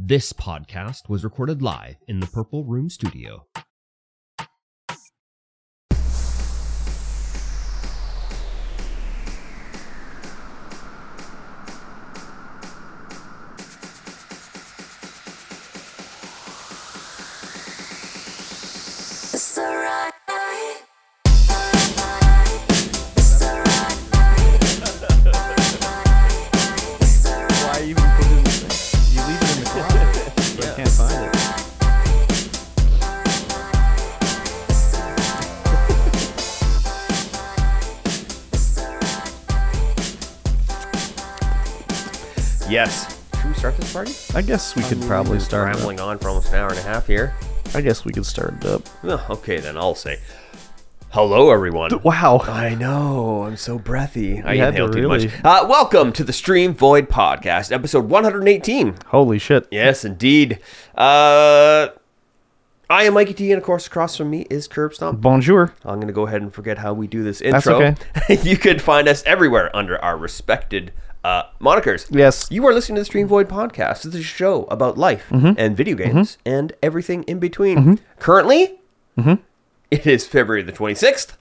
This podcast was recorded live in the Purple Room Studio. It's alright. Why even put it in the thing? You leave it in the closet. but I can't find it. Yes. Should we start this party? I guess we could probably start. it Rambling on for almost an hour and a half here. up. I guess we could start it up. Well, okay, then I'll say hello, everyone. Wow. I know. I'm so breathy. I You had to inhale too much. really- Uh, welcome to the Stream Void Podcast, episode 118. Holy shit. Yes, indeed. Uh, I am Mikey T, and of course, across from me is Curb Stomp. Bonjour. I'm going to go ahead and forget how we do this That's intro. you can find us everywhere under our respected uh, monikers. Yes. You are listening to the Stream Void podcast. This is a show about life Mm-hmm. and video games and everything in between. Currently, it is February the 26th,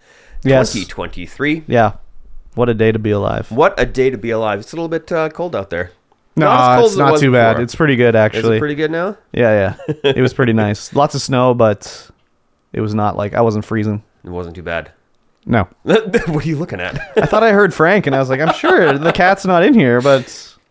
Mm-hmm. Yes. 2023. Yeah. What a day to be alive. What a day to be alive. It's a little bit uh, cold out there. No, as cold it's as it not was too bad. before. It's pretty good Is actually. it pretty good now? yeah, yeah. It was pretty nice. Lots of snow, but it was not like I wasn't freezing. It wasn't too bad. No. what are you looking at? I thought I heard Frank, and I was like, I'm sure the cat's not in here, but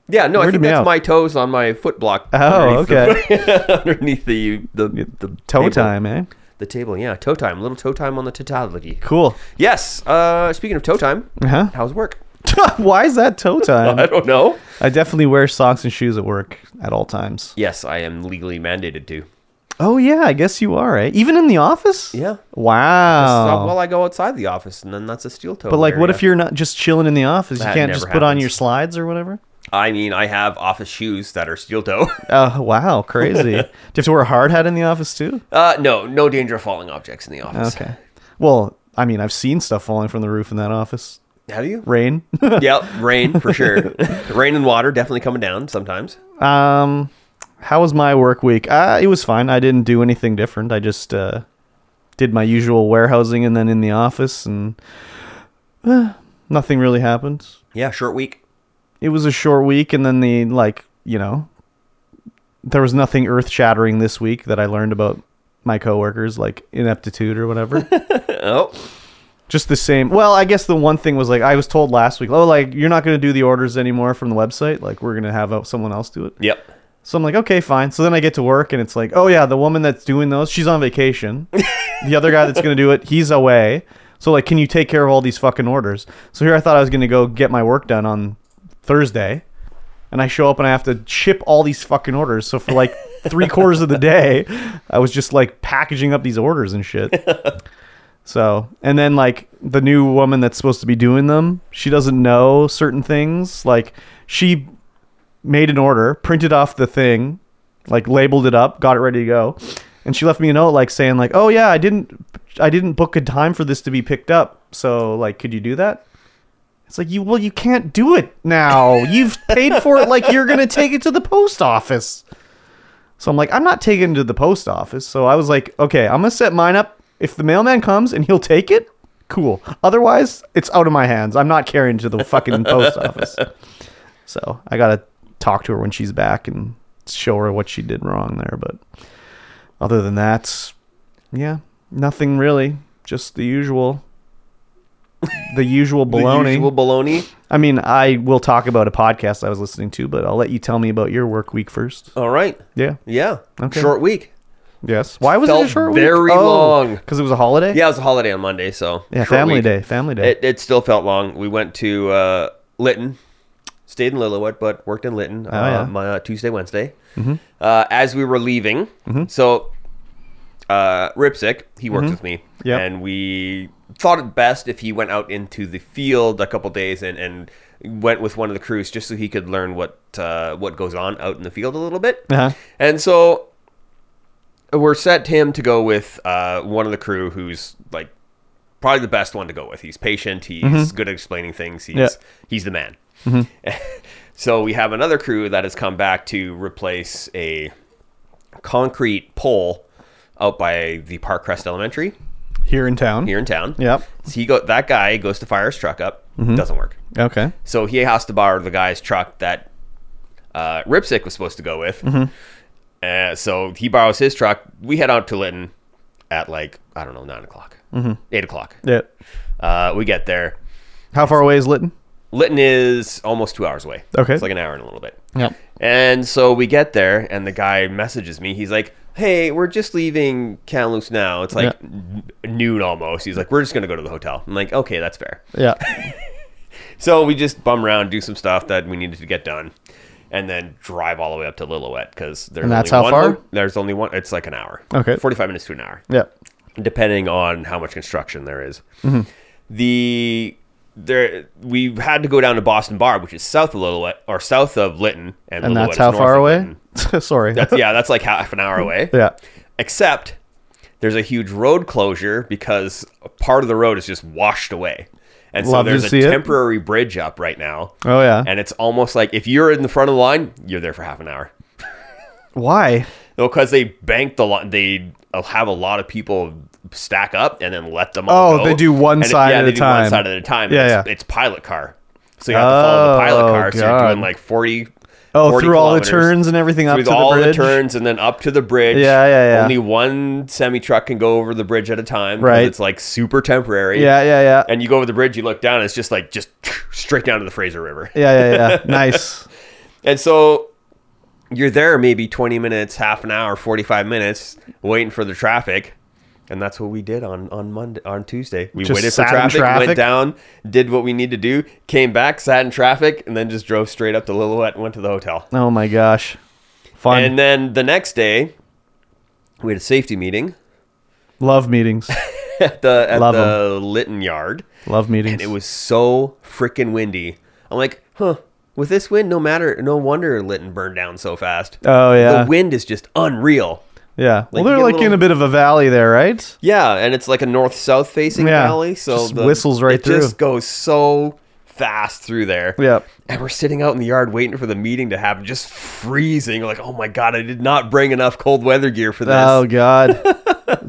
yeah, no, I Weirded think me that's out. my toes on my foot block. oh, okay. okay. underneath the the, the Toe table. time, eh? The table, yeah, toe time. Little toe time on the totality. Cool. Yes. Uh, speaking of toe time, Uh-huh. how's work? Why is that toe time? I don't know. I definitely wear socks and shoes at work at all times. Yes, I am legally mandated to. Oh yeah, I guess you are, eh? Even in the office? Yeah. uh, Wow. Stop while I go outside the office, and then that's a steel toe. Oh. but like, what if area. you're not just chilling in the office? you That can't never just put on happens. your slides or whatever. I mean, I have office shoes that are steel toe. Oh wow, crazy! Do you have to wear a hard hat in the office too? Uh, no, no danger of falling objects in the office. Okay. Well, I mean, I've seen stuff falling from the roof in that office. Have you? Rain. yep, rain for sure. rain and water definitely coming down sometimes. um, how was my work week? Uh, it was fine. I didn't do anything different. I just uh, did my usual warehousing and then in the office, and uh, nothing really happened. Yeah, short week. it was a short week and then the like you know there was nothing earth shattering this week that i learned about my coworkers like ineptitude or whatever Oh, just the same well i guess the one thing was like i was told last week oh like you're not going to do the orders anymore from the website like we're going to have uh, someone else do it yep. so i'm like okay fine so then i get to work and it's like oh yeah the woman that's doing those she's on vacation the other guy that's going to do it he's away so like can you take care of all these fucking orders so here i thought i was going to go get my work done on thursday and i show up and i have to ship all these fucking orders so for like three quarters of the day i was just like packaging up these orders and shit so and then like the new woman that's supposed to be doing them she doesn't know certain things like she made an order, printed off the thing, like labeled it up, got it ready to go, and she left me a note like saying like, "Oh yeah, I didn't, I didn't book a time for this to be picked up. So like, could you do that?" It's like you well, you can't do it now. You've paid for it. Like you're gonna take it to the post office. So I'm like, I'm not taking it to the post office. So I was like, okay, I'm gonna set mine up. If the mailman comes and he'll take it, cool. Otherwise, it's out of my hands. I'm not carrying it to the fucking post office. So I gotta talk to her when she's back and show her what she did wrong there. But other than that, yeah, nothing really. Just the usual, the usual baloney. The usual baloney. I mean, I will talk about a podcast I was listening to, but I'll let you tell me about your work week first. All right. Yeah. Yeah. Okay. Short week. Yes. Why was it a Felt short week? very long. Because it was a holiday. Yeah, it was a holiday on Monday, so Yeah. short Family week. day. Family day. It, it still felt long. We went to uh, Lytton, stayed in Lillooet, but worked in Lytton uh, Oh, yeah. Mm-hmm. my, uh, Tuesday, Wednesday. Uh, as we were leaving, so uh, Ripsick, he works with me, Mm-hmm. Yep. and we thought it best if he went out into the field a couple days and, and went with one of the crews just so he could learn what uh, what goes on out in the field a little bit. Uh-huh. And so we're set him to go with uh, one of the crew who's like probably the best one to go with. He's patient. He's good at explaining things. He's Mm-hmm. Yeah. Mm-hmm. he's the man. so we have another crew that has come back to replace a concrete pole out by the Park Crest Elementary Here in town. here in town. Yep. Mm-hmm. So he go that guy goes to fire his truck up, doesn't work. Okay. So he has to borrow the guy's truck that uh, Ripsick was supposed to go with. Mm-hmm. Uh, so he borrows his truck. We head out to Lytton at like I don't know nine o'clock, Mm-hmm. eight o'clock. Yeah. Uh, we get there. How far away is Lytton? Lytton is almost two hours away. Okay. It's like an hour and a little bit. Yep. And so we get there, and the guy messages me. He's like, "Hey, we're just leaving Kamloops now. It's like Yeah. n- noon almost." He's like, "We're just gonna go to the hotel." I'm like, "Okay, that's fair." Yeah. So we just bum around, do some stuff that we needed to get done, and then drive all the way up to Lillooet because there's And that's only how one far? lo- there's only one. It's like an hour. Okay. forty-five minutes to an hour Yeah. depending on how much construction there is. Mm-hmm. The there we had to go down to Boston Bar, which is south of Lillooet or south of Lytton, and, And Lillooet that's is how north far of away? Lytton. Sorry. That's yeah, that's like half an hour away. yeah. Except there's a huge road closure because a part of the road is just washed away. And so Love to there's a see it. temporary bridge up right now. Oh, yeah. And it's almost like if you're in the front of the line, you're there for half an hour. Why? No, because they bank the lot. They have a lot of people stack up and then let them. Oh, all go. they do one And it- side yeah, at a they do time. One side at a time. and Yeah, it's, yeah. it's pilot car, so you have to follow the Oh, pilot car. So you're God. doing like 40 Oh, 40 through all the kilometers, turns and everything up through to all the the bridge. turns and then up to the bridge. Yeah, yeah, yeah. Only one semi truck can go over the bridge at a time. 'cause Right. It's like super temporary. Yeah, yeah, yeah. And you go over the bridge, you look down, it's just like just straight down to the Fraser River. yeah, yeah, yeah. Nice. And so you're there maybe 20 minutes, half an hour, 45 minutes waiting for the traffic. And that's what we did on on Monday on Tuesday. We Just waited for sat in traffic, traffic? went down, did what we need to do, came back, sat in traffic, and then just drove straight up to Lillooet and went to the hotel. Oh my gosh. Fun. And then the next day, we had a safety meeting Love meetings. at the at Love the Lytton Yard. Love meetings. and it was so freaking windy. I'm like, huh. With this wind, no matter, no wonder Lytton burned down so fast. Oh, yeah. the wind is just unreal. yeah. well, you they're get a like in little- a bit of a valley there, right? Yeah, and it's like a north-south facing Yeah, valley, so just whistles right it Just through. goes so fast through there. Yep. And we're sitting out in the yard waiting for the meeting to happen, just freezing. Like, oh my god, I did not bring enough cold weather gear for this. Oh god.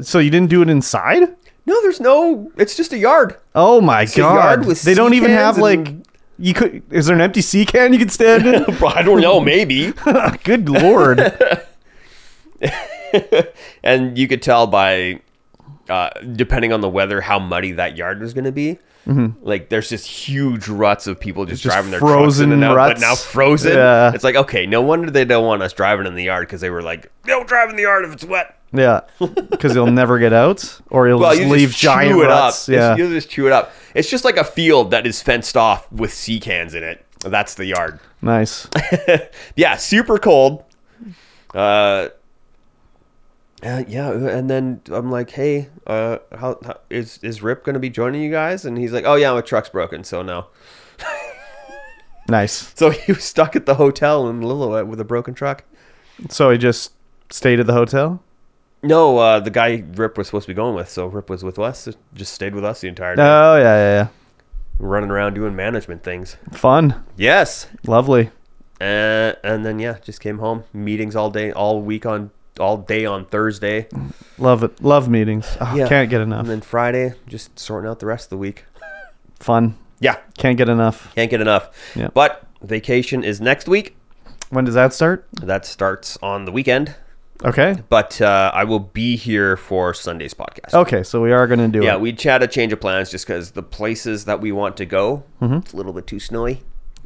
so you didn't do it inside? no, there's no. It's just a yard. Oh my a god. yard with they don't sea even have cans like and- you could is there an empty sea can you could stand in? Ah, I don't know, maybe. Good lord. and you could tell by uh, depending on the weather how muddy that yard was going to be. Like there's just huge ruts of people just, Mm-hmm. Just driving their frozen trucks in and out, ruts. but now frozen. Yeah. It's like okay, no wonder they don't want us driving in the yard because they were like, "Don't drive in the yard if it's wet." yeah. Cuz you'll never get out or you'll Well, just you leave just giant chew it ruts. up. Yeah. you just chew it up. It's just like a field that is fenced off with sea cans in it. That's the yard. nice. yeah, super cold. Uh, uh, yeah, and then I'm like, hey, uh, how, how is is Rip gonna be joining you guys? And he's like, oh yeah, my truck's broken, so no. Nice. So he was stuck at the hotel in Lillooet with a broken truck. So I just stayed at the hotel? No, uh, the guy Rip was supposed to be going with, so Rip was with us. Just stayed with us the entire day, Oh yeah, yeah, running around doing management things. yeah. Fun. Yes, Lovely. uh, and then yeah, just came home. Meetings all day, all week on, all day on Thursday. Love it. Love meetings. Oh, Yeah. Can't get enough. And then Friday, just sorting out the rest of the week. Fun. Yeah, Can't get enough. can't get enough. Yeah. But vacation is next week. When does that start? That starts on the weekend. Okay. But uh, I will be here for Sunday's podcast. Okay, so we are going to do Yeah, it. we had a change of plans just because the places that we want to go, it's a little bit too snowy.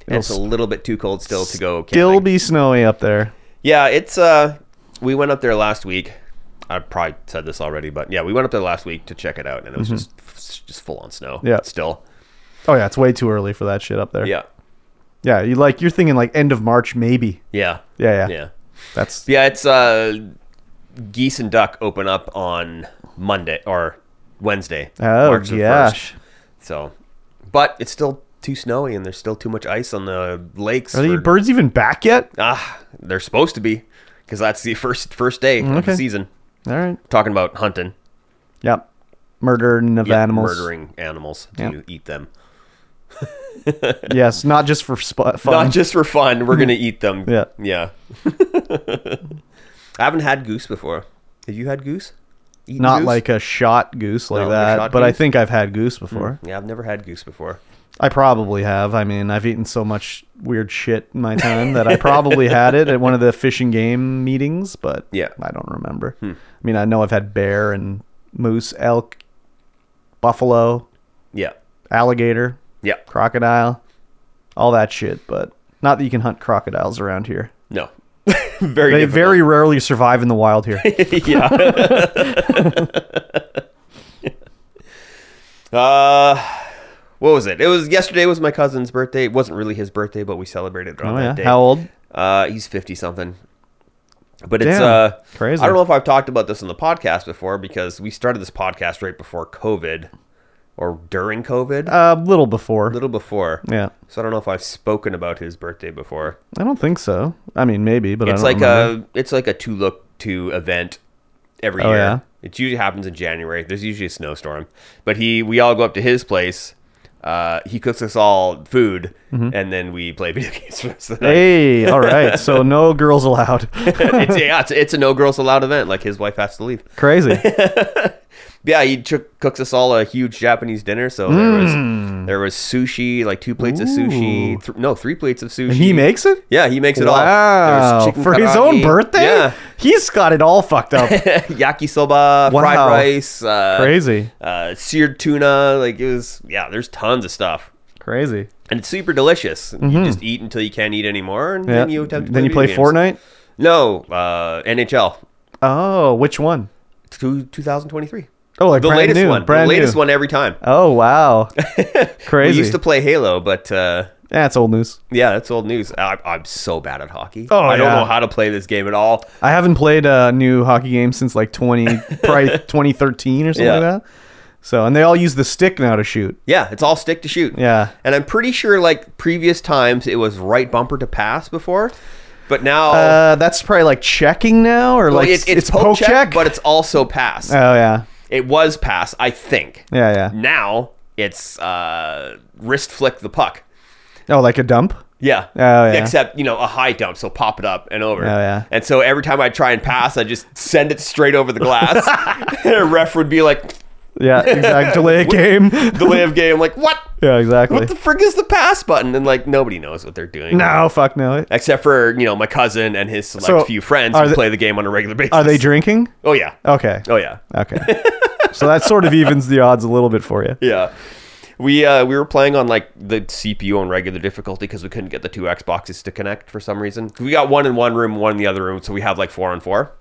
And it's a Mm-hmm. It'll little bit too cold still to go camping. Still be snowy up there. Yeah, it's uh we went up there last week. I probably said this already, but yeah, we went up there last week to check it out and it was just f- just full on snow. Mm-hmm. Yeah. Still. Oh yeah, it's way too early for that shit up there. Yeah. Yeah, you like you're thinking like end of March maybe. Yeah. Yeah, yeah. Yeah. That's Yeah, it's uh, geese and duck open up on Monday or Wednesday, Oh March the gosh. 1st. So, but it's still too snowy and there's still too much ice on the lakes. Are the for- birds even back yet? ah, they're supposed to be because that's the first first day of okay. the season. All right. Talking about hunting, Yep. Murdering of Yeah, animals. murdering animals to Yeah. eat them. Yes, not just for sp- fun. Not just for fun. We're gonna eat them. Yeah. yeah. I haven't had goose before. Have you had goose? Eaten Not goose? like a shot goose like No, like a that, shot but I goose? Hmm. think I've had goose before. Yeah, I've never had goose before. I probably have. I mean, I've eaten so much weird shit in my time that I probably had it at one of the fish and game meetings, but Yeah. Hmm. I don't remember. I mean, I know I've had bear and moose, elk, buffalo, Yeah. alligator, Yeah. crocodile, all that shit, but not that you can hunt crocodiles around here. No. very They difficult. very rarely survive in the wild here. yeah. uh, what was it? It was yesterday. Was my cousin's birthday. It wasn't really his birthday, but we celebrated it on oh, that yeah. day. How old? Uh, he's fifty something. But it's uh Damn, crazy. I don't know if I've talked about this on the podcast before because we started this podcast right before COVID or during COVID, A little before. a little before. Uh, Yeah. So I don't know if I've spoken about his birthday before. I don't think so. I mean, maybe, but it's I don't like remember. a it's like a two look to event every Oh, year. yeah? It usually happens in January. There's usually a snowstorm, but he we all go up to his place. Uh, he cooks us all food, and then we play video games for the rest of the night. Mm-hmm. Hey, all right. So no girls allowed. it's, yeah, it's, it's a no girls allowed event. Like his wife has to leave. Crazy. Yeah, he ch- cooks us all a huge Japanese dinner. So there Mm. was there was sushi, like two plates of sushi, th- no, three plates of sushi. And he makes it? Yeah, he makes it all. There was Wow. chicken For his own karaage. birthday? Yeah, He's got it all fucked up. yakisoba, fried Wow. rice, uh, Crazy. uh, seared tuna. Like it was, yeah. There's tons of stuff, Crazy. and it's super delicious. You just eat until you can't eat anymore, and Mm-hmm. Yeah. then you attempt. To Then you play video games. Fortnite? No, uh, NHL, Oh, which one? two, 2023. Oh, like the brand latest new. one, Brand the latest new. one every time. Oh, wow. We Crazy. used to play Halo, but uh, That's old news. yeah, that's old news. I, I'm so bad at hockey. Oh, I don't yeah. know how to play this game at all. I haven't played a new hockey game since like 20, probably 2013 or something Yeah. like that. So, and they all use the stick now to shoot. Yeah, it's all stick to shoot. Yeah. And I'm pretty sure like previous times it was right bumper to pass before, but now Uh, that's probably like checking now or Oh. well, like it- it's, poke check, but it's also pass. oh yeah, it was pass, I think. yeah, yeah. Now it's uh, wrist flick the puck. Oh, like a dump. Yeah. Oh, yeah. Except you know a high dump, so pop it up and over. Oh, yeah. And so every time I try and pass, I just send it straight over the glass. A ref would be like, Yeah, exactly. Delay a game. delay of game, like what? yeah, exactly. What the frick is the pass button? And like nobody knows what they're doing. no, fuck no. Except for you know my cousin and his select So, few friends are who they- play the game on a regular basis. Are they drinking? oh yeah. Okay. Oh yeah. Okay. so that sort of evens the odds a little bit for you. Yeah. We uh, we were playing on like the CPU on regular difficulty because we couldn't get the two Xboxes to connect for some reason. We got one in one room, one in the other room, so we have like four on four.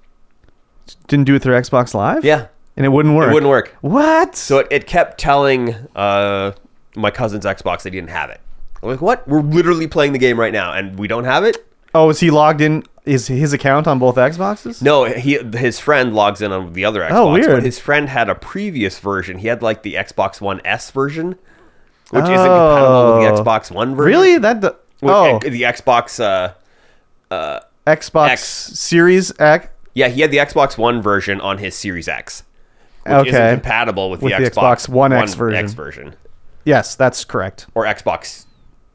Didn't do it through Xbox Live. Yeah. And it wouldn't work. It wouldn't work. What? So it, it kept telling uh, my cousin's Xbox they didn't have it. I'm like, what? We're literally playing the game right now and we don't have it? oh, is he logged in? Is his account on both Xboxes? No, he his friend logs in on the other Xbox, Oh, but weird. his friend had a previous version. He had like the Xbox One S version, which isn't compatible Oh. with the Xbox One version. Really? That. Do- With oh, e- the Xbox uh, Xbox X. Series X. Yeah, he had the Xbox One version on his Series X, which isn't Okay. compatible with, With the, Xbox, One X version. yes, that's correct. or Xbox.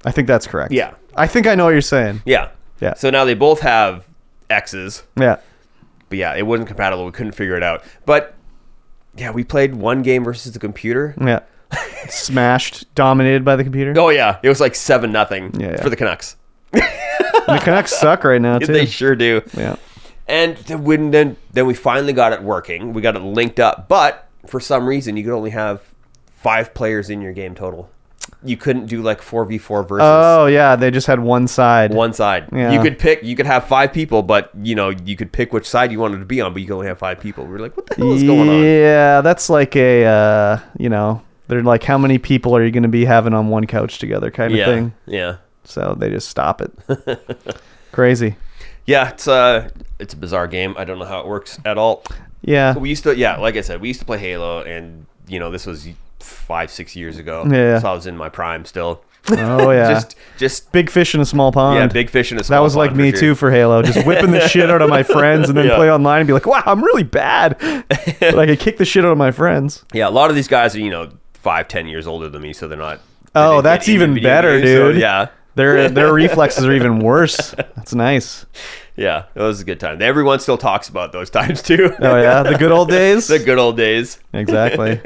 I think that's correct. Yeah. I think I know what you're saying. Yeah, Yeah. So now they both have X's, Yeah. but yeah, it wasn't compatible. We couldn't figure it out. But yeah, we played one game versus the computer. Yeah. Smashed, dominated by the computer. Oh yeah, it was like seven nothing Yeah, yeah. for the Canucks. And the Canucks suck right now too. They sure do. yeah. And th- when then then we finally got it working. We got it linked up, but for some reason you could only have five players in your game total. You couldn't do like four v four versus. Oh yeah, they just had one side. one side. Yeah. You could pick. You could have five people, but you know you could pick which side you wanted to be on. But you could only have five people. We were like, what the hell is going on? Yeah, that's like a uh, you know, they're like how many people are you going to be having on one couch together kind of Yeah, thing. yeah, So they just stop it. Crazy. yeah. It's uh, it's a bizarre game. I don't know how it works at all. Yeah. We used to, yeah, like I said, we used to play Halo, and you know this was five, six years ago. Yeah. so I was in my prime still. Oh yeah. Just, just big fish in a small pond. yeah, big fish in a small That was like pond, for me sure. too for Halo, just whipping the shit out of my friends and then Yeah. play online and be like, "Wow, I'm really bad," but I could kick the shit out of my friends. Yeah, a lot of these guys are you know five, ten years older than me, so they're not. they Oh, didn't get that's into even video better, games, so dude. yeah. Their their reflexes are even worse. That's nice. Yeah, it was a good time. Everyone still talks about those times too. Oh yeah, the good old days. the good old days. exactly.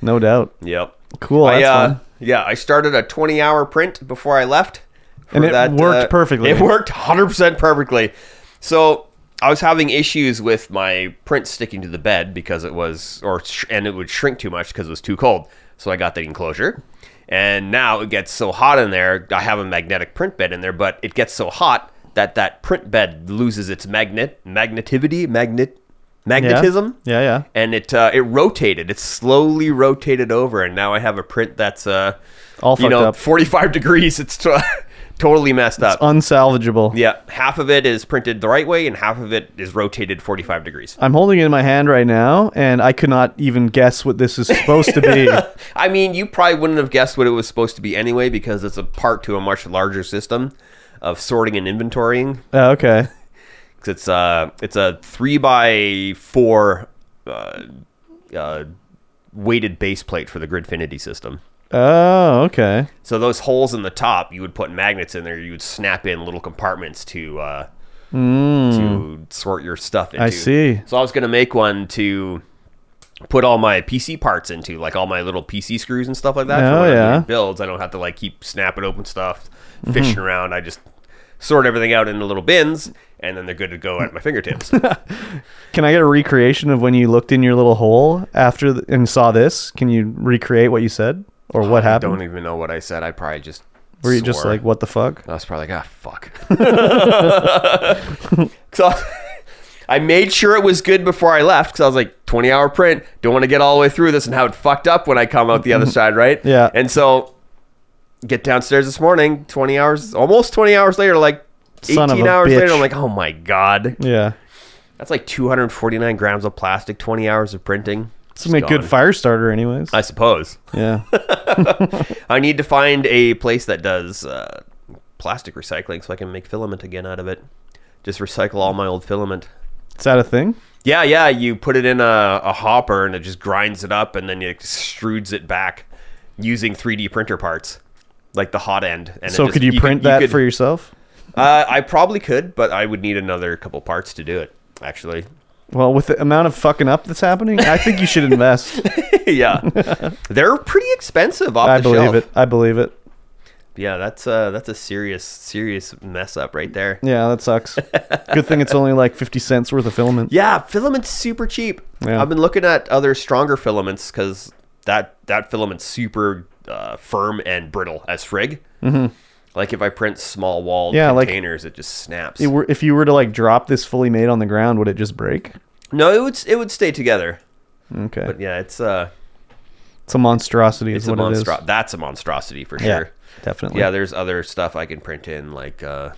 No doubt. Yep. Cool. That's I, uh, fun. Yeah, I started a 20 hour print before I left. for uh, And it worked perfectly. It worked 100% perfectly. So I was having issues with my print sticking to the bed because it was, or sh- and it would shrink too much because it was too cold. So I got the enclosure. And now it gets so hot in there. I have a magnetic print bed in there, but it gets so hot that that print bed loses its magnet, magnetivity, magnet, magnetism Yeah. Yeah. yeah. and it uh, it rotated. It slowly rotated over, and now I have a print that's uh, All you fucked know up. 45 degrees. It's t- totally messed up. Unsalvageable. yeah, half of it is printed the right way, and half of it is rotated 45 degrees. I'm holding it in my hand right now, and I could not even guess what this is supposed to be. I mean, you probably wouldn't have guessed what it was supposed to be anyway, because it's a part to a much larger system of sorting and inventorying. Oh, okay. 'Cause it's uh, it's a three by four. Uh, uh, weighted base plate for the gridfinity system Oh, okay. So those holes in the top, you would put magnets in there. You would snap in little compartments to uh, to sort your stuff into. Mm. I see. So I was gonna make one to put all my PC parts into, like all my little PC screws and stuff like that. Oh, when I'm yeah. Mm-hmm. doing builds. I don't have to like keep snapping open stuff, fishing around. I just sort everything out into little bins, and then they're good to go at my fingertips. Can I get a recreation of when you looked in your little hole after th- and saw this? Can you recreate what you said or what I happened? don't even know what I said. I probably just Were you just swore. like, what the fuck? I was probably like, ah, fuck. "Ah, so I made sure it was good before I left because I was like, 20 hour print. Don't want to get all the way through this and have it fucked up when I come out the other side, right? Yeah. And so get downstairs this morning, 20 hours, almost 20 hours later, like 18 Son of a hours later, bitch. I'm like, oh my God. Yeah. That's like 249 grams of plastic, 20 hours of printing. This would make good gone. fire starter, anyways. I suppose. yeah. I need to find a place that does uh, plastic recycling so I can make filament again out of it. Just recycle all my old filament. Is that a thing? Yeah, yeah. You put it in a, a hopper and it just grinds it up and then it extrudes it back using 3D printer parts, like the hot end. And it So just- could you, print that for yourself? Uh, I probably could, but I would need another couple parts to do it. Actually, Well, with the amount of fucking up that's happening, I think you should invest. yeah, they're pretty expensive off I the believe shelf. it. I believe it. Yeah, that's uh, that's a serious serious mess up right there. Yeah, that sucks. Good thing it's only like 50 cents worth of filament. Yeah, filament's super cheap. Yeah. I've been looking at other stronger filaments because that that filament's super uh, firm and brittle as frig. Mm-hmm. Like if I print small walled Yeah, like- containers, it just snaps. It were- If you were to like drop this fully made on the ground, would it just break? no, it would s- it would stay together. Okay. But yeah, it's uh, it's a monstrosity, is it's a what it is. monstro- That's a monstrosity for Yeah, sure. definitely. Yeah, there's other stuff I can print in, like uh,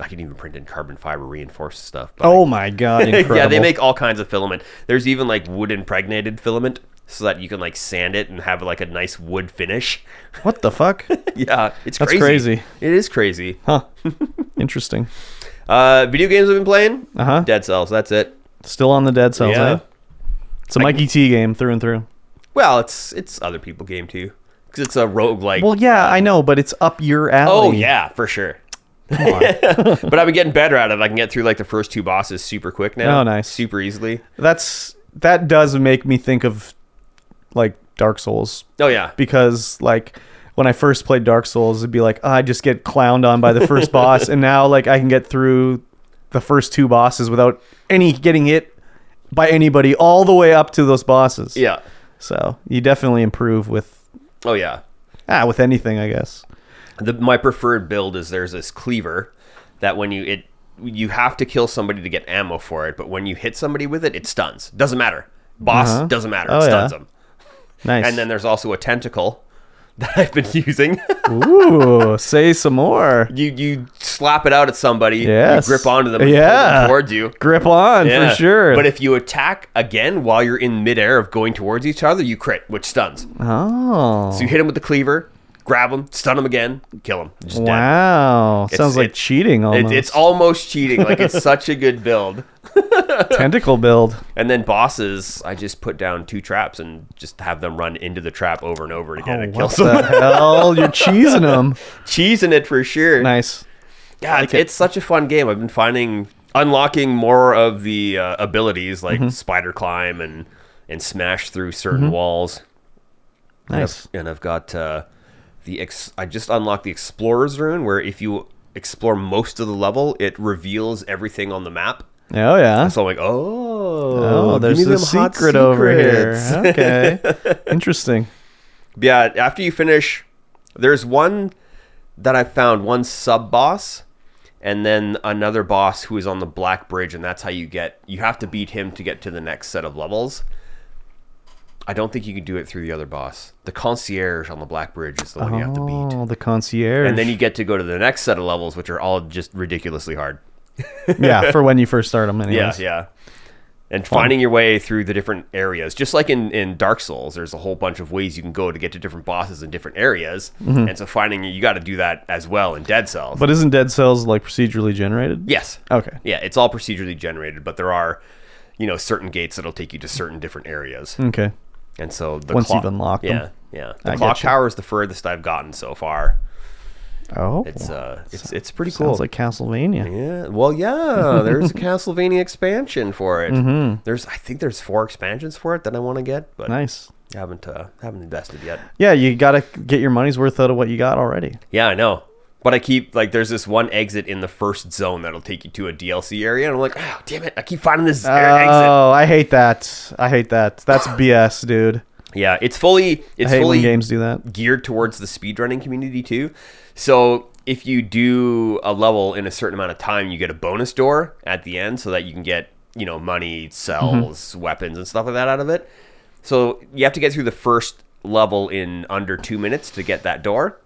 I can even print in carbon fiber reinforced stuff. But I Oh my god! Incredible. yeah, they make all kinds of filament. There's even like wood impregnated filament so that you can like sand it and have like a nice wood finish. what the fuck? yeah, it's That's crazy. crazy. It is crazy. Huh? Interesting. Uh, video games I've been playing? Uh-huh. Dead Cells, that's it. Still on the dead cells. Yeah. Eh? It's a Mikey T game through and through. Well, it's it's other people game too. Cuz it's a roguelike. Well, yeah, I know, but it's up your alley. Oh yeah, for sure. but I've been getting better at it. I can get through like the first two bosses super quick now. Oh, nice. Super easily. That's that does make me think of like Dark Souls Oh yeah. because like when I first played Dark Souls, it'd be like "Ah, I just get clowned on by the first boss, and now like I can get through the first two bosses without any getting hit by anybody all the way up to those bosses. Yeah. So you definitely improve with Oh yeah. ah with anything, I guess. the, my preferred build is there's this cleaver that when you it you have to kill somebody to get ammo for it, but when you hit somebody with it, it stuns. Doesn't matter. Boss Uh-huh. doesn't matter. Oh, it stuns yeah. them. Nice. And then there's also a tentacle that I've been using. ooh, say some more. you you slap it out at somebody. Yes. You grip onto them. And Pull Yeah. them towards you. Grip on Yeah. for sure. But if you attack again while you're in midair of going towards each other, you crit, which stuns. oh So you hit him with the cleaver, grab him, stun him again, kill him. Just dead. wow, sounds like it's- cheating It, almost. it's almost cheating. Like it's such a good build. tentacle build. And then bosses, I just put down two traps and just have them run into the trap over and Oh, over again and kill What someone. the hell? You're cheesing them. Cheesing it for sure. Nice. Yeah, it's, it's such a fun game. I've been finding unlocking more of the uh, abilities Mm-hmm. like spider climb and and smash through certain walls. Nice. And I've, and I've got uh, the ex- I just unlocked the explorer's rune where if you explore most of the level, it reveals everything on the map. Oh yeah. So I'm like, oh, Oh, give there's me a them hot secret over here. secrets. Okay. Interesting. Yeah, after you finish, there's one that I found, one sub boss, and then another boss who is on the Black Bridge, and that's how you get. You have to beat him to get to the next set of levels. I don't think you can do it through the other boss. The concierge on the Black Bridge is the one you have to beat, Oh, the concierge. and then you get to go to the next set of levels, which are all just ridiculously hard. yeah, for when you first start them. Yeah, Anyways. yeah. And finding your way through the different areas, just like in, in Dark Souls, there's a whole bunch of ways you can go to get to different bosses in different areas, and so finding you got to do that as well in Dead Cells. Mm-hmm. But Oh. isn't Dead Cells like procedurally generated? yes, Okay. yeah, it's all procedurally generated, but there are, you know, certain gates that'll take you to certain different areas, Okay. and so the Hmm. Once clock, you've unlocked yeah, them. yeah, the I clock getcha. tower is the furthest I've gotten so far. Oh. It's uh, it's it's pretty cool. sounds like Castlevania. Yeah. Well, yeah. There's a Castlevania expansion for it. There's, I think there's four expansions for it that I want to get, but Mm-hmm. Nice. I haven't uh, haven't invested yet. Yeah, you gotta get your money's worth out of what you got already. Yeah, I know. But I keep like there's this one exit in the first zone that'll take you to a DLC area, and I'm like, oh damn it, I keep finding this Oh, area exit. I hate that. I hate that. That's BS, dude. Yeah, it's fully I it's hate fully when games do that. geared towards the speedrunning community too. So if you do a level in a certain amount of time, you get a bonus door at the end so that you can get, you know, money, cells, weapons, and stuff like that out of it. So you have to get through the first level in under two minutes to get that door.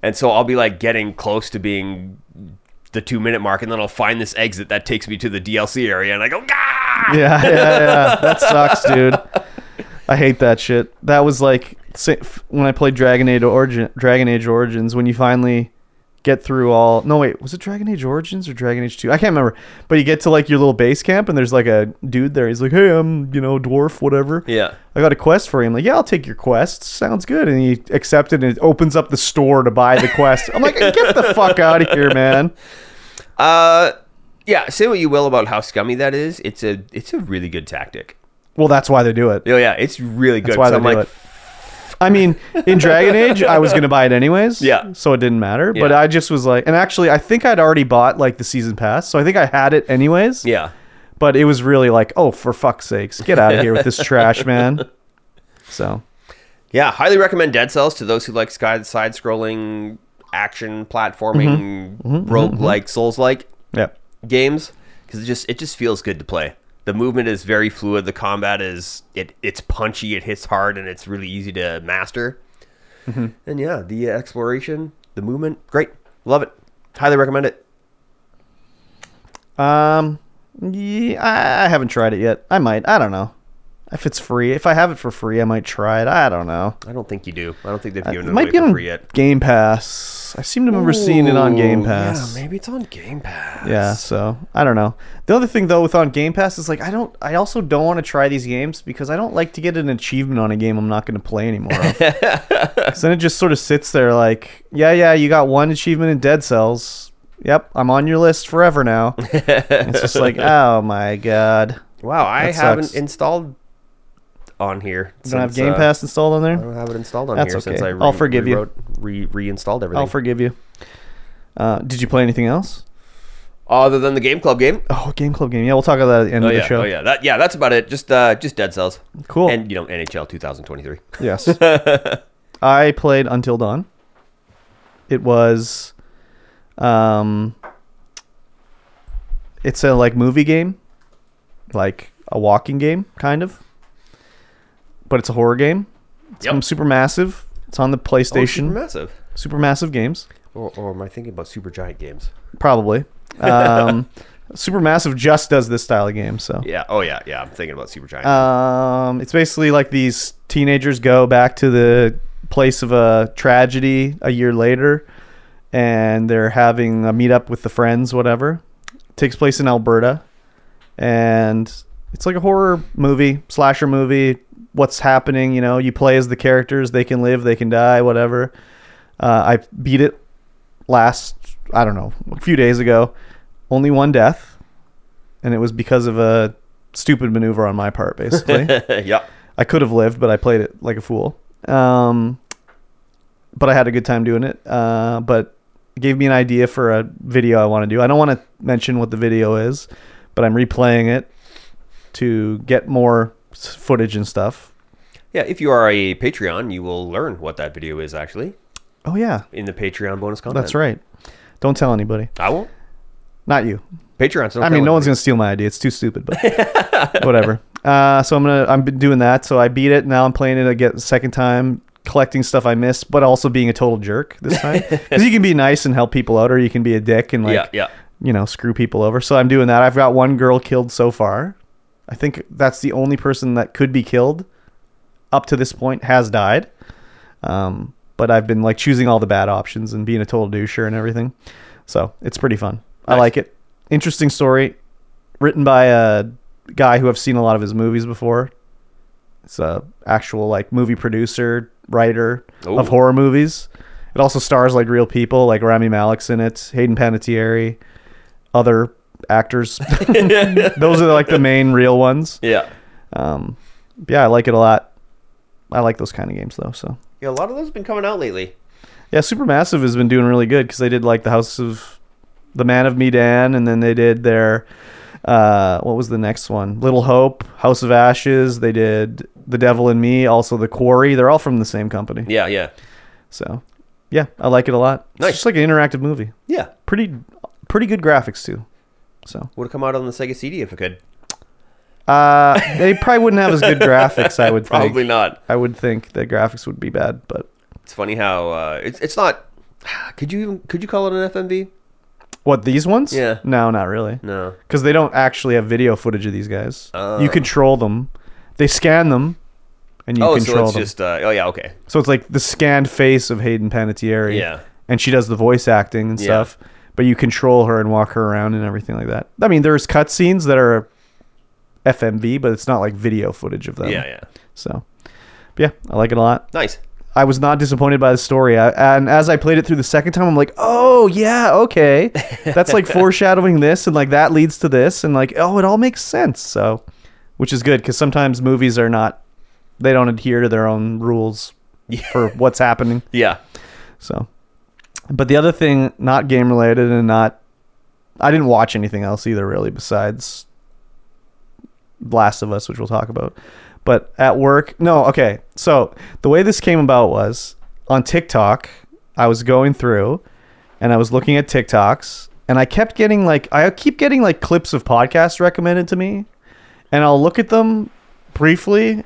And so I'll be like getting close to being the two minute mark, and then I'll find this exit that takes me to the DLC area, and I go, Gah! yeah, yeah, yeah. That sucks, dude. I hate that shit. That was like sa- f- when I played Dragon Age Origin, Dragon Age Origins. When you finally get through all, no wait, was it Dragon Age Origins or Dragon Age Two? I can't remember. But you get to like your little base camp, and there's like a dude there. He's like, "Hey, I'm you know dwarf, whatever. Yeah. I got a quest for you." I'm like, "Yeah, I'll take your quest. Sounds good." And he accepted, and it opens up the store to buy the quest. I'm like, "Get the fuck out of here, man." Uh, yeah, say what you will about how scummy that is. It's a it's a really good tactic. Well, that's why they do it. Oh yeah, it's really good. That's why So they I'm do like, it. I mean, in Dragon Age, I was gonna buy it anyways. Yeah. So it didn't matter. But Yeah. I just was like, and actually, I think I'd already bought like the season pass, so I think I had it anyways. yeah, But it was really like, oh, for fuck's sakes, get out of here with this trash, man. So yeah. Highly recommend Dead Cells to those who like sky side scrolling action platforming Mm-hmm. rogue like Souls like yeah, games because it just it just feels good to play. The movement is very fluid. The combat is it it's punchy. It hits hard and it's really easy to master. Mm-hmm. And yeah, the exploration, the movement, great. Love it. Highly recommend it. um, yeah, I, I haven't tried it yet. I might. I don't know. If it's free, if I have it for free, I might try it. I don't know. I don't think you do. I don't think they've given It it, Uh, might away be for on free yet. Game Pass. I seem to remember seeing it on Game Ooh, Pass. Yeah, maybe it's on Game Pass. Yeah, so I don't know. The other thing though with on Game Pass is like I don't I also don't want to try these games because I don't like to get an achievement on a game I'm not going to play anymore. of. 'Cause then it just sort of sits there like, yeah, yeah, you got one achievement in Dead Cells. Yep, I'm on your list forever now. it's just like, oh my god. Wow, I That haven't sucks. installed on here. You don't have since, Game uh, Pass installed on I there? don't have it installed on That's here since I okay. I'll forgive you. rewrote- Re- reinstalled everything. I'll forgive you. Uh, did you play anything else? Other than the Game Club game. Oh, Game Club game. Yeah, we'll talk about that at the end Oh of yeah, the show. oh yeah, that yeah, that's about it. Just uh, just Dead Cells. Cool. And you know NHL 2023. Yes. I played Until Dawn. It was um it's a like movie game. Like a walking game kind of. But it's a horror game. It's Yep. Oh, from Supermassive. It's on the PlayStation. massive. Supermassive Games Or, or am I thinking about Super Giant games? probably. Um Supermassive just does this style of game, so Yeah. Oh yeah, yeah. I'm thinking about Super Giant. Um, it's basically like these teenagers go back to the place of a tragedy a year later, and they're having a meetup with the friends, whatever. takes place in Alberta, and it's like a horror movie, slasher movie. What's happening? You know, you play as the characters. They can live, they can die, whatever. Uh, I beat it last I don't know, a few days ago. Only one death, and it was because of a stupid maneuver on my part, basically. yeah. I could have lived, but I played it like a fool. Um, but I had a good time doing it. Uh, but it gave me an idea for a video I want to do. I don't want to mention what the video is, but I'm replaying it to get more s- footage and stuff. Yeah, if you are a Patreon, you will learn what that video is actually Oh yeah, in the Patreon bonus content. that's right. Don't tell anybody. I won't. Not you. Patreon's not I mean, no one's gonna steal my idea. It's too stupid, but whatever. Uh, so I'm gonna I'm been doing that. So I beat it. Now I'm playing it again second time, collecting stuff I missed, but also being a total jerk this time. Because you can be nice and help people out, or you can be a dick and like Yeah, yeah. you know screw people over. So I'm doing that. I've got one girl killed so far. I think that's the only person that could be killed up to this point has died. Um, but I've been like choosing all the bad options and being a total doucher and everything. So it's pretty fun. I Nice. like it. Interesting story, written by a guy who I've seen a lot of his movies before. It's a actual like movie producer, writer of Ooh. horror movies. It also stars like real people, like Rami Malek's in it, Hayden Panettiere, other actors. Those are like the main real ones. Yeah. Um, yeah, I like it a lot. I like those kind of games though. So Yeah, a lot of those have been coming out lately. yeah, Supermassive has been doing really good because they did like the House of the Man of Medan, and then they did their uh, what was the next one? Little Hope, House of Ashes. They did The Devil in Me, also The Quarry. They're all from the same company. Yeah, yeah. So yeah, I like it a lot. Nice. It's just like an interactive movie. Yeah. Pretty pretty good graphics too. So Would have come out on the Sega CD if it could. uh, they probably wouldn't have as good graphics. I would think. Probably not. I would think the graphics would be bad, but It's funny how uh, it's it's not. Could you even could you call it an FMV? What these ones? Yeah. No, not really. No. Because they don't actually have video footage of these guys. Oh. You control them. They scan them, and you oh, control so it's them. just. Uh, oh yeah. Okay. So it's like the scanned face of Hayden Panettiere. Yeah. And she does the voice acting and Yeah. stuff, but you control her and walk her around and everything like that. I mean, there's cutscenes that are FMV, but it's not like video footage of them. Yeah, yeah. So, yeah, I like it a lot. Nice. I was not disappointed by the story. I, and as I played it through the second time, I'm like, oh yeah, okay, that's like foreshadowing this, and like that leads to this, and like oh, it all makes sense. So, which is good because sometimes movies are not, they don't adhere to their own rules for what's happening. Yeah. So, but the other thing, not game related, and not, I didn't watch anything else either really besides Last of Us, which we'll talk about. But at work, no, okay. So the way this came about was on TikTok, I was going through and I was looking at TikToks and I kept getting like, I keep getting like clips of podcasts recommended to me and I'll look at them briefly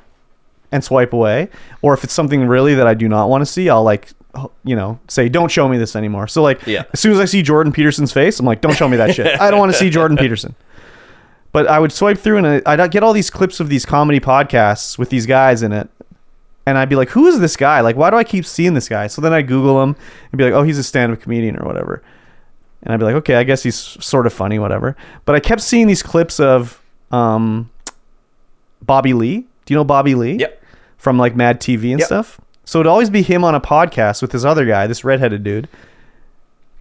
and swipe away. Or if it's something really that I do not want to see, I'll like, h- you know, say, don't show me this anymore. So like, Yeah. as soon as I see Jordan Peterson's face, I'm like, don't show me that shit. I don't want to see Jordan Peterson. But I would swipe through and I- I'd get all these clips of these comedy podcasts with these guys in it. And I'd be like, who is this guy? Like, why do I keep seeing this guy? So then I Google him and be like, oh, he's a stand up comedian or whatever. And I'd be like, okay, I guess he's sort of funny, whatever. But I kept seeing these clips of um, Bobby Lee. Do you know Bobby Lee? Yep. From like Mad TV and Yep. stuff. So it'd always be him on a podcast with this other guy, this redheaded dude.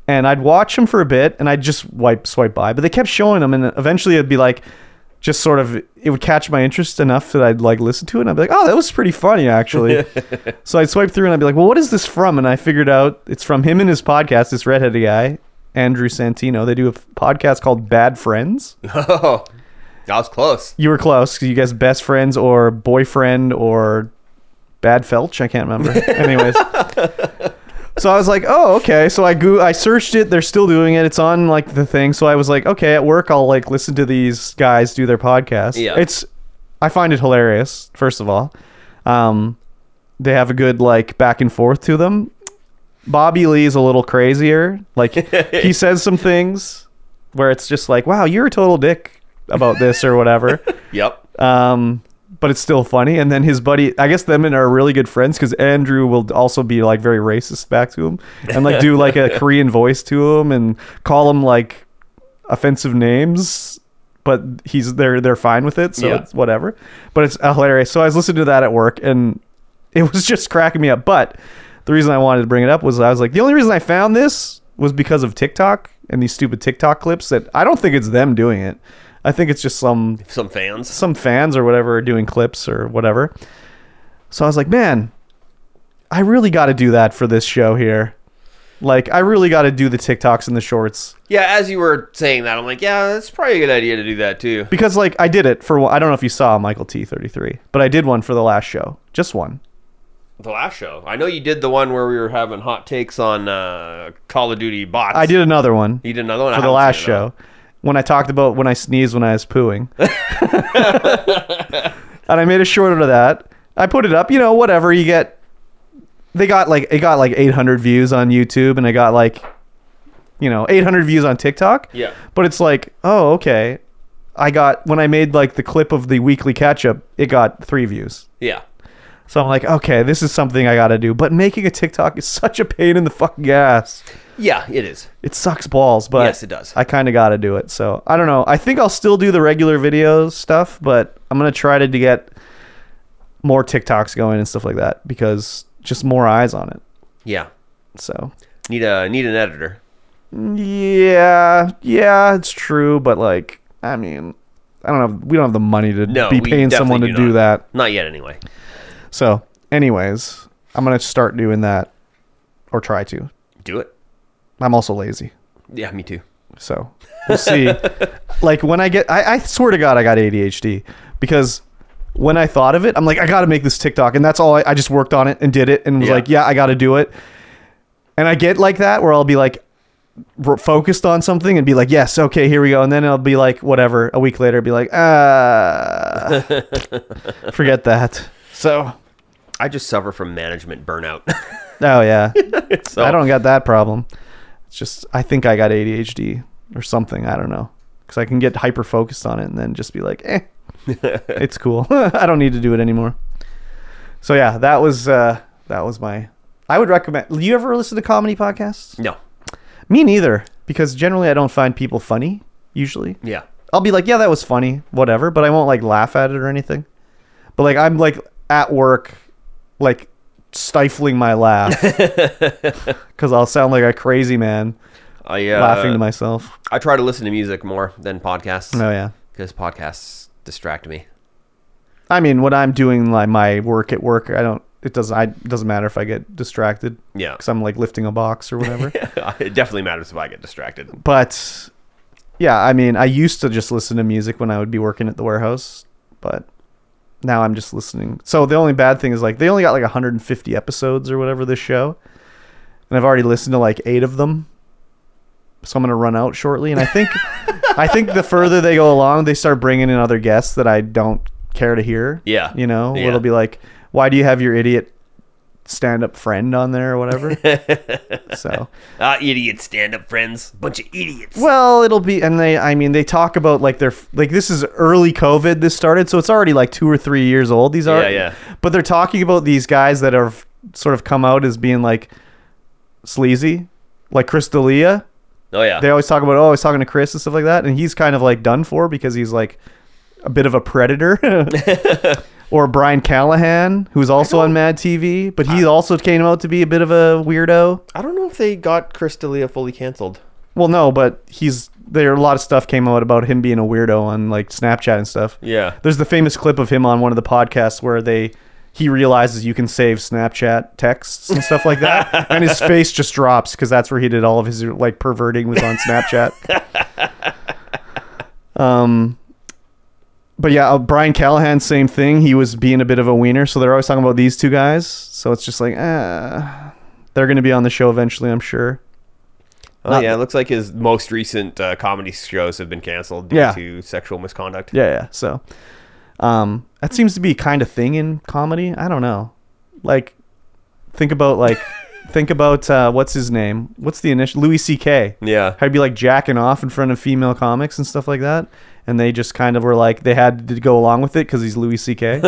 And I'd watch him for a bit and I'd just wipe swipe by. But they kept showing him and eventually it'd be like just sort of it would catch my interest enough that I'd like listen to it and I'd be like, Oh, that was pretty funny actually. so I'd swipe through and I'd be like, Well, what is this from? And I figured out it's from him and his podcast, this redheaded guy, Andrew Santino. They do a f- podcast called Bad Friends. Oh, that was close. You were close. 'cause You guys best friends or boyfriend or bad felch. I can't remember. Anyways. So I was like, oh, okay. So I go, I searched it. They're still doing it. It's on like the thing. So I was like, okay, at work I'll like listen to these guys do their podcast. Yeah. It's, I find it hilarious. First of all, um, they have a good like back and forth to them. Bobby Lee is a little crazier. Like he says some things where it's just like, wow, you're a total dick about this or whatever. Yep. um, but it's still funny. And then his buddy, I guess them and are really good friends because Andrew will also be like very racist back to him and like do like a Korean voice to him and call him like offensive names. But he's they're they're fine with it, so Yeah. it's whatever. But it's hilarious. So I was listening to that at work, and it was just cracking me up. But the reason I wanted to bring it up was I was like, the only reason I found this was because of TikTok and these stupid TikTok clips that I don't think it's them doing it. I think it's just some Some fans. some fans or whatever are doing clips or whatever. So I was like, man, I really got to do that for this show here. Like, I really got to do the TikToks and the shorts Yeah, as you were saying that, I'm like, yeah, that's probably a good idea to do that too. because, like, I did it for. one- I don't know if you saw Michael T33, but I did one for the last show, just one. The last show, I know you did the one where we were having hot takes on uh, Call of Duty bots. I did another one You did another one I for the haven't last seen it, though. show when I talked about when I sneezed when I was pooing, and I made a short of that. I put it up, you know, whatever you get. They got like it got like 800 views on YouTube, and I got like, you know, 800 views on TikTok. Yeah. But it's like, oh, okay. I got when I made like the clip of the weekly catch up, it got three views. Yeah. So I'm like, okay, this is something I got to do. But making a TikTok is such a pain in the fucking ass Yeah, it is. it sucks balls, but Yes, it does. I kind of got to do it. So I don't know. I think I'll still do the regular videos stuff, but I'm gonna try to, to get more TikToks going and stuff like that because just more eyes on it. Yeah. So Need a need an editor. yeah, yeah, it's true, but like, I mean, I don't have we don't have the money to No, be we paying someone to definitely do not. that. Not yet, anyway. So, anyways, I'm gonna start doing that or try to. Do it. I'm also lazy. Yeah, me too. So we'll see. like when I get, I, I swear to God, I got ADHD because when I thought of it, I'm like, I got to make this TikTok, and that's all. I, I just worked on it and did it, and was Yeah. like, yeah, I got to do it. And I get like that where I'll be like r- focused on something and be like, yes, okay, here we go, and then I'll be like, whatever. A week later, be like, ah, forget that. So, I just suffer from management burnout. oh yeah, so I don't got that problem. It's just I think I got ADHD or something. I don't know because I can get hyper focused on it and then just be like, eh, it's cool. I don't need to do it anymore. So yeah, that was uh, that was my. I would recommend. You ever listen to comedy podcasts? No. Me neither, because generally I don't find people funny. Usually, Yeah. I'll be like, yeah, that was funny, whatever, but I won't like laugh at it or anything. But like I'm like at work, like stifling my laugh because I'll sound like a crazy man I uh, laughing to myself. I try to listen to music more than podcasts. Oh yeah. Because podcasts distract me. I mean, when I'm doing like my work at work, I don't. It doesn't. I it doesn't matter if I get distracted. Yeah. Because I'm like lifting a box or whatever. it definitely matters if I get distracted. But yeah, I mean, I used to just listen to music when I would be working at the warehouse, but now I'm just listening. So the only bad thing is like they only got like 150 episodes or whatever this show, and I've already listened to like eight of them. So I'm gonna run out shortly, and I think I think the further they go along, they start bringing in other guests that I don't care to hear. Yeah. you know, Yeah. it'll be like, why do you have your idiot stand-up friend on there or whatever? so Ah, idiot stand up friends. Bunch of idiots. well, it'll be, and they, I mean, they talk about like their, like this is early COVID. This started, so it's already like two or three years old. These are, Yeah, yeah. But they're talking about these guys that have sort of come out as being like sleazy, like Chris D'Elia. Oh, yeah. They always talk about, oh, I was talking to Chris and stuff like that, and he's kind of like done for because he's like a bit of a predator. or Brian Callahan, who's also on Mad TV, but he also came out to be a bit of a weirdo. I don't know if they got Chris D'Elia fully canceled. Well, no, but he's there. A lot of stuff came out about him being a weirdo on like Snapchat and stuff. Yeah. There's the famous clip of him on one of the podcasts where they he realizes you can save Snapchat texts and stuff like that, and his face just drops because that's where he did all of his like perverting was on Snapchat. um. But yeah, uh, Brian Callahan, same thing. He was being a bit of a wiener, so they're always talking about these two guys. So it's just like, ah, they're going to be on the show eventually, I'm sure. Oh, yeah. It looks like his most recent uh, comedy shows have been canceled due Yeah. to sexual misconduct. Yeah, yeah. So, um, that seems to be kind of thing in comedy. I don't know. Like, think about like, think about uh, what's his name? What's the initial? Louis C.K. Yeah. I'd be like jacking off in front of female comics and stuff like that, and they just kind of were like they had to go along with it because he's Louis C.K.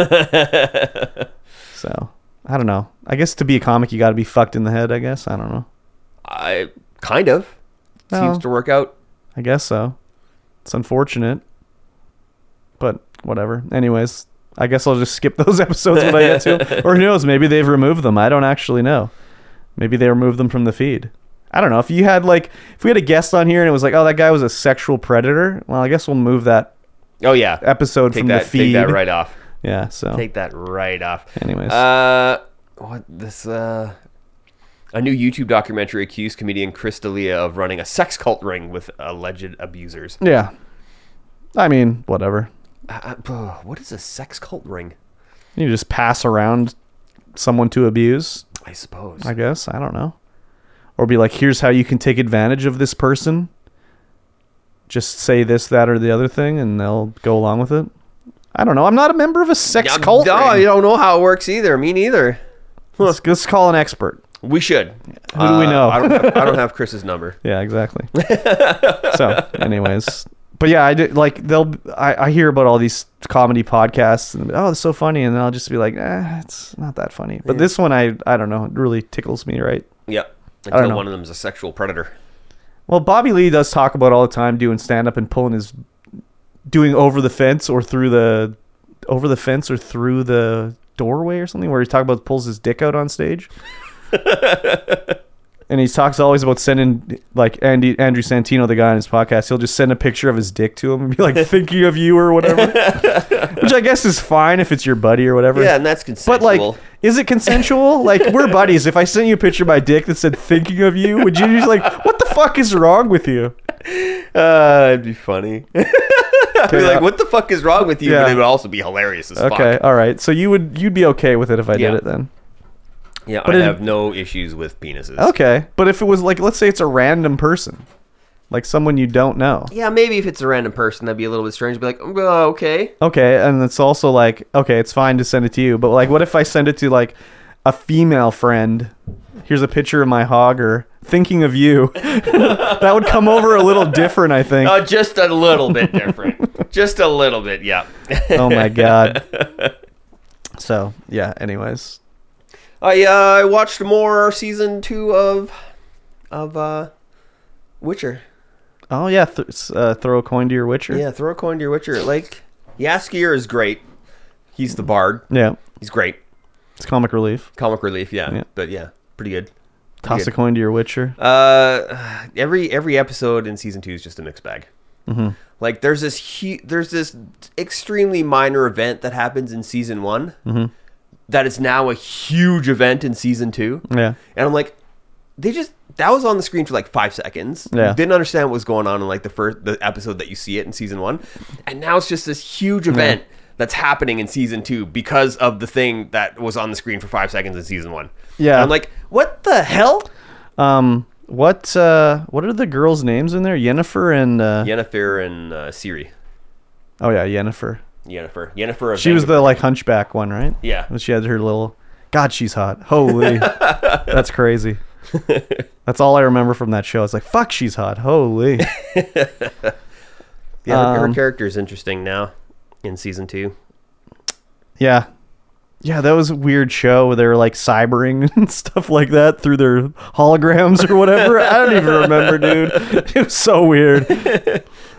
so I don't know. I guess to be a comic, you got to be fucked in the head. I guess I don't know. I kind of No. seems to work out. I guess so. It's unfortunate, but whatever. Anyways, I guess I'll just skip those episodes when I get to 'em. Or who knows? Maybe they've removed them. I don't actually know. Maybe they removed them from the feed. I don't know if you had like if we had a guest on here and it was like, oh, that guy was a sexual predator. Well, I guess we'll move that Oh yeah. episode Take from that. the feed. Take that right off. Yeah. So Take that right off. Anyways. Uh, what this? Uh, a new YouTube documentary accused comedian Chris D'Elia of running a sex cult ring with alleged abusers. yeah. I mean, whatever. Uh, uh, what is a sex cult ring? You just pass around someone to abuse. I suppose. I guess. I don't know. Or be like, here's how you can take advantage of this person. Just say this, that, or the other thing, and they'll go along with it. I don't know. I'm not a member of a sex Yeah, cult. No, I ring. don't know how it works either. Me neither. Let's, let's call an expert. We should. Who do we know? Uh, I don't, have, I don't have Chris's number. Yeah, exactly. so, anyways, but yeah, I did like they'll. I, I hear about all these comedy podcasts and oh, it's so funny, and I'll just be like, eh, it's not that funny. But this one, I I don't know, it really tickles me, right? Yep. don't Until know. one of them's a sexual predator. Well, Bobby Lee does talk about all the time doing stand up and pulling his doing over the fence or through the over the fence or through the doorway or something where he talks about pulls his dick out on stage. and he talks always about sending like Andy Andrew Santino, the guy on his podcast, he'll just send a picture of his dick to him and be like thinking of you or whatever. Which I guess is fine if it's your buddy or whatever. Yeah, and that's But consensual. like, is it consensual? like, we're buddies. If I sent you a picture of my dick that said "thinking of you," would you just like, what the fuck is wrong with you? Uh, it'd be funny. I'd be like, what the fuck is wrong with you? Yeah. But it would also be hilarious as uh, Okay, uh, fuck. all right. So you would you'd be okay with it if I Yeah. did it then? Yeah, But I it- have no issues with penises. Okay, but if it was like, let's say it's a random person, like someone you don't know. Yeah, maybe if it's a random person, that'd be a little bit strange. Be like, uh, okay. Okay, and it's also like, okay, it's fine to send it to you, but like, what if I send it to like a female friend? Here's a picture of my hogger. Thinking of you, that would come over a little different, I think. Uh, just a little bit different. just a little bit, yeah. Oh my god. So yeah. Anyways, I uh, I watched more season two of of uh, Witcher. Oh yeah, th- s- uh, throw a coin to your Witcher. Yeah, throw a coin to your Witcher. Like Yaskier is great. He's the bard. Yeah, He's great. it's comic relief. Comic relief, yeah. Yeah. But yeah, pretty good. Toss Good. a coin to your Witcher. Uh, every every episode in season two is just a mixed bag. Mm-hmm. Like there's this hu- there's this extremely minor event that happens in season one Mm-hmm. that is now a huge event in season two. Yeah. and I'm like, they just that was on the screen for like five seconds. Yeah. didn't understand what was going on in like the first the episode that you see it in season one, and now it's just this huge event that's happening in season two because of the thing that was on the screen for five seconds in season one. Yeah. And I'm like, what the hell? Um, what uh, what are the girls' names in there? Yennefer and uh, Yennefer and uh, Siri. oh yeah, Yennefer. Yennefer. Yennefer. Of She was Vanderbilt. the like hunchback one, right? Yeah. When she had her little. God, she's hot. Holy, that's crazy. That's all I remember from that show. It's like fuck, she's hot. Holy. Yeah, her- her um, character is interesting now in season two. Yeah. Yeah, that was a weird show where they were like cybering and stuff like that through their holograms or whatever. I don't even remember, dude. It was so weird.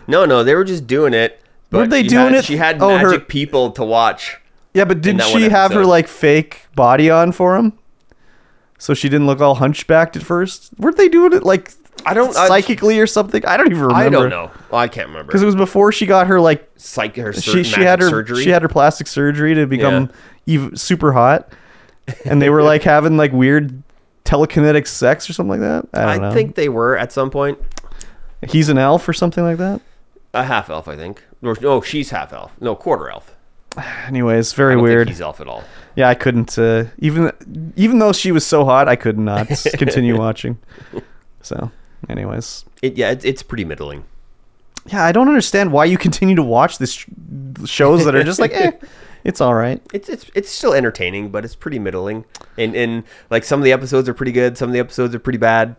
No, no, they were just doing it. Were but they she doing had- it- She had oh, her- magic people to watch. Yeah, but didn't that one she have her episode. like fake body on for him? So she didn't look all hunchbacked at first? Weren't they doing it like I don't- I- psychically or something? I don't even remember. I don't know. Well, I can't remember. Because it was before she got her like Psych, her sur- she she had her surgery. she had her plastic surgery to become ev- super hot, and they were like having like weird telekinetic sex or something like that. I I don't know. think they were at some point he's an elf or something like that. a half elf. I think. Or, no, she's half elf. No, quarter elf. Anyways, I very don't think weird. he's elf at all. Yeah, I couldn't uh, even even though she was so hot, I could not continue watching. So, anyways, It, yeah, it's it's pretty middling. yeah, I don't understand why you continue to watch this sh- shows that are just like, eh, it's all right. It's it's it's still entertaining, but it's pretty middling. And and like some of the episodes are pretty good. Some of the episodes are pretty bad.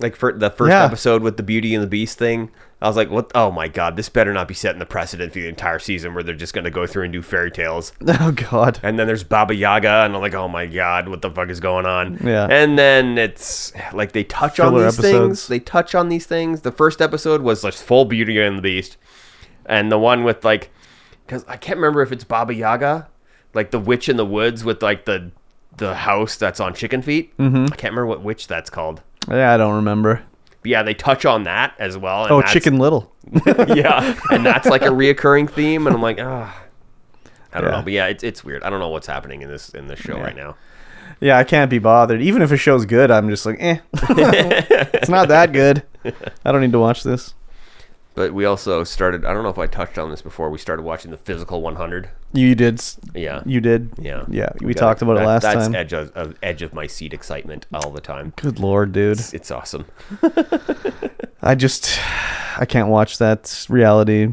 Like for the first Yeah. episode with the Beauty and the Beast thing, I was like, "What? Oh my god, this better not be setting the precedent for the entire season where they're just going to go through and do fairy tales." Oh God. And then there's Baba Yaga, and I'm like, "Oh my god, what the fuck is going on?" Yeah. And then it's like they touch on Filler these episodes. things. They touch on these things. The first episode was like full Beauty and the Beast, and the one with like, because I can't remember if it's Baba Yaga, like the witch in the woods with like the the house that's on chicken feet. Mm-hmm. I can't remember what witch that's called. Yeah, I don't remember. But yeah, they touch on that as well. and Oh, that's- Chicken Little. yeah, and that's like a reoccurring theme, and I'm like, ah, I don't Yeah. know, but yeah, it's it's weird. I don't know what's happening in this in this show right now. Yeah, I can't be bothered. Even if a show's good, I'm just like, eh. it's not that good. I don't need to watch this. But we also started. I don't know if I touched on this before. We started watching the Physical 100. You did. s- Yeah, You did. yeah, Yeah. We, got talked about it That- last that's time. edge of, of edge of my seat excitement all the time. Good lord, dude. It's awesome. I just, I can't watch that reality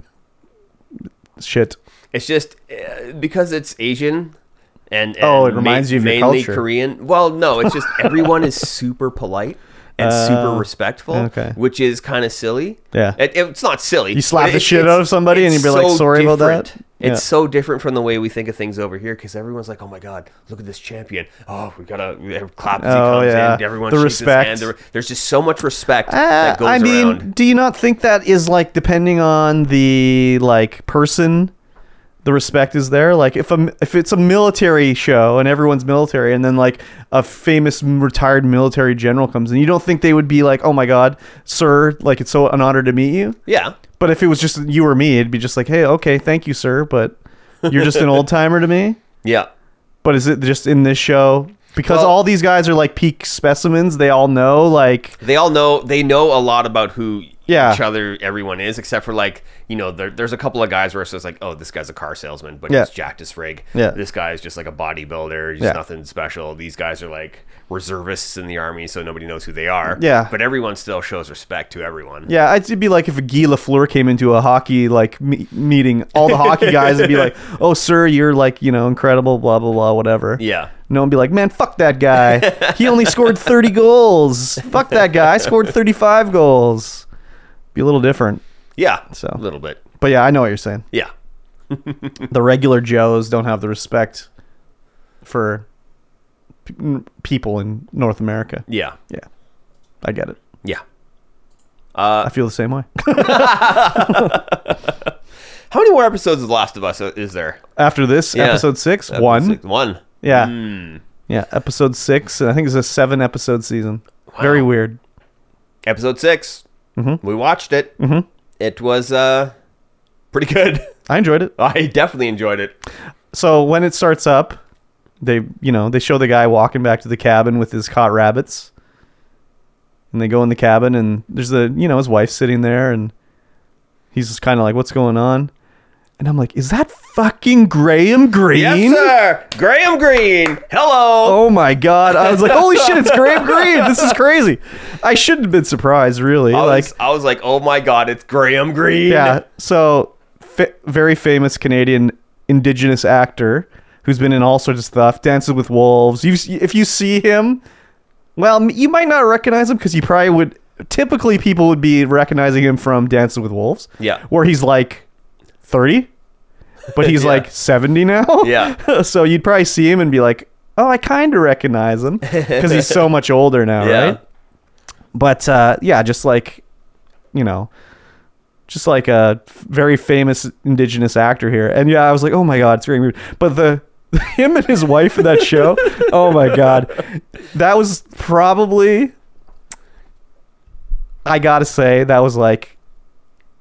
shit. It's just uh, because it's Asian. And, and Oh, it reminds you of your mainly culture. Korean. Well, no, it's just everyone is super polite and super respectful, Oh, okay. which is kind of silly. Yeah. It- it's not silly. You slap but the it's- shit it's- out of somebody and it's you'd be like, "Sorry about that." different. Yeah. It's so different from the way we think of things over here because everyone's like, "Oh my god, look at this champion! Oh, we gotta we gotta clap as he Oh, comes yeah. in." Everyone The shakes respect. his hand. There- There's just so much respect Uh, that goes I mean, around. do you not think that is like depending on the like person, the respect is there? Like if a if it's a military show and everyone's military, and then like a famous m- retired military general comes in, you don't think they would be like, oh my god, sir, like it's so an honor to meet you. Yeah, But if it was just you or me, it'd be just like, hey, okay, thank you, sir, but you're just an old timer to me. yeah. But is it just in this show? Because Well- all these guys are like peak specimens. They all know like They all know they know a lot about who Yeah. each other everyone is, except for like you know there, there's a couple of guys where it's just like, "Oh, this guy's a car salesman, but Yeah. he's jacked as frig." Yeah. This guy's just like a bodybuilder. He's Yeah. nothing special. These guys are like reservists in the army, so nobody knows who they are. Yeah. But everyone still shows respect to everyone. Yeah, it'd be like if Guy Lafleur came into a hockey like me- meeting, all the hockey guys would be like, "Oh, sir, you're like you know incredible, blah blah blah, whatever." Yeah. No one would be like, "Man, fuck that guy. He only scored 30 goals. Fuck that guy. I scored 35 goals." Be a little different, Yeah. So. a little bit. but yeah, I know what you're saying. Yeah. The regular Joes don't have the respect for p- n- people in North America. Yeah. Yeah, I get it. Yeah. Uh, I feel the same way. How many more episodes of The Last of Us is there? After this, Yeah. episode six, one. Six- One. Yeah. Hmm. Yeah, episode six. and I think it's a seven episode season. Very weird. Episode 6 We watched it. Mm-hmm. It was uh pretty good. I enjoyed it. I definitely enjoyed it. So when it starts up, they you know, they show the guy walking back to the cabin with his caught rabbits. And they go in the cabin and there's the you know, his wife sitting there and he's just kinda like, What's going on? And I'm like, Is that fucking Graham Green? Yes, sir. Graham Green. Hello. Oh my god! I was like, "Holy shit! It's Graham Green. This is crazy." I shouldn't have been surprised, really. I like, was, I was like, oh my god, it's Graham Green. Yeah. So, fa- very famous Canadian Indigenous actor who's been in all sorts of stuff, Dances with Wolves. You, if you see him, well, m- you might not recognize him because you probably would. Typically, people would be recognizing him from Dances with Wolves. Yeah. Where he's like thirty, but he's Yeah. like seventy now. Yeah. so you'd probably see him and be like, "Oh, I kind of recognize him," because he's so much older now, Yeah. right? but uh, yeah, just like you know, just like a f- very famous indigenous actor here. And yeah, I was like, oh my god, it's very weird. But the him and his wife in that show, oh my god, that was probably I gotta say that was like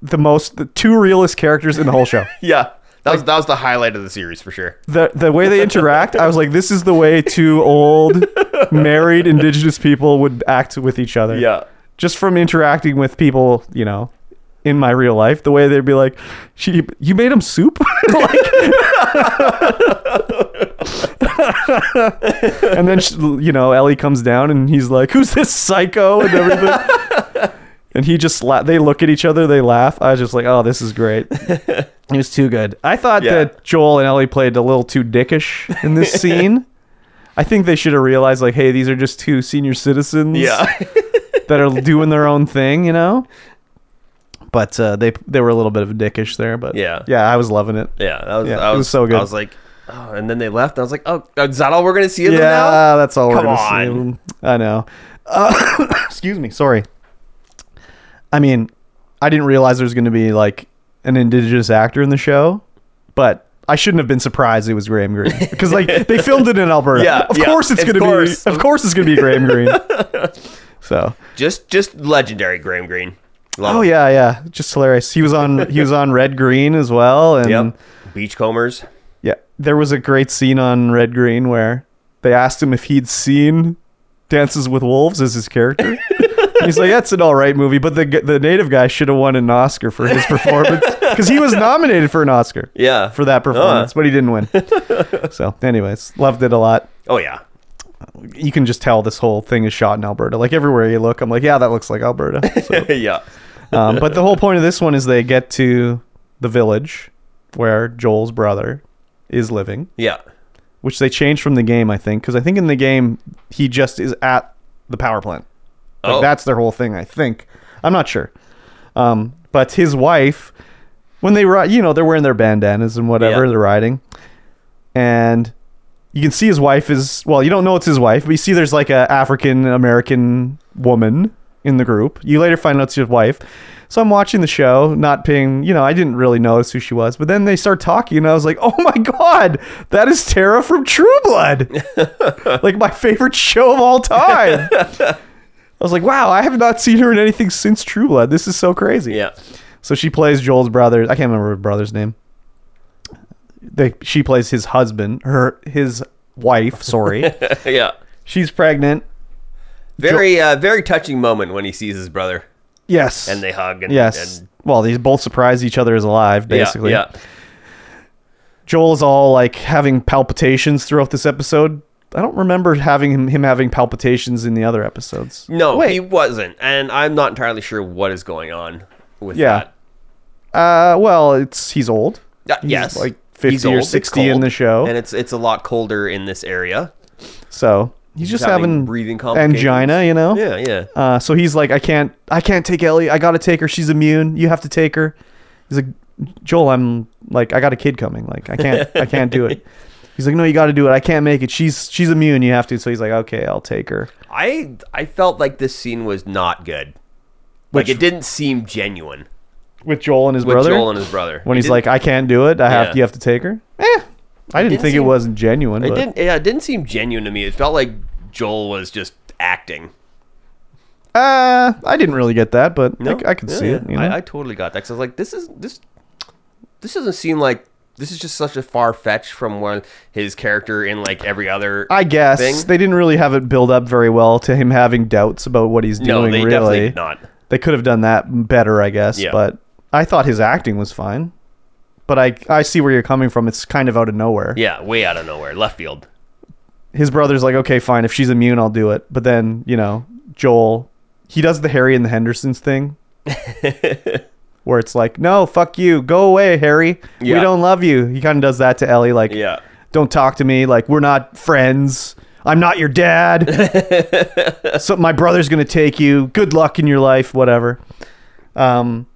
the most the two realest characters in the whole show. Yeah. That was that was the highlight of the series for sure. the the way they interact, I was like, this is the way two old married indigenous people would act with each other. Yeah. Just from interacting with people, you know, in my real life, the way they'd be like, she, you made him soup? Like- and then, she, you know, Ellie comes down and he's like, who's this psycho? And everything. and he just, la- they look at each other, they laugh. I was just like, oh, this is great. It was too good. I thought Yeah. that Joel and Ellie played a little too dickish in this scene. I think they should have realized, like, hey, these are just two senior citizens Yeah. that are doing their own thing, you know. But uh, they they were a little bit of a dickish there, but Yeah. yeah, I was loving it. yeah. That was, Yeah, I it was, was so good. I was like, oh, and then they left. I was like, oh, is that all we're gonna see of them now? Yeah, that's all we're Come gonna on. see. I know. Uh, excuse me, sorry. I mean, I didn't realize there was gonna be like an indigenous actor in the show, but. I shouldn't have been surprised it was Graham Greene because like they filmed it in Alberta. Yeah, of yeah, course it's of gonna course. be. Of course it's gonna be Graham Greene. So Just just legendary Graham Greene. Love oh him. yeah, yeah, just hilarious. He was on he was on Red Green as well, and Yep. Beachcombers. yeah, there was a great scene on Red Green where they asked him if he'd seen Dances with Wolves as his character. He's like, that's an all right movie, but the the native guy should have won an Oscar for his performance because he was nominated for an Oscar Yeah. for that performance, but he didn't win. so, anyways, loved it a lot. Oh yeah. you can just tell this whole thing is shot in Alberta. Like everywhere you look, I'm like, yeah, that looks like Alberta. So, yeah. um, but the whole point of this one is they get to the village where Joel's brother is living, Yeah. which they changed from the game, I think, because I think in the game he just is at the power plant. Like, Oh. That's their whole thing, I think. I'm not sure. Um, but his wife, when they ride, you know, they're wearing their bandanas and whatever, Yeah. they're riding. And you can see his wife is, well, you don't know it's his wife, but you see there's like a African American woman in the group. You later find out it's his wife. So I'm watching the show, not paying, you know, I didn't really notice who she was. But then they start talking, and I was like, oh my God, that is Tara from True Blood. like my favorite show of all time. I was like, wow, I have not seen her in anything since True Blood. This is so crazy. Yeah. So she plays Joel's brother. I can't remember her brother's name. They, she plays his husband, her his wife. Sorry, yeah. she's pregnant. Very uh, very touching moment when he sees his brother Yes, and they hug and yes. and, well, they both surprise each other is alive. Basically, Yeah. Joel is all like having palpitations throughout this episode. I don't remember having him, him having palpitations in the other episodes. No, Wait. he wasn't, and I'm not entirely sure what is going on with Yeah. that. Uh, well, it's he's old. Yeah, He's yes, like He's 50 or old, it's 60 in cold, the show. and it's it's a lot colder in this area. So he's, just having, breathing complications. angina, you know. Yeah, yeah, Uh, so he's like, I can't, I can't take Ellie. I gotta take her. She's immune. You have to take her. He's like, Joel, I'm like, I got a kid coming. Like, I can't, I can't do it. He's like, No, you got to do it. I can't make it. She's, she's immune. You have to. So he's like, Okay, I'll take her. I I felt like this scene was not good. Which- like it didn't seem genuine With Joel and his with brother. Joel and his brother. when It he's didn't- like, I can't do it. I Yeah. have, you have to take her. Eh, I didn't, didn't think it seem- wasn't genuine. it but didn't. Yeah, it didn't seem genuine to me. It felt like Joel was just acting. Uh, I didn't really get that, but No, I, I could Yeah, see yeah. it. You know? I, I totally got that. 'cause I was like, this is this. This doesn't seem like this is just such a far fetch from when his character in like every other. I guess thing. they didn't really have it build up very well to him having doubts about what he's no, doing. they really, definitely did not. they could have done that better, I guess. Yeah. But I thought his acting was fine. But I I see where you're coming from. It's kind of out of nowhere. Yeah, way out of nowhere, left field. His brother's like, okay, fine. If she's immune, I'll do it. But then you know, Joel, he does the Harry and the Hendersons thing, where it's like, no, fuck you, go away, Harry. Yeah. We don't love you. He kind of does that to Ellie, like, Yeah. don't talk to me like we're not friends i'm not your dad so my brother's gonna take you good luck in your life whatever um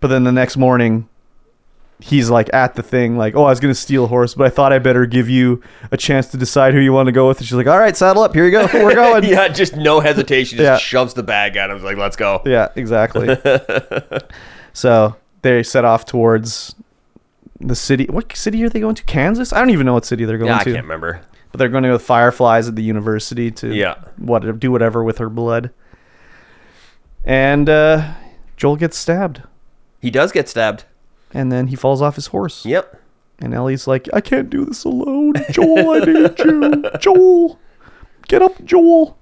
but then the next morning he's like at the thing like oh i was gonna steal a horse but i thought i better give you a chance to decide who you want to go with and she's like all right saddle up here you go we're going yeah. Yeah, just no hesitation. Just Yeah. shoves the bag at him. He's like, let's go. exactly so they set off towards the city what city are they going to kansas i don't even know what city they're going Yeah, I to can't remember. but they're going to go with fireflies at the university to Yeah. what do whatever with her blood. And uh, Joel gets stabbed, He does get stabbed. and then he falls off his horse. Yep. And Ellie's like, "I can't do this alone, Joel. I need you, Joel. Get up, Joel."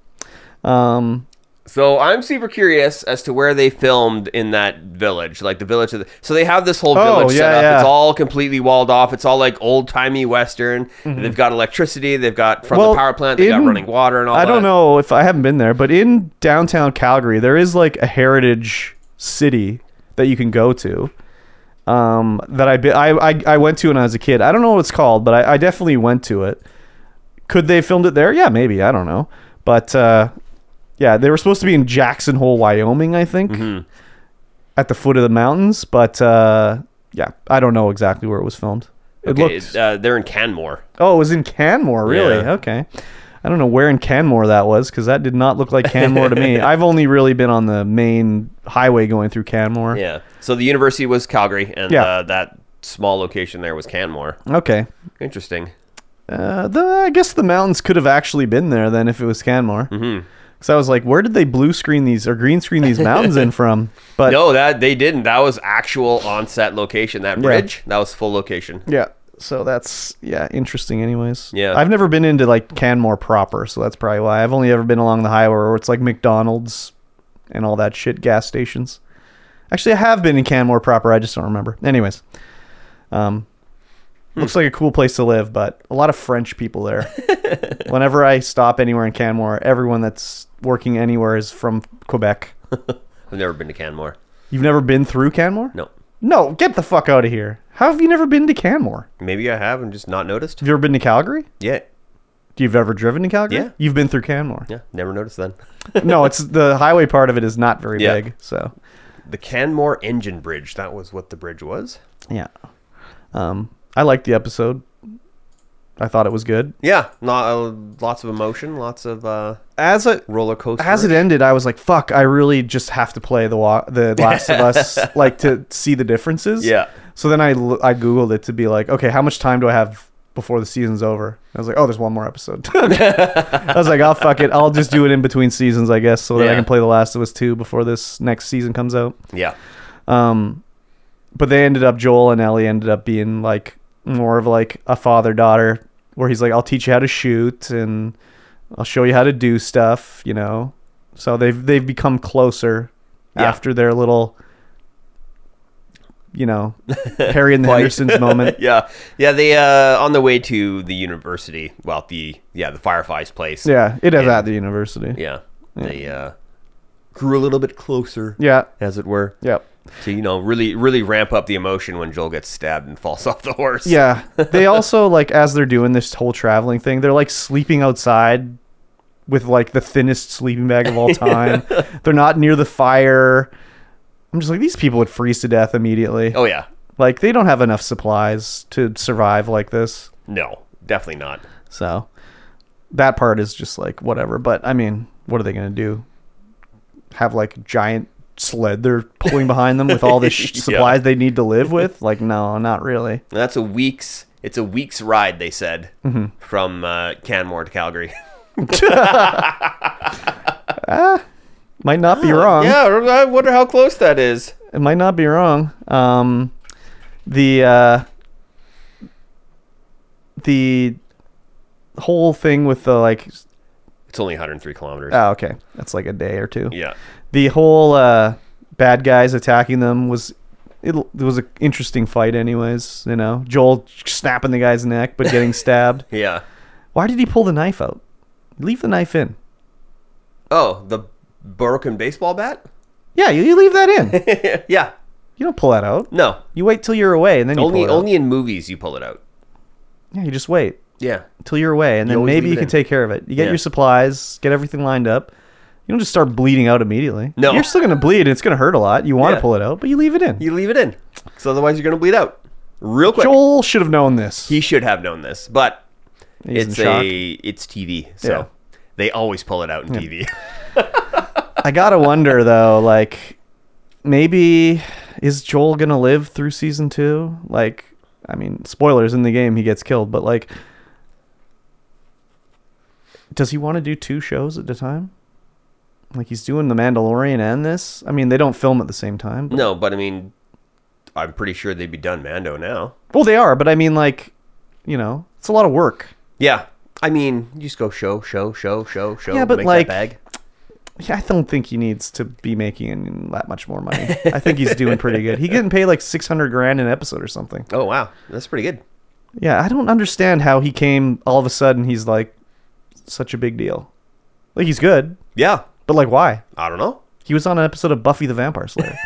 Um, So I'm super curious as to where they filmed in that village, like the village of the. So they have this whole Oh, village set yeah, up. yeah. It's all completely walled off. It's all like old timey Western. They've got electricity. They've got from Mm-hmm. Well, the power plant. They got in- running water and all. I don't that. know if I haven't been there, but in downtown Calgary, there is like a heritage city that you can go to. Um, that I, be, I I I went to when I was a kid. I don't know what it's called, but I, I definitely went to it. Could they have filmed it there? Yeah, maybe. I don't know, but uh, yeah, they were supposed to be in Jackson Hole, Wyoming, I think, Mm-hmm. at the foot of the mountains. But uh, yeah, I don't know exactly where it was filmed. It Okay, looked uh, they're in Canmore. Oh, it was in Canmore, really? Yeah. Okay. I don't know where in Canmore that was because that did not look like Canmore to me. I've only really been on the main highway going through Canmore. Yeah. So the university was Calgary, and Yeah. uh, that small location there was Canmore. Okay. Interesting. Uh, the I guess the mountains could have actually been there then if it was Canmore. Mm-hmm. Because I was like, where did they blue screen these or green screen these mountains in from? But No, that they didn't. That was actual on set location. That bridge, that was full location. yeah, so that's yeah interesting. Anyways, Yeah. I've never been into like Canmore proper, so that's probably why I've only ever been along the highway where it's like McDonald's and all that shit, gas stations. Actually, I have been in Canmore proper. I just don't remember. Anyways, um, Hmm. looks like a cool place to live, but a lot of French people there. Whenever I stop anywhere in Canmore, everyone that's working anywhere is from Quebec. I've never been to Canmore. You've never been through Canmore? No, No, get the fuck out of here. How have you never been to Canmore? maybe I have and just not noticed. Have you ever been to Calgary? Yeah, You've ever driven to Calgary? Yeah. You've been through Canmore. yeah, never noticed then. no, it's the highway part of it is not very Yeah. big. So, The Canmore Engine Bridge. That was what the bridge was. yeah. Um, I liked the episode. I thought it was good. Yeah, not uh, lots of emotion, lots of uh, As a roller coaster. as it ended, I was like, "Fuck! I really just have to play the wa- the Last of Us like to see the differences." Yeah. So then I l- I googled it to be like, okay, how much time do I have before the season's over? I was like, oh, there's one more episode. I was like, I'll fuck it. I'll just do it in between seasons, I guess, so that I Yeah. can play The Last of Us two before this next season comes out. Yeah, Um, but they ended up Joel and Ellie ended up being like more of like a father daughter, where he's like, "I'll teach you how to shoot and I'll show you how to do stuff," you know. So they've they've become closer Yeah. after their little, you know, Harry and the Fight. Hendersons moment. yeah, yeah. They uh, on the way to the university. Well, the yeah, the Fireflies place. Yeah, it is Yeah. at the university. yeah. They uh, grew a little bit closer, Yeah. as it were. Yep. to you know really really ramp up the emotion when Joel gets stabbed and falls off the horse. Yeah. They also like as they're doing this whole traveling thing, they're like sleeping outside with like the thinnest sleeping bag of all time. they're not near the fire. I'm just like these people would freeze to death immediately. Oh yeah. Like they don't have enough supplies to survive like this. No, definitely not. So that part is just like whatever, but I mean, what are they going to do? Have like a giant sled they're pulling behind them with all the sh- Yeah. supplies they need to live with? Like no, not really. And that's a week's. It's a week's ride. They said Mm-hmm. from uh, Canmore to Calgary. Might not be wrong. Oh, yeah, I wonder how close that is. it might not be wrong. Um, the uh, the whole thing with the like, It's only 103 kilometers. oh, okay, that's like a day or two. yeah, The whole uh, bad guys attacking them was it, it was an interesting fight, anyways. You know, Joel snapping the guy's neck but getting stabbed. yeah. Why did he pull the knife out? Leave the knife in. Oh, the broken baseball bat. Yeah, you, you leave that in. yeah. you don't pull that out. No. You wait till you're away and then you Only pull it out. only in movies you pull it out. Yeah, you just wait. Yeah. till you're away, and You then always maybe leave you it can in. take care of it. You get Yeah. your supplies, get everything lined up. You don't just start bleeding out immediately. No. you're still gonna bleed, and it's gonna hurt a lot. You want to Yeah. pull it out, but you leave it in. You leave it in, because otherwise you're gonna bleed out real quick. Joel should have known this. He should have known this, but He's in it's shock. a it's TV, so Yeah. they always pull it out in TV. I gotta wonder though, like maybe is Joel gonna live through season two? Like, I mean, spoilers in the game, he gets killed, but like, does he want to do two shows at a time? Like he's doing the Mandalorian and this. I mean, they don't film at the same time. But, no, but I mean, I'm pretty sure they'd be done Mando now. Well, they are, but I mean, like, you know, it's a lot of work. Yeah, I mean, you just go show, show, show, show, show. Yeah, but make like- that bag. Yeah, I don't think he needs to be making that much more money. I think he's doing pretty good. He getting paid like six hundred grand an episode or something. Oh wow, that's pretty good. Yeah, I don't understand how he came all of a sudden. He's like such a big deal. Like he's good, Yeah, but like why? I don't know. He was on an episode of Buffy the Vampire Slayer.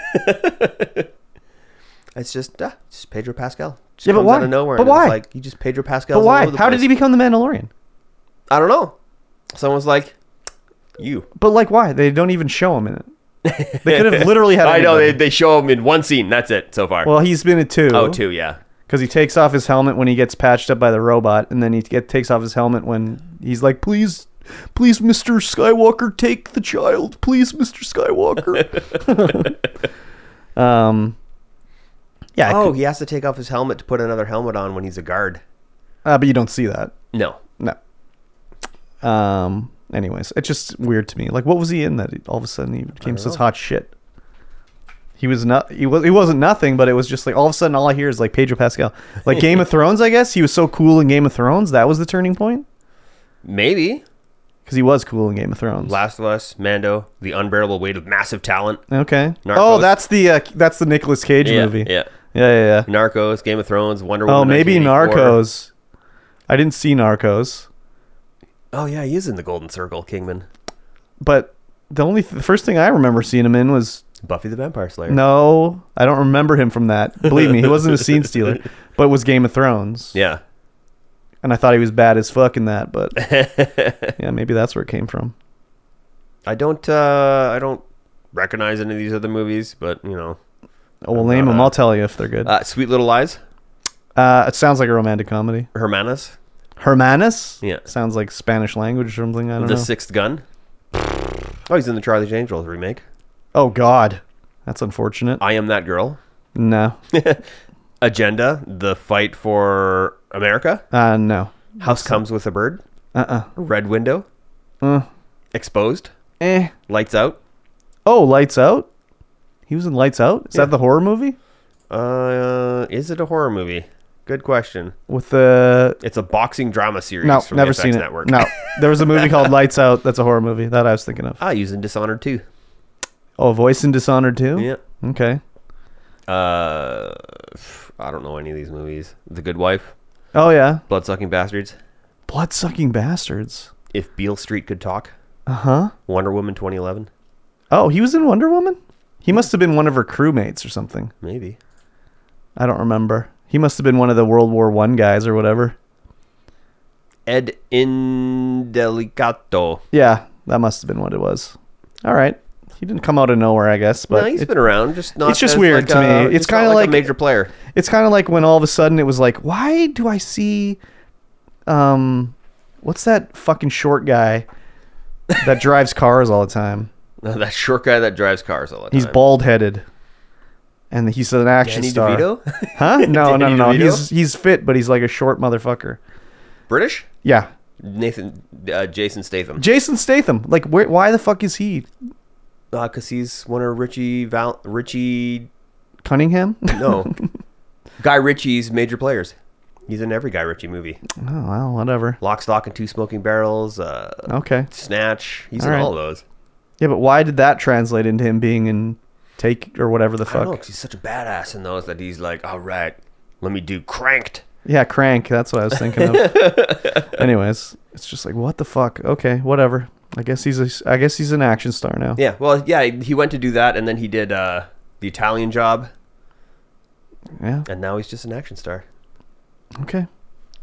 It's just uh, just Pedro Pascal. Just Yeah, but comes why? Out of nowhere, But and it's why? Like you just Pedro Pascal. but why? How did he become the Mandalorian? I don't know. Someone's like, you. But like why? They don't even show him in it. They could have literally had. I know they, anybody. they show him in one scene. That's it so far. Well, he's been a two. oh, two, yeah. because he takes off his helmet when he gets patched up by the robot, and then he get, takes off his helmet when he's like, "Please, please, Mister Skywalker, take the child, please, Mister Skywalker." um, yeah, I Oh, could- he has to take off his helmet to put another helmet on when he's a guard. uh, but you don't see that, No, no. Um, Anyways, it's just weird to me. Like, what was he in that he- all of a sudden he became such hot shit? He was not. He was. He wasn't nothing. But it was just like all of a sudden, all I hear is like Pedro Pascal, like Game of Thrones. I guess he was so cool in Game of Thrones. That was the turning point Maybe. because he was cool in Game of Thrones. Last of Us, Mando, The Unbearable Weight of Massive Talent. okay. Oh, Narcos. that's the uh, that's the Nicolas Cage yeah, movie. Yeah. yeah, yeah. yeah. Narcos, Game of Thrones, Wonder Woman. Oh, maybe 1984. Narcos. I didn't see Narcos. Oh, yeah, he is in the Golden Circle, Kingman. but the only the first thing I remember seeing him in was Buffy the Vampire Slayer. no, I don't remember him from that. Believe me, he wasn't a scene stealer, but it was Game of Thrones. Yeah. And I thought he was bad as fuck in that, but yeah, maybe that's where it came from. I don't uh I don't recognize any of these other movies, but you know. Oh, well, name them. I'll tell you if they're good. Uh, Sweet Little Lies, Uh, it sounds like a romantic comedy. Hermanas, Hermanus. Yeah. Sounds like Spanish language or something. I The don't know. Sixth Gun. Oh, he's in the Charlie's Angels remake. oh God, that's unfortunate. I Am That Girl. no, Agenda, The Fight for America. uh, no. House Comes with a Bird. Uh uh Red Window. Uh. Exposed. Eh. Lights Out. Oh, Lights Out. He was in Lights Out. Is that the horror movie Uh, is it a horror movie? Good question. with the It's a boxing drama series. No, from never the FX seen it. Network. No, there was a movie called Lights Out. That's a horror movie that I was thinking of. Ah, using Dishonored too. Oh, Voice in Dishonored too. Yeah. Okay. Uh, pff, I don't know any of these movies. The Good Wife, Oh yeah, Bloodsucking Bastards, blood sucking bastards. If Beale Street Could Talk, Uh huh. Wonder Woman 2011, Oh, he was in Wonder Woman. He must have been one of her crewmates or something. maybe. I don't remember. He must have been one of the World War One guys or whatever. Ed Indelicato. Yeah, that must have been what it was. All right. He didn't come out of nowhere, I guess. But no, he's it- been around, just not. it's just as weird like to a- me. It's just not kinda a like- major player. it's kind of like when all of a sudden it was like, why do I see, um, what's that fucking short guy that drives cars all the time? that short guy that drives cars all the time. He's bald headed, and he's an action Danny star. DeVito, Huh? No, no, Danny no, no. DeVito? He's he's fit, but he's like a short motherfucker. British. Yeah, Nathan, uh, Jason Statham. Jason Statham. Like, where, why the fuck is he because Uh, he's one of Richie Val Richie Cunningham? no Guy Ritchie's major players. He's in every Guy Ritchie movie. oh well, whatever. Lock, Stock, and Two Smoking Barrels. Uh, Okay. Snatch. He's All in right. all of those. Yeah, but why did that translate into him being in Take or whatever the I don't know fuck? 'cause he's such a badass in those that he's like, all right, let me do cranked. Yeah, crank. That's what I was thinking of. Anyways, it's just like what the fuck. Okay, whatever. I guess he's a, I guess he's an action star now. Yeah. Well, yeah. He went to do that, and then he did uh, the Italian job, Yeah. and now he's just an action star. Okay.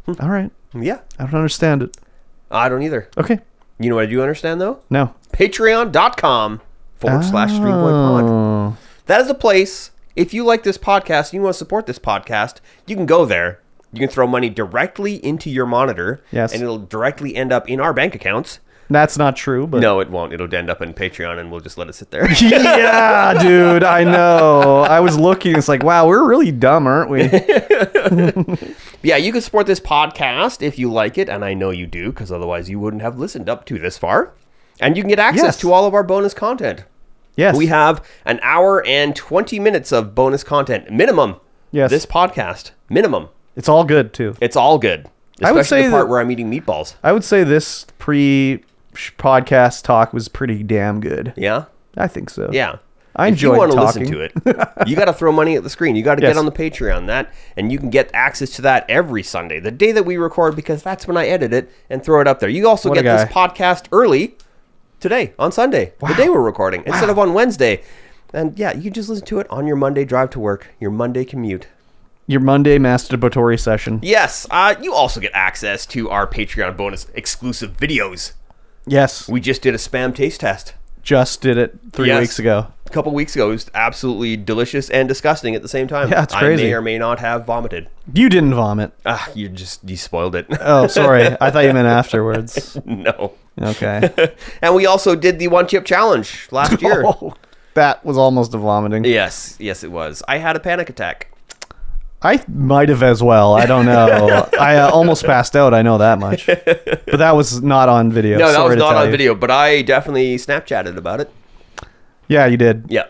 Hmm. All right. Yeah. I don't understand it. I don't either. Okay. You know what I do understand though? No. Patreon.com forward slash Ah. Three Point Pod. Oh. That is a place. If you like this podcast and you want to support this podcast, you can go there. You can throw money directly into your monitor, Yes. and it'll directly end up in our bank accounts. That's not true, but No, it won't. It'll end up in Patreon, and we'll just let it sit there. yeah, dude, I know. I was looking. It's like, wow, we're really dumb, aren't we? yeah, you can support this podcast if you like it, and I know you do, because otherwise you wouldn't have listened up to this far. And you can get access Yes. to all of our bonus content. Yes. We have an hour and 20 minutes of bonus content minimum. Yes. This podcast, minimum. it's all good too. It's all good. Especially I would say the part that- where I'm eating meatballs. I would say this pre podcast talk was pretty damn good. Yeah. I think so. Yeah. I If you enjoyed wanna talking. listen to it. You got to throw money at the screen. You got to Yes. get on the Patreon that, and you can get access to that every Sunday, the day that we record, because that's when I edit it and throw it up there. You also What a get this guy. podcast early today on Sunday, the day we're recording, instead of on Wednesday. And yeah, you can just listen to it on your Monday drive to work, your Monday commute. Your Monday masturbatory session. Yes, uh, you also get access to our Patreon bonus exclusive videos. Yes. We just did a spam taste test. just did it three Yes. weeks ago. a couple weeks ago. It was absolutely delicious and disgusting at the same time. Yeah, it's I crazy. may or may not have vomited. You didn't vomit. Ah, you just you spoiled it. Oh, sorry. I thought you meant afterwards. no. Okay. and we also did the one chip challenge last year. Oh, that was almost a vomiting. Yes, yes, it was. I had a panic attack. I might have as well. I don't know. I uh, almost passed out. I know that much. But that was not on video. No, that Sorry was to not tell on you. video, but I definitely Snapchatted about it. Yeah, you did. Yeah.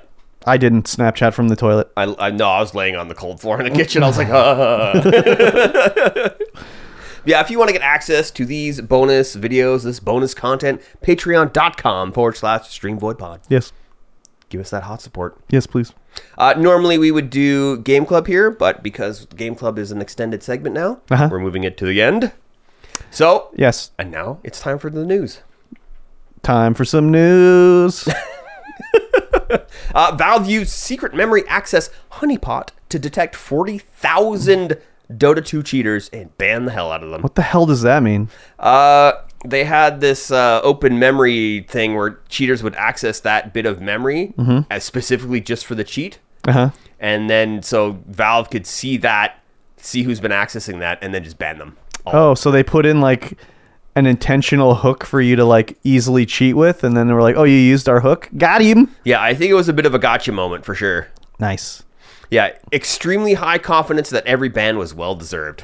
I didn't Snapchat from the toilet. I, I no, I was laying on the cold floor in the kitchen. I was like, "Huh." yeah. If you want to get access to these bonus videos, this bonus content, patreon.com forward slash streamvoidpod. Yes. Give us that hot support. Yes, please. Uh, normally we would do Game Club here, but because Game Club is an extended segment now, Uh-huh. we're moving it to the end. So, Yes. and now it's time for the news. Time for some news. Uh, Valve used secret memory access honeypot to detect 40,000 Dota 2 cheaters and ban the hell out of them. what the hell does that mean? Uh, they had this uh, open memory thing where cheaters would access that bit of memory Mm-hmm. as specifically just for the cheat. Uh huh. And then so Valve could see that, see who's been accessing that, and then just ban them. all. Oh, so they put in like an intentional hook for you to like easily cheat with, and then they were like, "Oh, you used our hook. Got him." Yeah, I think it was a bit of a gotcha moment for sure. Nice. Yeah, extremely high confidence that every ban was well deserved.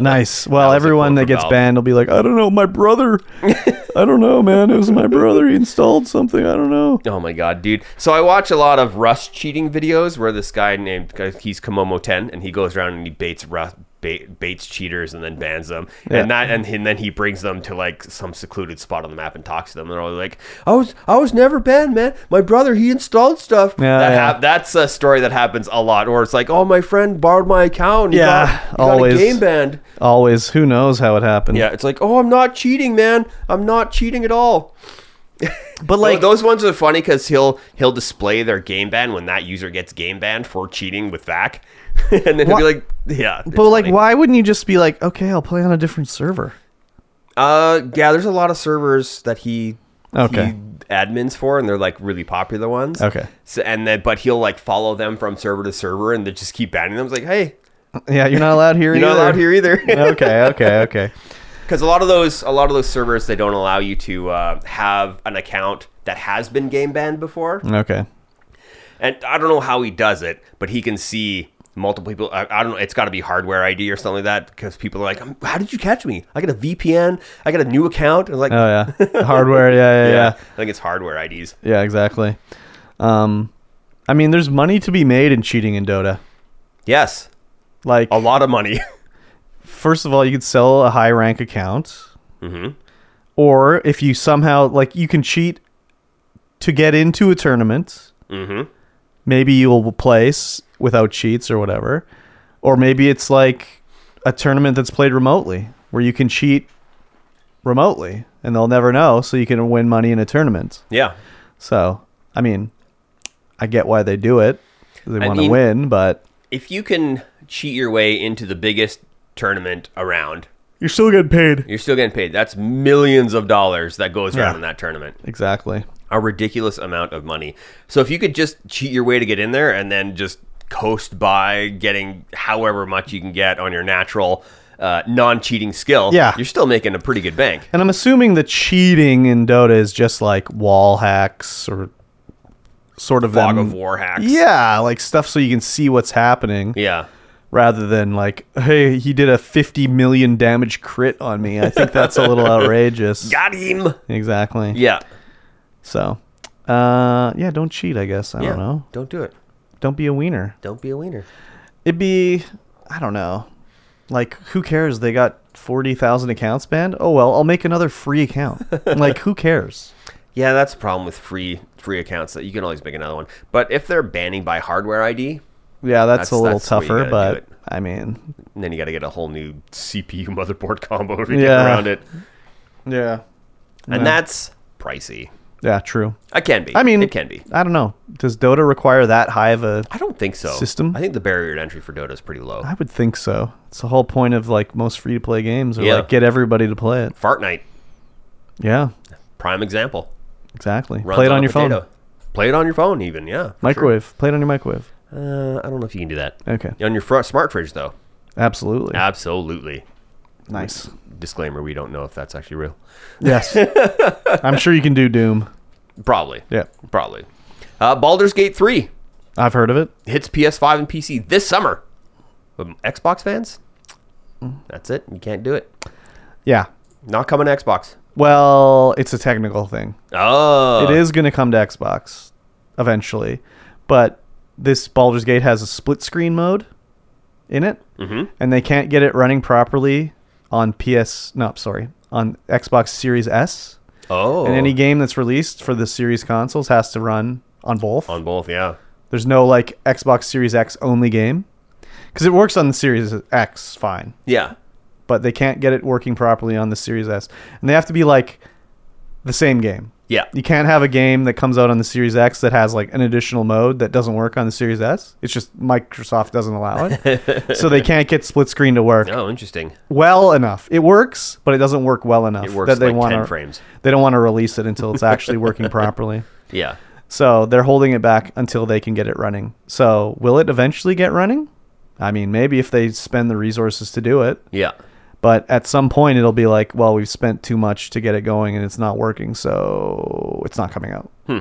Nice. Well, was a quote everyone that from gets Valve. banned will be like, I don't know, my brother. I don't know, man. It was my brother. He installed something. I don't know. Oh my god, dude! So I watch a lot of Rust cheating videos where this guy named uh, he's Komomo Ten, and he goes around and he baits Rust bait, baits cheaters and then bans them, and that and, and then he brings them to like some secluded spot on the map and talks to them. They're all like, "I was I was never banned, man. My brother he installed stuff." Yeah, that yeah. that's a story that happens a lot. Or it's like, "Oh, my friend borrowed my account. He Yeah, got, he got always. a game banned." Always. Who knows how it happened? Yeah, it's like, "Oh, I'm not cheating, man. I'm not cheating at all." But Like like, those ones are funny because he'll he'll display their game ban when that user gets game banned for cheating with VAC, and then he'll Wha- be like, "Yeah." it's but like, funny. why wouldn't you just be like, okay, I'll play on a different server? Uh, yeah. There's a lot of servers that he Okay. he admins for, and they're like really popular ones. Okay. So, and then but he'll like follow them from server to server, and they just keep banning them. It's like, hey, Yeah, you're not allowed here. you're not either. allowed here either. okay. Okay. Okay. Because a lot of those a lot of those servers they don't allow you to uh, have an account that has been game banned before. Okay. And I don't know how he does it, but he can see multiple people. I, I don't know. It's got to be hardware ID or something like that because people are like, "Um, how did you catch me? I got a VPN. I got a new account. And like, Oh yeah. Hardware. Yeah. Yeah. yeah. Yeah. I think it's hardware IDs. Yeah. Exactly. Um, I mean, there's money to be made in cheating in Dota. Yes. Like, A lot of money. first of all, you could sell a high rank account, or if you somehow like you can cheat to get into a tournament. Mhm. Maybe you'll place without cheats or whatever, or maybe it's like a tournament that's played remotely where you can cheat remotely and they'll never know, so you can win money in a tournament. yeah. So, I mean, I get why they do it. They I want to mean- win, but If you can cheat your way into the biggest tournament around, you're still getting paid. you're still getting paid. That's millions of dollars that goes around Yeah. in that tournament. Exactly. a ridiculous amount of money. So if you could just cheat your way to get in there and then just coast by getting however much you can get on your natural uh, non-cheating skill, Yeah. you're still making a pretty good bank. And I'm assuming the cheating in Dota is just like wall hacks or sort of Fog them- of War hacks. Yeah, like stuff so you can see what's happening Yeah. rather than like, hey, he did a 50 million damage crit on me. I think that's a little outrageous. Got him. Exactly. Yeah. So, uh, yeah, don't cheat, I guess. I yeah. don't know. Don't do it. Don't be a wiener. Don't be a wiener. It'd be, I don't know. Like, who cares? They got 40,000 accounts banned? Oh, well, I'll make another free account. like, who cares? Yeah, that's a problem with free free accounts that you can always make another one. But if they're banning by hardware ID, Yeah, That's- that's, a little that's the way you gotta do tougher, but it. I mean, then you got to get a whole new CPU motherboard combo to get Yeah. around it, yeah, and that's pricey. yeah, true. It can be. I mean, it can be. I don't know. Does Dota require that high of a? I don't think so. System? I think the barrier to entry for Dota is pretty low. I would think so. It's the whole point of like most free to play games, or Yeah. like get everybody to play it. Fart Night, Yeah, prime example. exactly. Runs play it on, a your phone, potato. Play it on your phone, even. Yeah. for microwave. Play it on your microwave. sure. Uh, I don't know if you can do that. Okay, On your fr- smart fridge, though. absolutely. Absolutely. Nice. Disclaimer: We don't know if that's actually real. Yes, I'm sure you can do Doom. Probably. Yeah, Probably. Uh, Baldur's Gate 3 I've heard of it. hits PS5 and PC this summer. Um, Xbox fans, that's it. You can't do it. Yeah. Not coming to Xbox. Well, it's a technical thing. Oh, it is going to come to Xbox eventually, but this Baldur's Gate has a split screen mode in it, Mhm. and they can't get it running properly on PS. No, sorry, on Xbox Series S. Oh, And any game that's released for the Series consoles has to run on both. on both. Yeah. There's no like Xbox Series X only game because it works on the Series X fine, Yeah. but they can't get it working properly on the Series S, and they have to be like the same game. Yeah. You can't have a game that comes out on the Series X that has like an additional mode that doesn't work on the Series S. It's just Microsoft doesn't allow it. so they can't get split screen to work Oh, interesting. well enough. It works, but it doesn't work well enough It works that they like want ten to frames. they don't want to release it until it's actually working properly. Yeah. So they're holding it back until they can get it running. So will it eventually get running? I mean, maybe if they spend the resources to do it, Yeah. but at some point it'll be like, well, we've spent too much to get it going and it's not working, so it's not coming out. Hmm.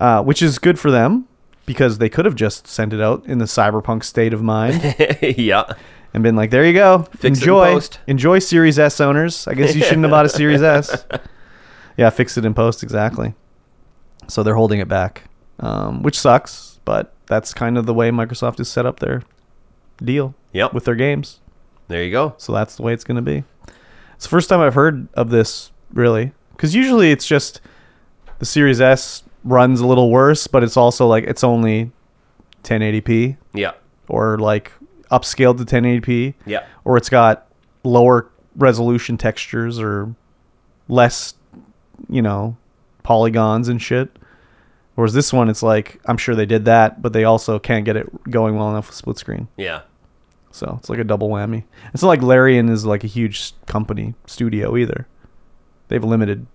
Uh, which is good for them because they could have just sent it out in the cyberpunk state of mind yeah. and been like, there you go. it in enjoy. post." Enjoy Series S owners. I guess you shouldn't have bought a Series S. Yeah, fix it in post, exactly. So they're holding it back, um, which sucks, but that's kind of the way Microsoft has set up their deal Yep. with their games. There you go. So that's the way it's going to be. It's the first time I've heard of this, really. Because usually it's just the Series S runs a little worse, but it's also like it's only 1080p Yeah. or like upscaled to 1080p, Yeah. or it's got lower resolution textures or less, you know, polygons and shit. Whereas this one, it's like I'm sure they did that, but they also can't get it going well enough with split screen. Yeah. So it's like a double whammy. It's not like Larian is like a huge company studio either. They have limited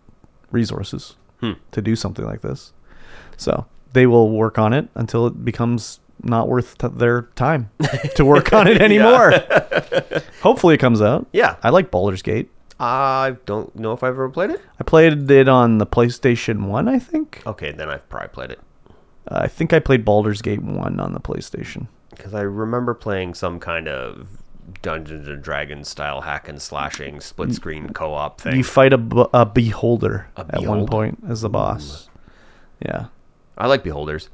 resources Hmm. to do something like this. So they will work on it until it becomes not worth t- their time to work on it anymore. Hopefully it comes out. Yeah. I like Baldur's Gate. I don't know if I've ever played it. I played it on the PlayStation 1, I think. Okay, then I've probably played it Uh, I think I played Baldur's Gate 1 on the PlayStation. because I remember playing some kind of Dungeons and Dragons style hack and slashing split screen co op thing. You fight a, b- a beholder A at one behold? point as the boss. Yeah. I like beholders.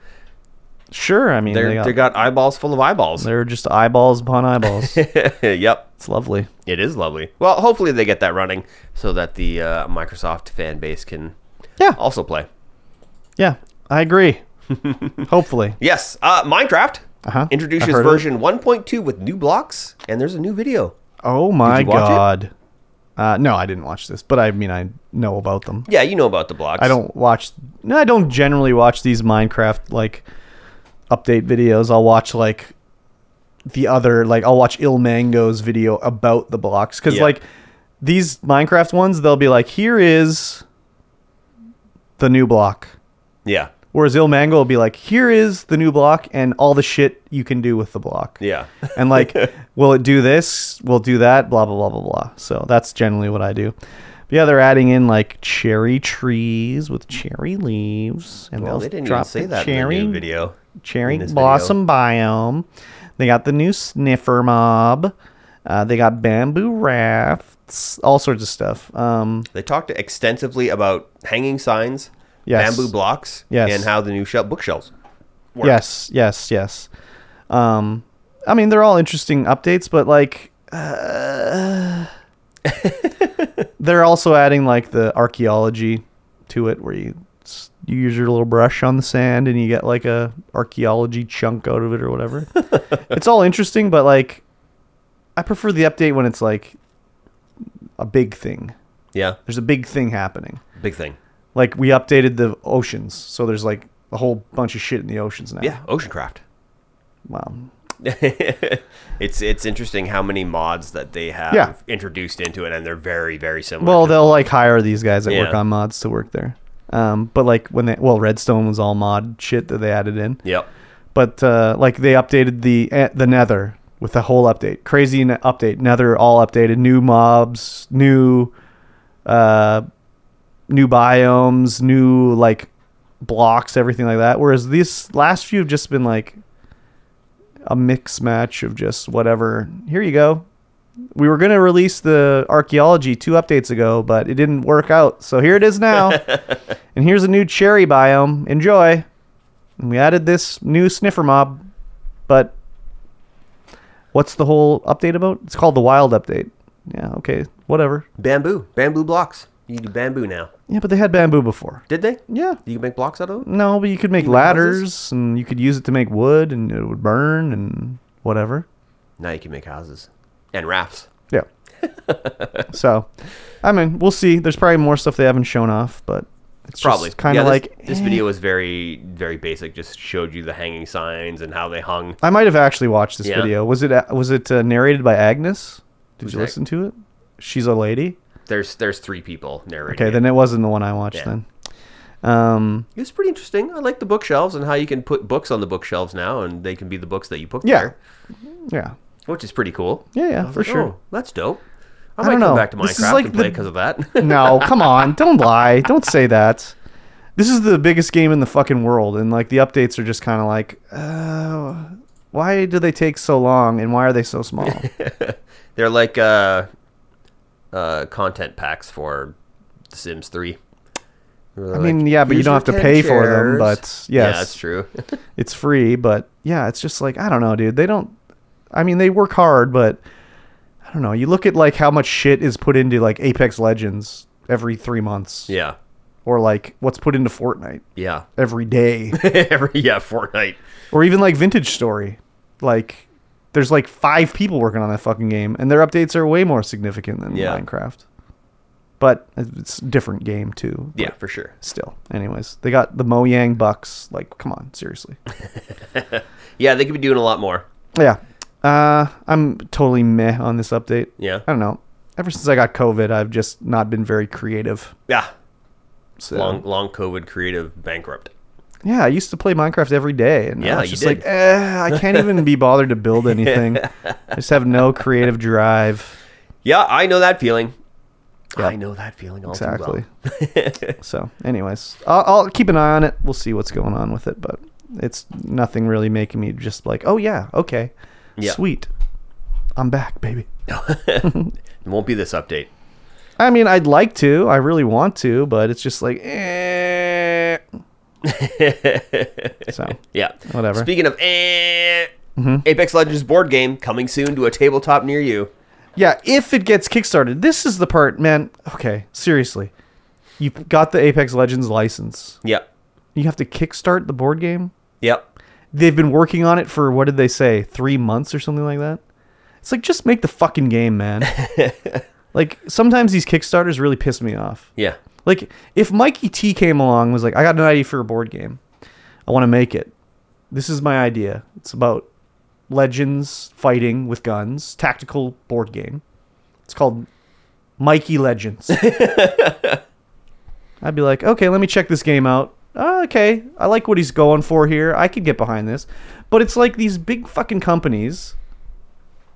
Sure, I mean They're, they got, they got eyeballs full of eyeballs. They're just eyeballs upon eyeballs. yep. it's lovely. It is lovely. Well, hopefully they get that running so that the uh, Microsoft fan base can Yeah. also play. Yeah, I agree. Hopefully. Yes, uh, Minecraft Uh-huh. I introduces heard of version 1.2 with new blocks, and there's a new video. Oh my you watch it? god. Uh, no, I didn't watch this, but I mean I know about them. Yeah, you know about the blocks. I don't watch No, I don't generally watch these Minecraft like update videos. I'll watch like the other like I'll watch Il Mango's video about the blocks cuz Yeah. like these Minecraft ones they'll be like here is the new block. Yeah, Whereas Il Mango will be like, here is the new block and all the shit you can do with the block. yeah, And like, will it do this? Will it do that? Blah, blah, blah, blah, blah. So that's generally what I do. But yeah, they're adding in like cherry trees with cherry leaves. And Well, they'll they didn't even drop say the that cherry, in the new video. cherry in this blossom biome. They got the new sniffer mob. Uh, they got bamboo rafts, all sorts of stuff. Um, They talked extensively about hanging signs, Yes. bamboo blocks, Yes. and how the new shel- bookshelves. work. Yes, yes, yes. Um, I mean, they're all interesting updates, but like, uh, they're also adding like the archaeology to it, where you s- you use your little brush on the sand and you get like a archaeology chunk out of it or whatever. it's all interesting, but like, I prefer the update when it's like a big thing. Yeah, There's a big thing happening big thing. like we updated the oceans so there's like a whole bunch of shit in the oceans now Yeah, oceancraft. wow it's it's interesting how many mods that they have Yeah. introduced into it, and they're very very similar. well to- they'll like hire these guys that work Yeah. on mods to work there um but like when they well redstone was all mod shit that they added in yep. but uh like they updated the eh, the nether with a whole update crazy n- update nether all updated new mobs new uh new biomes new like blocks everything like that whereas these last few have just been like a mix match of just whatever. Here you go. We were going to release the archaeology two updates ago, but it didn't work out. So here it is now. and here's a new cherry biome. Enjoy. And we added this new sniffer mob, but what's the whole update about? It's called the wild update. Yeah, okay, whatever. Bamboo, bamboo blocks. You do bamboo now. Yeah, but they had bamboo before. Did they? Yeah. You can make blocks out of them. No, but you could make You make ladders houses? and you could use it to make wood and it would burn and whatever. Now you can make houses and rafts. Yeah. so, I mean, we'll see. There's probably more stuff they haven't shown off, but it's Probably kind Yeah, of this- like this eh. video was very very basic. Just showed you the hanging signs and how they hung. I might have actually watched this Yeah. video. Was it was it uh, narrated by Agnes? Did Who's you Ag- listen to it? She's a lady. There's there's three people narrating. Okay, it. then it wasn't the one I watched Yeah. then. Um, It's pretty interesting. I like the bookshelves and how you can put books on the bookshelves now, and they can be the books that you put Yeah. there, yeah. which is pretty cool. Yeah, yeah, I was for sure. "Oh, that's dope. I I might don't come know. back to This is Minecraft like and play the- because of that. No, come on. Don't lie. Don't say that. This is the biggest game in the fucking world, and like the updates are just kind of like, uh, why do they take so long, and why are they so small? They're like uh, uh, content packs for The Sims 3. I mean, yeah, but you don't have to pay for them. But yes, yeah, that's true. it's free. But yeah, it's just like I don't know, dude. They don't. I mean, they work hard, but I don't know. You look at like how much shit is put into like Apex Legends every three months, yeah, or like what's put into Fortnite yeah, every day. every yeah Fortnite. or even like vintage story like there's like five people working on that fucking game and their updates are way more significant than Yeah. minecraft but it's a different game too but Yeah, for sure. still anyways they got the mojang bucks like come on seriously Yeah, they could be doing a lot more. yeah uh i'm totally meh on this update Yeah, i don't know ever since i got covid i've just not been very creative yeah. so Long long COVID creative bankrupt. yeah i used to play minecraft every day and Yeah, i you was just did. like eh, i can't even be bothered to build anything i just have no creative drive Yeah, I know that feeling. Yeah. I know that feeling all exactly. exactly. so, anyways, I'll, I'll keep an eye on it. We'll see what's going on with it, but it's nothing really making me just like, oh yeah, okay, Yeah. sweet, I'm back, baby. It won't be this update. I mean, I'd like to, I really want to, but it's just like, eh. so Yeah. Whatever. Mm-hmm. Speaking of eh, Apex Legends board game coming soon to a tabletop near you. yeah, if it gets kickstarted, this is the part, man. Okay, seriously, you got the Apex Legends license. Yep. You have to kickstart the board game. Yep. they've been working on it for what did they say three months or something like that it's like just make the fucking game man like sometimes these kickstarters really piss me off Yeah. like if mikey t came along and was like i got an idea for a board game i want to make it this is my idea it's about legends fighting with guns tactical board game it's called mikey legends I'd be like, okay, let me check this game out. Ah, okay, I like what he's going for here. I could get behind this. But it's like these big fucking companies,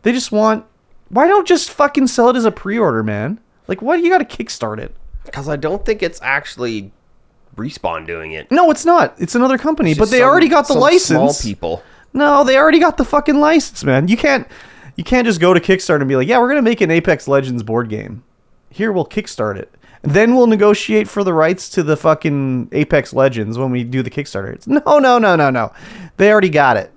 they just want. Why don't just fucking sell it as a pre order, man? Like, why do you gotta kickstart it? Because I don't think it's actually respawn doing it. No, it's not. It's another company, but Just they some- already got the some license. Small people. No, they already got the fucking license, man. You can't you can't just go to Kickstarter and be like, "Yeah, we're going to make an Apex Legends board game. Here we'll kickstart it. Then we'll negotiate for the rights to the fucking Apex Legends when we do the Kickstarter." It's, no, no, no, no, no. They already got it.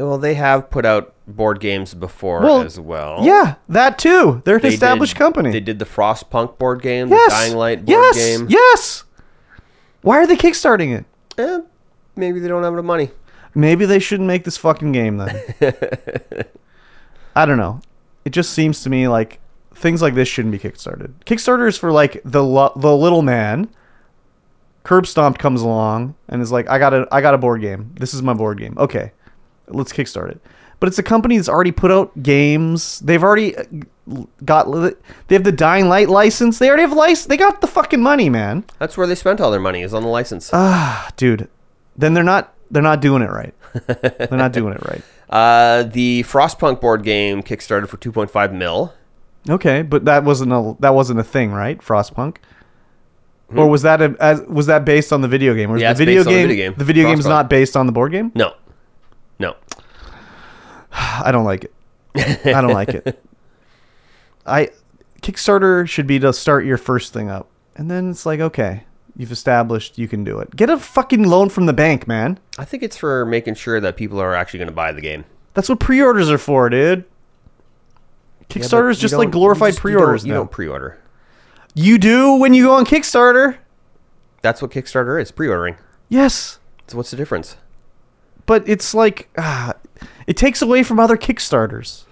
Well, they have put out board games before Well, as well. Yeah, that too. They're an They established did- company. They did the Frostpunk board game, yes. the Dying Light board yes. game. Yes. Why are they kickstarting it? Eh, maybe they don't have enough money. Maybe they shouldn't make this fucking game then. I don't know. It just seems to me like things like this shouldn't be kickstarted. Kickstarter is for like the lo- the little man. Curb Stomp comes along and is like, I got a I got a board game. This is my board game. Okay, let's kickstart it. But it's a company that's already put out games. They've already uh, got li- they have the Dying Light license. They already have license. They got the fucking money, man. That's where they spent all their money is on the license. Ah, dude. Then they're not they're not doing it right. they're not doing it right. Uh, the Frostpunk board game kickstarted for 2.5 mil. Okay, but that wasn't a that wasn't a thing, right? Frostpunk, or was that a, as, was that based on the video game? Or is Hmm? Yeah, the it's video based on the game video game. the video game's Frostpunk. not based on the board game? No, no. I don't like it. I don't like it. I Kickstarter should be to start your first thing up, and then it's like, okay, you've established you can do it. Get a fucking loan from the bank, man. I think it's for making sure that people are actually going to buy the game. That's what pre-orders are for, dude. Kickstarter is You just like don't- glorified you just- you don't- pre-orders. You now. don't pre-order. You do when you go on Kickstarter. That's what Kickstarter is pre-ordering. Yes, So what's the difference? but it's like ah, it takes away from other Kickstarters.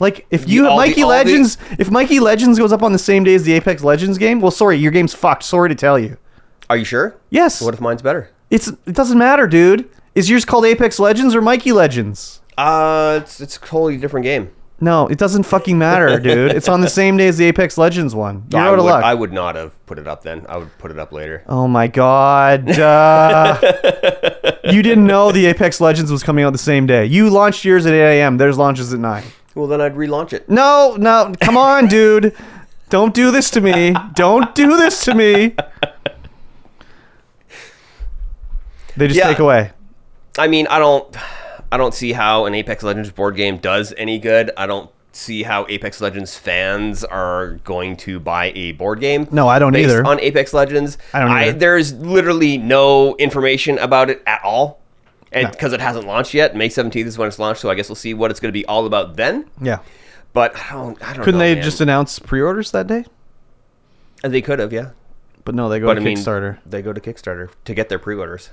Like if you The- all the- Mikey all the- Legends, if Mikey Legends goes up on the same day as the Apex Legends game, well, sorry, your game's fucked. Sorry to tell you. Are you sure? Yes, What if mine's better? it's it doesn't matter, dude. Is yours called Apex Legends or Mikey Legends? Uh, it's it's a totally different game. No, it doesn't fucking matter, dude. It's on the same day as the Apex Legends one. You're I out of would, luck. I would not have put it up then. I would put it up later. Oh my god. Uh, you didn't know the Apex Legends was coming out the same day. You launched yours at 8 a.m., theirs launches at 9. Well, then I'd relaunch it. No, no, come on, dude. Don't do this to me. Don't do this to me. They just Yeah. take away. I mean, I don't, I don't see how an Apex Legends board game does any good. I don't see how Apex Legends fans are going to buy a board game. No, I don't based either. On Apex Legends, I don't either. there's literally no information about it at all, and because it hasn't launched yet, May 17th is when it's launched. So I guess we'll see what it's going to be all about then. Yeah. But I don't, I don't. Couldn't know, they man. just announce pre orders that day? They could have, yeah. But no, they go But to I mean, Kickstarter. They go to Kickstarter to get their pre-orders.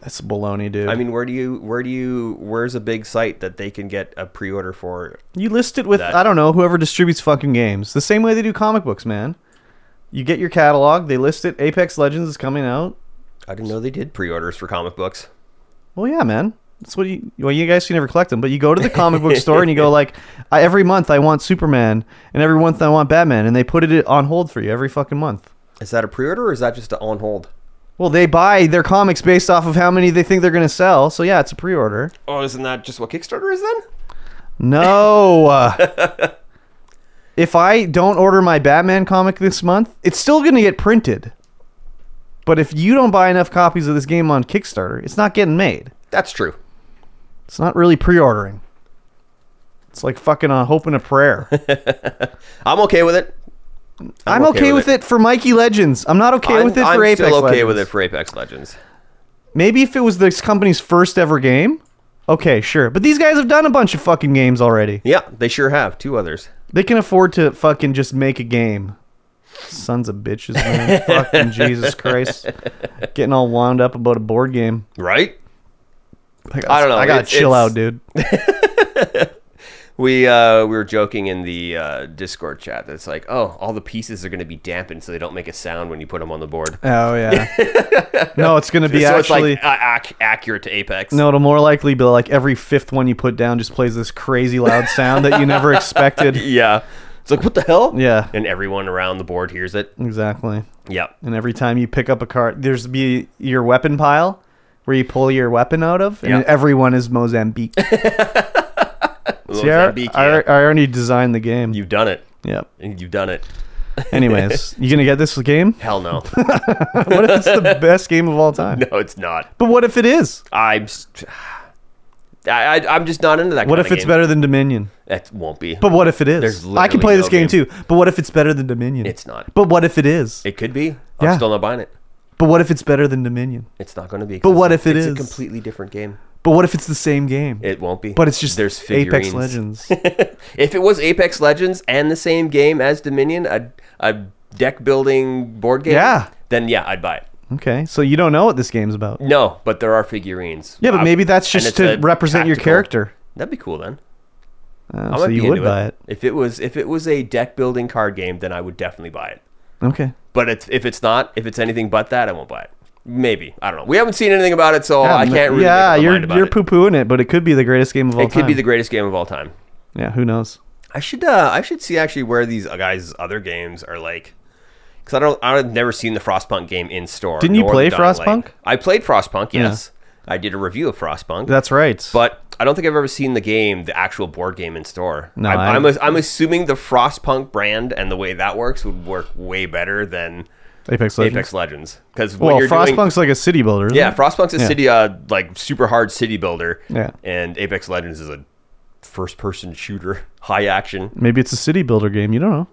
That's baloney, dude. I mean, where do you, where do you, where's a big site that they can get a pre-order for? You list it with That- I don't know whoever distributes fucking games. The same way they do comic books, man. You get your catalog, they list it. Apex Legends is coming out. I didn't know they did pre-orders for comic books. Well, yeah, man. That's what you. Well, you guys can never collect them, but you go to the comic book store and you go like, I, every month I want Superman, and every month I want Batman, and they put it on hold for you every fucking month. Is that a pre-order or is that just a on hold? Well, they buy their comics based off of how many they think they're gonna sell. So yeah, it's a pre-order. Oh, isn't that just what Kickstarter is then? No. if I don't order my Batman comic this month, it's still going to get printed. But if you don't buy enough copies of this game on Kickstarter, it's not getting made. That's true. It's not really pre-ordering. It's like fucking a hope and a prayer. I'm okay with it. I'm, okay, with, it. for Mikey Legends. I'm not okay I'm, with it I'm for Apex still okay Legends. with it for Apex Legends. Maybe if it was this company's first ever game, okay, sure. But these guys have done a bunch of fucking games already. Yeah, they sure have two others. They can afford to fucking just make a game. Sons of bitches, man. fucking Jesus Christ. Getting all wound up about a board game. Right? got, I don't know. I gotta It's- chill it's- out, dude. We uh, we were joking in the uh, Discord chat that it's like, oh, all the pieces are going to be dampened so they don't make a sound when you put them on the board. Oh, yeah. no, it's gonna be so actually. it's like uh, ac- accurate to Apex. no, it'll more likely be like every fifth one you put down just plays this crazy loud sound that you never expected. Yeah. It's like what the hell? Yeah. And everyone around the board hears it. Exactly. Yep. And every time you pick up a card, there's be your weapon pile where you pull your weapon out of, and Yeah. everyone is Mozambique. See, I- Mozambique, I, yeah. I already designed the game. You've done it. yep. You've done it. Anyways, you gonna get this game? Hell no. What if it's the best game of all time? no, it's not. But what if it is? I'm. s- I, I, am just not into that. What kind if of it's game. better than Dominion? That won't be. But what if it is? There's I literally can play this no game, game. too. But what if it's better than Dominion? It's not. But what if it is? it could be. Yeah. I'm still not buying it. But what if it's better than Dominion? It's not going to be. But 'cause what it's- if it it's is? a completely different game? But what if it's the same game? It won't be. but it's just there's Apex figurines. Legends. if it was Apex Legends and the same game as Dominion, a a deck building board game, Yeah. then yeah, I'd buy it. okay, so you don't know what this game's about. No, but there are figurines. Yeah, but I- maybe that's Uh, and just it's to a represent your tactical- character. That'd be cool then. Uh, I so might you be would into buy it. If it was if it was a deck building card game, then I would definitely buy it. Okay. But it's, if it's not, if it's anything but that, I won't buy it. Maybe I don't know. We haven't seen anything about it, so I Yeah, can't really. make up my yeah, you're mind about you're it. poo pooing it, but it could be the greatest game of all It time. could be the greatest game of all time. yeah. Who knows? I should uh, I should see actually where these guys' other games are like, because I don't I've never seen the Frostpunk game in store. Didn't you nor the play Dying Light. Frostpunk? I played Frostpunk. Yes, I did a review of Frostpunk. That's right. but I don't think I've ever seen the game, the actual board game in store. No, I, I- I'm, as- I'm assuming the Frostpunk brand and the way that works would work way better than Apex Legends. Apex Legends. Because Well, you're doing- Frostpunk's like a city builder. isn't yeah, it? Frostpunk's a Yeah. city uh, like super hard city builder. Yeah. And Apex Legends is a first person shooter, high action. Maybe it's a city builder game. You don't know.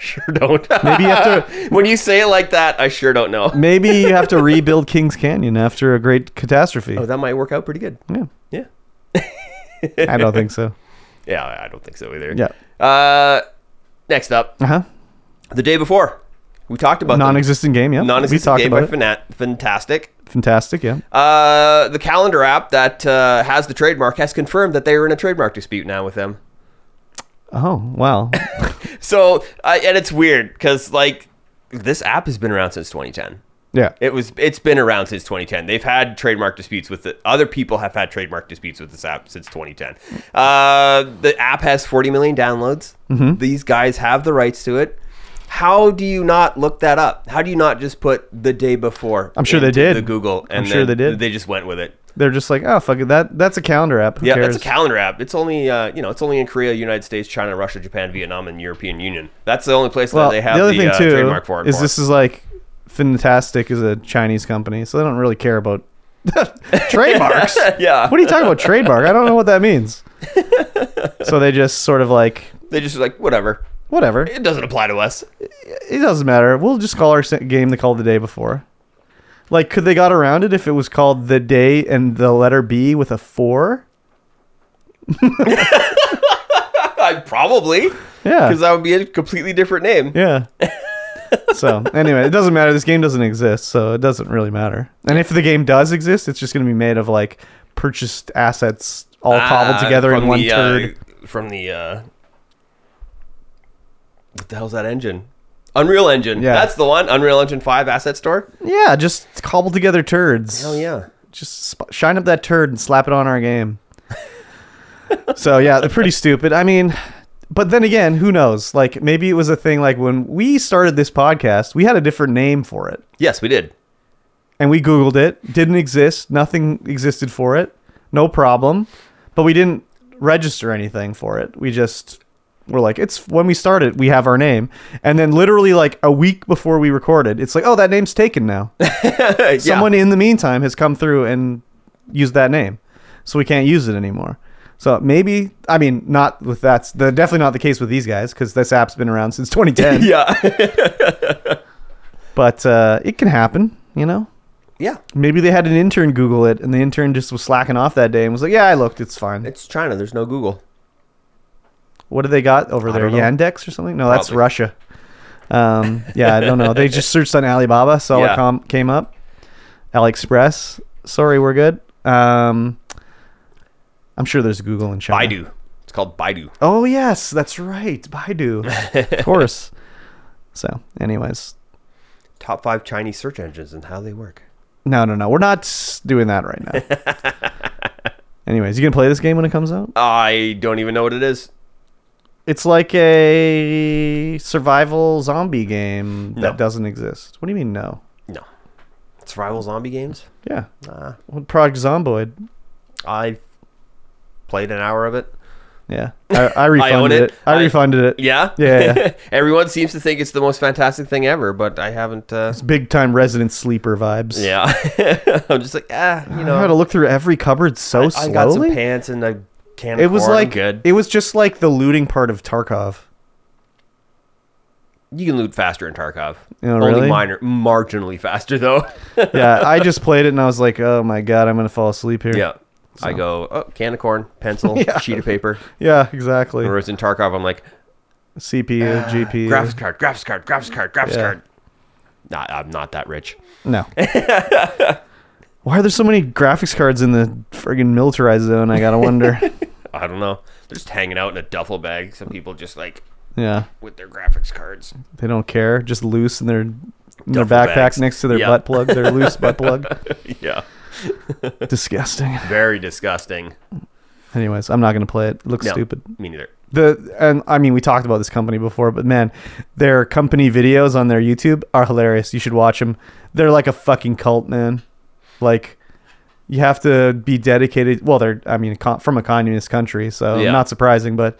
Sure don't. Maybe you have to. when you say it like that, I sure don't know. Maybe you have to rebuild Kings Canyon after a great catastrophe. Oh, that might work out pretty good. Yeah, Yeah. I don't think so. Yeah, I- I don't think so either. Yeah. Uh, next up, Uh huh. the day before, we talked about them. Non-existent game. Yeah. We non-existent talked game by about it. Fanat- Fantastic. Fantastic. Yeah. Uh, the calendar app that uh, has the trademark has confirmed that they are in a trademark dispute now with them. Oh wow. So, I and it's weird because like this app has been around since 2010. Yeah. It was it's been around since 2010. They've had trademark disputes with it. Other people have had trademark disputes with this app since 2010. Uh, the app has 40 million downloads. Mm-hmm. These guys have the rights to it. How do you not look that up? How do you not just put the day before? I'm sure they into did. The Google. And I'm sure then they did. They just went with it. They're just like, oh fuck it. That that's a calendar app. Who Yeah, cares? that's a calendar app. It's only uh, you know, it's only in Korea, United States, China, Russia, Japan, Vietnam, and European Union. That's the only place well, that they have the the, other thing uh, too trademark for it. is for. this is like Fantastic is a Chinese company, so they don't really care about trademarks. yeah. What are you talking about trademark? I don't know what that means. so they just sort of like they just like whatever. whatever. It doesn't apply to us. It doesn't matter. We'll just call our se- game the call the day before. Like, could they got around it if it was called the day and the letter B with a four? I probably. Yeah, because that would be a completely different name. yeah. so anyway, it doesn't matter. This game doesn't exist, so it doesn't really matter. And if the game does exist, it's just going to be made of like purchased assets all cobbled Ah, together in from one the, uh, turd. from the uh, what the hell's that engine? Unreal Engine. Yeah. that's the one. Unreal Engine Five asset store. Yeah, just cobbled together turds. Oh yeah. just sp- shine up that turd and slap it on our game. so yeah, they're pretty stupid. I mean, but then again, who knows? Like maybe it was a thing like when we started this podcast, we had a different name for it. Yes, we did. And we googled it, didn't exist, nothing existed for it. No problem. But we didn't register anything for it. We just were like it's when we started, we have our name. And then literally like a week before we recorded, it's like, "Oh, that name's taken now." Yeah. someone in the meantime has come through and used that name so we can't use it anymore so maybe i mean not with that's the definitely not the case with these guys because this app's been around since 2010 Yeah. but uh, it can happen you know yeah. maybe they had an intern google it and the intern just was slacking off that day and was like yeah i looked it's fine It's China. There's no Google. what do they got over there don't know. yandex or something no that's Probably. russia um, yeah i don't know they just searched on alibaba so Yeah. it com- came up aliexpress sorry we're good um, i'm sure there's google in china Baidu. It's called Baidu. Oh yes, that's right, Baidu, of course. So, anyways, Top five Chinese search engines and how they work. no, no, no, we're not doing that right now. anyways, you gonna play this game when it comes out? I don't even know what it is. It's like a survival zombie game No. that doesn't exist. What do you mean no? No. Survival zombie games. Yeah, Nah. well, Project Zomboid. I played an hour of it. Yeah, I, I refunded own it. it. I, I- refunded it. Yeah. Yeah, yeah. Everyone seems to think it's the most fantastic thing ever, but I haven't. Uh, Big time resident sleeper vibes. yeah. I'm just like ah, you I know. had to look through every cupboard so I slowly. got some pants and a can. Of it was corn, I'm like good. it was just like the looting part of Tarkov. you can loot faster in Tarkov. Oh, Only really? minor, marginally faster though. yeah, I just played it and I was like, oh my god, I'm gonna fall asleep here. yeah. I go oh, can of corn, pencil, Yeah. sheet of paper. yeah, exactly. Whereas in Tarkov, I'm like CPU, GPU. graphics card, graphics card, graphics card, graphics Yeah. card. Nah, I'm not that rich. No. Why are there so many graphics cards in the friggin' militarized zone? I gotta wonder. I don't know. They're just hanging out in a duffel bag. Some people just like yeah, with their graphics cards. they don't care. Just loose in their in their Duffel backpacks bags. next to their Yeah. butt plug, their loose butt plug. yeah. Disgusting. Very disgusting. Anyways, I'm not gonna play it. It looks No, stupid. Me neither. the and I mean we talked about this company before, but man, their company videos on their YouTube are hilarious. You should watch them. They're like a fucking cult, man. Like you have to be dedicated. Well, they're I mean con- from a communist country, so Yeah. not surprising, but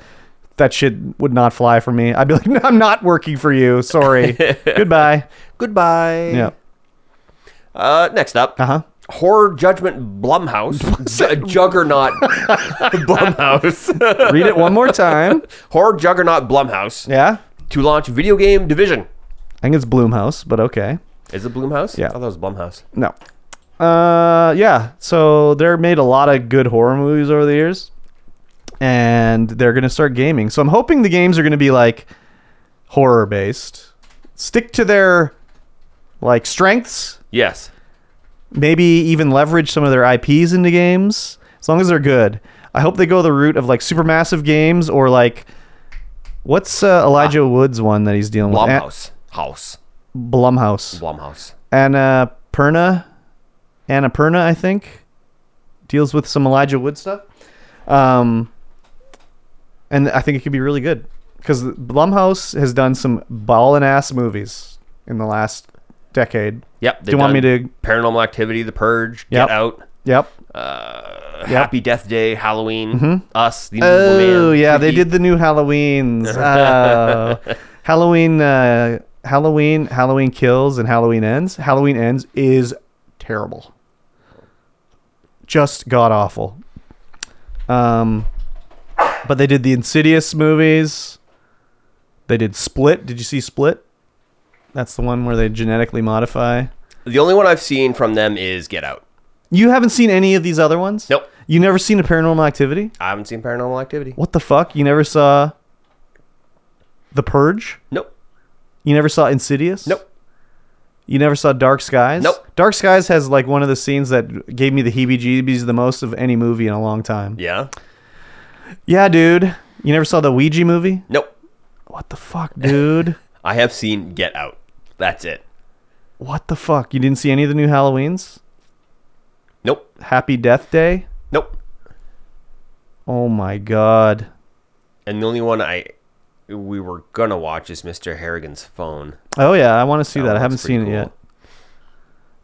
that shit would not fly for me. I'd be like, no, I'm not working for you. Sorry. Goodbye. Goodbye. Yeah. Uh, next up, Uh huh. horror judgment Blumhouse, J- juggernaut Blumhouse, Read it one more time. horror juggernaut Blumhouse Yeah. to launch video game division. I think it's Bloomhouse, but okay. Is it Blumhouse? Yeah. I thought it was Blumhouse. No. Uh, yeah. So they're made a lot of good horror movies over the years, and they're gonna start gaming. So I'm hoping the games are gonna be like horror based. Stick to their like strengths. Yes. Maybe even leverage some of their IPs into games as long as they're good. I hope they go the route of like supermassive games or like what's uh, Elijah Wood's one that he's dealing with? An- Blumhouse. House. Blumhouse. Blumhouse. Annapurna, Annapurna, I think, deals with some Elijah Wood stuff. Um, and I think it could be really good because Blumhouse has done some ball and ass movies in the last decade. Yep. Do you want me to? Paranormal Activity, The Purge, Yep. Get Out, Yep. uh, Happy Death Day, Halloween, Us, The Invisible Man. Mm-hmm. Oh yeah, they Freaky. did the new Halloweens. Oh. Halloween, uh, Halloween, Halloween kills and Halloween ends. Halloween ends is terrible, just god awful. Um, but they did the Insidious movies. They did Split. Did you see Split? That's the one where they genetically modify. The only one I've seen from them is Get Out. You haven't seen any of these other ones? Nope. You never seen a Paranormal Activity? I haven't seen Paranormal Activity. What the fuck? You never saw The Purge? Nope. You never saw Insidious? Nope. You never saw Dark Skies? Nope. Dark Skies has like one of the scenes that gave me the heebie-jeebies the most of any movie in a long time. Yeah. Yeah, dude. You never saw the Ouija movie? Nope. What the fuck, dude? I have seen Get Out. That's it. what the fuck? You didn't see any of the new Halloweens? Nope. Happy Death Day? Nope. Oh my god. And the only one I we were gonna watch is Mr. Harrigan's phone. Oh yeah, I want to see That that. I one haven't looks pretty seen it cool. yet.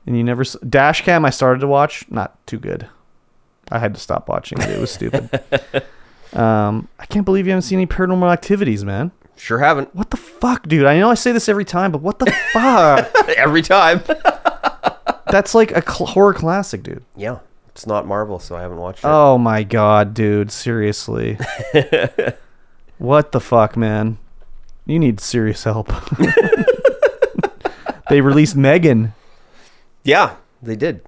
And you never s- Dashcam. I started to watch, not too good. I had to stop watching. It It was stupid. um, I can't believe you haven't seen any Paranormal Activities, man. Sure haven't. What the fuck, dude? I know I say this every time, but what the fuck? Every time. That's like a cl- horror classic, dude. yeah. It's not Marvel, so I haven't watched it. Oh my god, dude. Seriously. what the fuck, man? You need serious help. they released Megan. yeah, they did.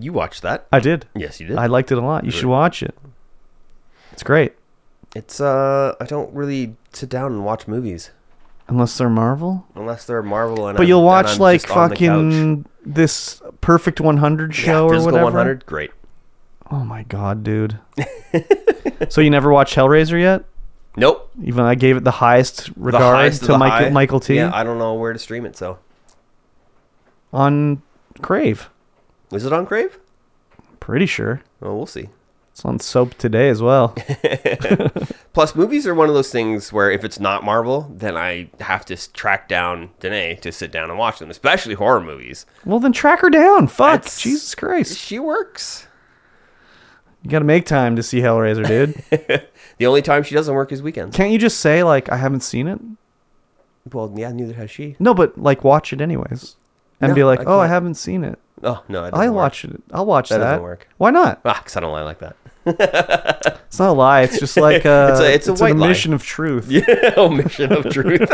You watched that. I did. Yes, you did. I liked it a lot. You should watch it. It's great. It's uh, I don't really sit down and watch movies Unless they're Marvel. unless they're Marvel and. But I'm- you'll and watch I'm like just on the couch. fucking this Perfect 100 Yeah, show or Physical whatever. 100, great. Oh my god, dude. so you never watched Hellraiser yet? Nope. Even I gave it the highest The regard highest of to the Mike- high. Michael T Yeah, I don't know where to stream it. So, on Crave. is it on Crave? Pretty sure. Well, we'll see. It's on Soap today as well. Plus, movies are one of those things where if it's not Marvel, then I have to s- track down Danae to sit down and watch them, especially horror movies. well, then track her down. Fuck. That's- Jesus Christ. She works. You got to make time to see Hellraiser, dude. The only time she doesn't work is weekends. Can't you just say like I haven't seen it? Well, yeah, neither has she. No, but like watch it anyways, and No, be like, I oh, I can't. haven't seen it. Oh no, it I doesn't work. watch it. I'll watch that. That doesn't work. Why not? Ah, 'cause I don't lie like that. It's not a lie. It's just like uh, It's a- it's a an white lie. admission of truth. Yeah, omission of truth.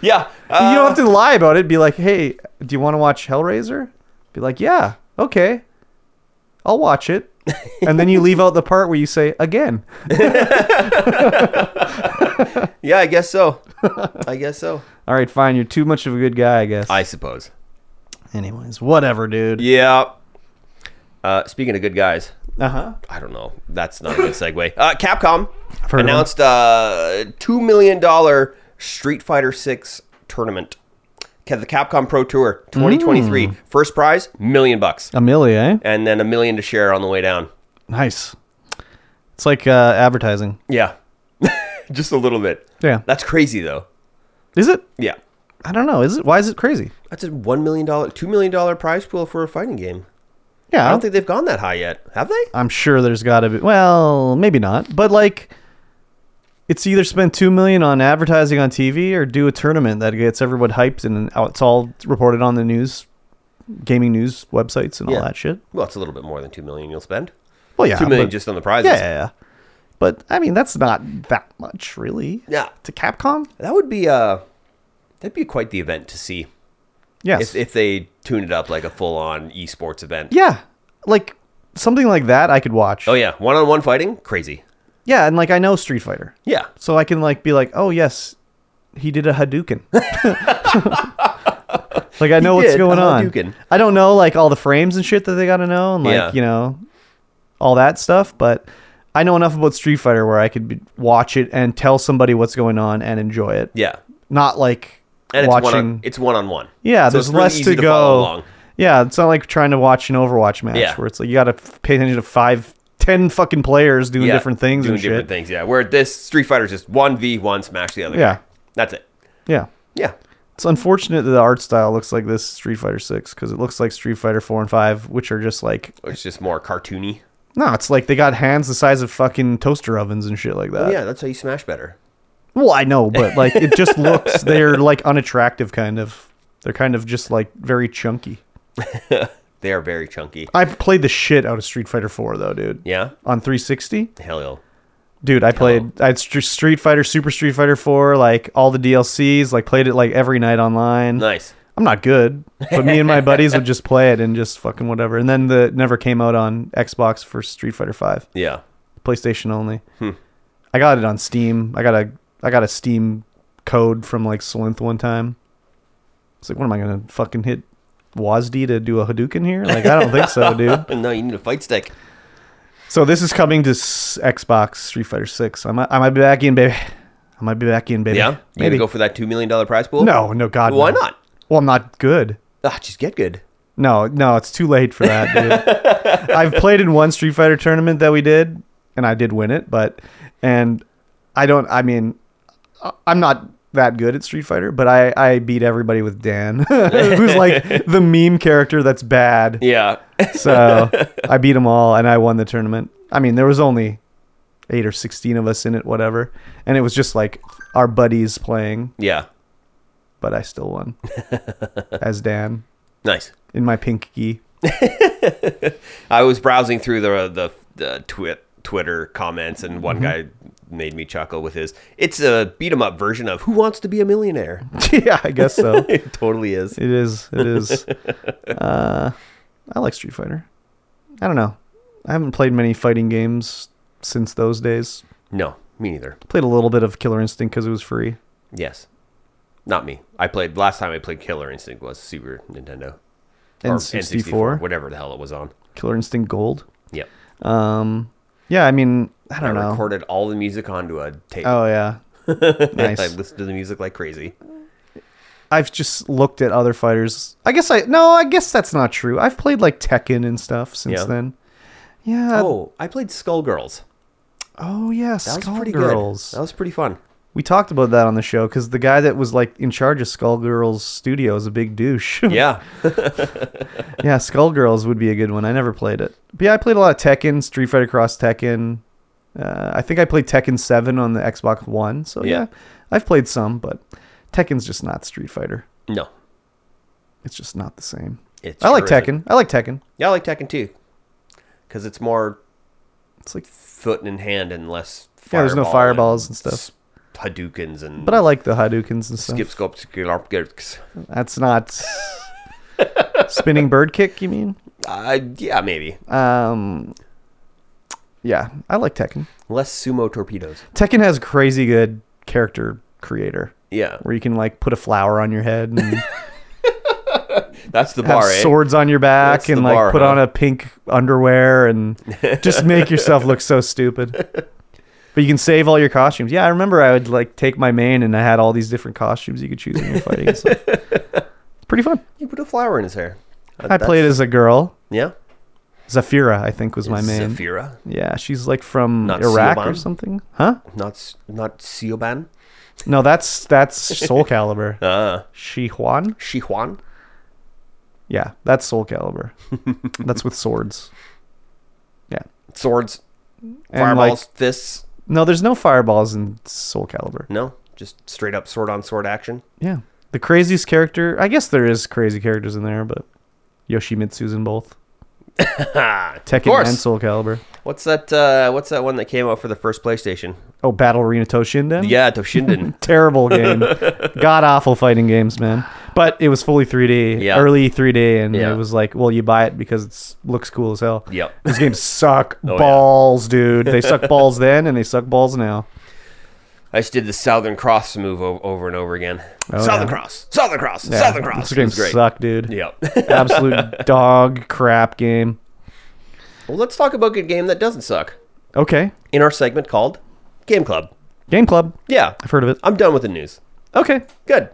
yeah, uh, you don't have to lie about it. Be like, hey, do you want to watch Hellraiser? Be like, yeah, okay, I'll watch it. and then you leave out the part where you say again. yeah, I guess so. I guess so. All right, fine. You're too much of a good guy, I guess. I suppose. Anyways, whatever, dude. Yeah. Uh, speaking of good guys, Uh huh. I don't know. That's not a good segue. Uh, Capcom heard of announced a two million dollar Street Fighter Six tournament. Ca- The Capcom Pro Tour 2023. First prize, million bucks, Amelia, eh? and then a million to share on the way down. Nice. It's like uh, advertising. Yeah, just a little bit. Yeah. That's crazy though. Is it? Yeah, I don't know. Is it? Why is it crazy? that's a one million dollar, two million dollar prize pool for a fighting game. Yeah, I don't think they've gone that high yet, have they? I'm sure there's got to be. Well, maybe not, but like, it's either spend two million on advertising on TV or do a tournament that gets everyone hyped and oh, it's all reported on the news gaming news websites and Yeah. all that shit. Well, it's a little bit more than two million you'll spend. Well, yeah, two million but- just on the prizes. yeah, yeah, yeah. But I mean, that's not that much, really. Yeah. To Capcom, That would be uh that'd be quite the event to see. yes. If if they tune it up like a full on esports event. yeah, like something like that, I could watch. Oh yeah. One on one fighting? Crazy. Yeah, and like I know Street Fighter, Yeah. so I can like be like, oh yes, he did a Hadouken. like I know what's did going a on. Hadouken. I don't know like all the frames and shit that they got to know, and like Yeah. you know, all that stuff. But I know enough about Street Fighter where I could be, watch it and tell somebody what's going on and enjoy it. Yeah. Not like And it's watching. one on it's one on one. yeah, So there's it's really less easy to, to follow go. along. Yeah, it's not like trying to watch an Overwatch match Yeah. where it's like you got to pay attention to five, ten fucking players doing Yeah, different things doing and different shit. things. Yeah, where this Street Fighter's just one v one, smash the other. Yeah. guy. that's it. Yeah. Yeah, It's unfortunate that the art style looks like this Street Fighter 6 because it looks like Street Fighter 4 and 5, which are just like, it's just more cartoony. no, it's like they got hands the size of fucking toaster ovens and shit like that. yeah, that's how you smash better. Well, I know, but like it just looks, they're like unattractive kind of. They're kind of just like very chunky. They are very chunky. I played the shit out of Street Fighter 4 though, dude. Yeah, On 360? hell yeah. Dude, I played Oh. I had St- Street Fighter, Super Street Fighter 4, like all the DLCs, like played it like every night online. Nice. I'm not good, but me and my buddies would just play it and just fucking whatever. And then the it never came out on Xbox for Street Fighter Five, Yeah, PlayStation only. Hmm. I got it on Steam. I got a I got a Steam code from like Solinth one time. It's like, what am I gonna fucking hit WASD to do a Hadouken here? Like, I don't think so, dude. no, you need a fight stick. So this is coming to s- Xbox Street Fighter Six. I might I might be back in, baby. I might be back in, baby. Yeah, you maybe. gonna go for that two million dollar prize pool? no, no, God. Why no. not? Well, I'm not good. Ah, just get good. No, no, it's too late for that, dude. I've played in one Street Fighter tournament that we did, and I did win it, but and I don't. I mean, I- I'm not that good at Street Fighter, but I I beat everybody with Dan, who's like the meme character that's bad. Yeah, So I beat them all, and I won the tournament. I mean, there was only eight or sixteen of us in it, whatever, and it was just like our buddies playing, yeah. but I still won as Dan Nice. in my pink gi. I was browsing through the the, the twit Twitter comments, and Mm-hmm. one guy made me chuckle with his. It's a beat 'em up version of Who Wants to Be a Millionaire. yeah, I guess so. it totally is. It is. It is. uh, I like Street Fighter. I don't know. I haven't played many fighting games since those days. No, me neither. Played a little bit of Killer Instinct because it was free. Yes. Not me. I played last time I played Killer Instinct was Super Nintendo. And Or N64. Whatever the hell it was on. Killer Instinct Gold. Yep. Um, yeah, I mean, I I, don't know. recorded all the music onto a tape. Oh yeah, I nice. listened to the music like crazy. I've just looked at other fighters. I guess I no. I guess that's not true. I've played like Tekken and stuff since Yeah. then. Yeah. Oh, oh, I played Skullgirls. yeah. That was Skullgirls. pretty good. That was pretty fun. We talked about that on the show because the guy that was like in charge of Skullgirls Studio is a big douche. Yeah. yeah, Skullgirls would be a good one. I never played it. But yeah, I played a lot of Tekken, Street Fighter Cross Tekken. Uh, I think I played Tekken 7 on the Xbox One. So yeah. Yeah. I've played some, but Tekken's just not Street Fighter. no. It's just not the same. It I like sure isn't. Tekken. I like Tekken. Yeah, I like Tekken too. Because it's more It's like, foot and hand and less yeah, there's no fireball fireballs and stuff. s- Hadoukens and But I like the Hadoukens and stuff. skip, scope, skillarp, girks. That's not spinning bird kick, you mean? Uh, yeah, maybe. Um, yeah, I like Tekken. Less sumo torpedoes. Tekken has crazy good character creator Yeah. where you can like put a flower on your head and That's the have bar, eh? swords on your back That's and the like bar, put huh? on a pink underwear and just make yourself look so stupid. But you can save all your costumes. Yeah, I remember I would like take my main and I had all these different costumes you could choose when you're fighting. and stuff. Pretty fun. You put a flower in his hair. Uh, I that's- played as a girl. Yeah. Zafira, I think, was my main. Zafira, Yeah, she's like from Not Iraq or Siobhan? something. Huh? not S- not Sioban. No, that's that's Soul Calibur. Uh, Shi Huan? Shihuan. Yeah, that's Soul Calibur. that's with swords. Yeah. Swords, And, like, fireballs, fists. no, there's no fireballs in Soul Calibur. No, just straight up sword on sword action. Yeah. The craziest character, I guess there is crazy characters in there, but Yoshimitsu's in both. of Tekken course. and Soul Calibur. What's that? Uh, what's that one that came out for the first PlayStation? Oh, Battle Arena Toshinden? Yeah, Toshinden. Terrible game. God awful fighting games, man. But it was fully 3D, Yeah. early 3D, and Yeah. it was like, well, you buy it because it looks cool as hell. yep. Oh, These games suck yeah. balls, dude. They suck balls then, and they suck balls now. I just did the Southern Cross move o- over and over again. Southern Cross, Southern Cross, Oh, Yeah. Southern Cross. Those It was games suck, dude. Yep. Absolute dog crap game. well, let's talk about a game that doesn't suck Okay, in our segment called Game Club. Game Club. Yeah, I've heard of it. I'm done with the news. Okay, Good.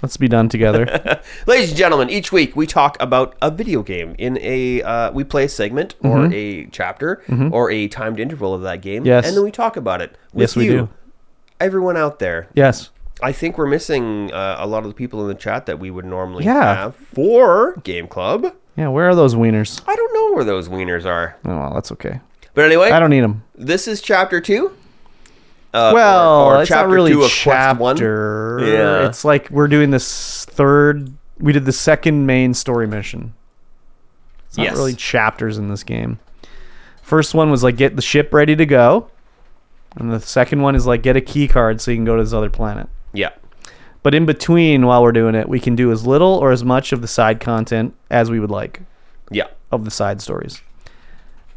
let's be done together. Ladies and gentlemen, each week we talk about a video game in a uh, we play a segment or a chapter or a timed interval of that game, Mm-hmm. Yes. and then we talk about it. With Yes, we you, do. Everyone out there, yes, I think we're missing uh, a lot of the people in the chat that we would normally Yeah. have for Game Club. yeah. Where are those wieners? I don't know where those wieners are, Oh well, that's okay. but anyway, I don't need them. this is chapter two. Uh, Well, or- or it's not really of Quest One. chapter. Yeah. it's like we're doing this third. We did the second main story mission. It's not Yes. really chapters in this game. First one was like get the ship ready to go, and the second one is like get a key card so you can go to this other planet. Yeah, But in between, while we're doing it, we can do as little or as much of the side content as we would like yeah, of the side stories.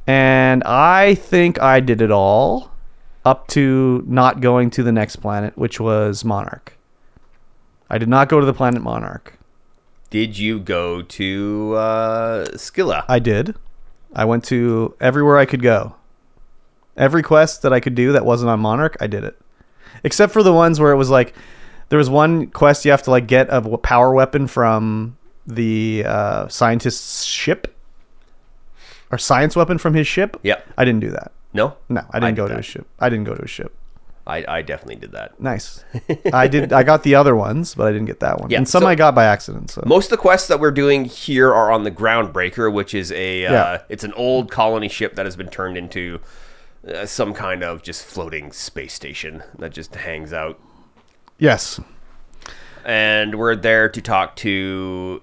And I think I did it all up to not going to the next planet, which was Monarch. I did not go to the planet Monarch. did you go to uh, Skilla? I did. I went to everywhere I could go. Every quest that I could do that wasn't on Monarch, I did it. Except for the ones where it was like there was one quest you have to like get a w- power weapon from the uh, scientist's ship or science weapon from his ship. Yep. I didn't do that. no, No, I didn't did go to that. his ship. I didn't go to his ship. I, I definitely did that. Nice. I did. I got the other ones, but I didn't get that one. Yeah, and some so- I got by accident. So Most of the quests that we're doing here are on the Groundbreaker, which is a uh, Yeah. it's an old colony ship that has been turned into uh, some kind of just floating space station that just hangs out. yes, And we're there to talk to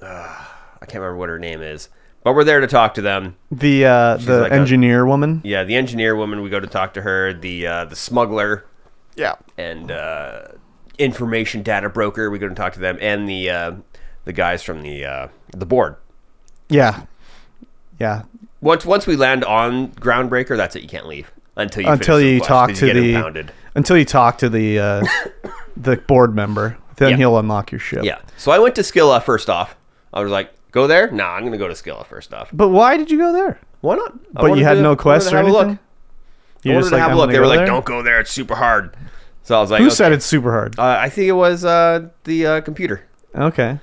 uh, I can't remember what her name is, but we're there to talk to them. the uh, the like a- engineer woman. Yeah, the engineer woman. We go to talk to her. The uh, the smuggler Yeah. and uh, information data broker. We go to talk to them, and the uh, the guys from the uh, the board. Yeah. Yeah. Once once we land on Groundbreaker, that's it. You can't leave until you Until finish the you quest, talk 'cause to you get the impounded. until you talk to the uh, the board member, then Yeah. he'll unlock your ship. Yeah. So I went to Skilla first off. I was like, go there? Nah, I'm gonna go to Skilla first off. But why did you go there? Why not? I But wanted you had to- I no wanted quest to or have a anything. look. I You were wanted just to have "I'm a look. gonna They go were like, there?" don't go there. It's super hard. So I was like, Who okay. said it's super hard? Uh, I think it was uh, the uh, computer. Okay.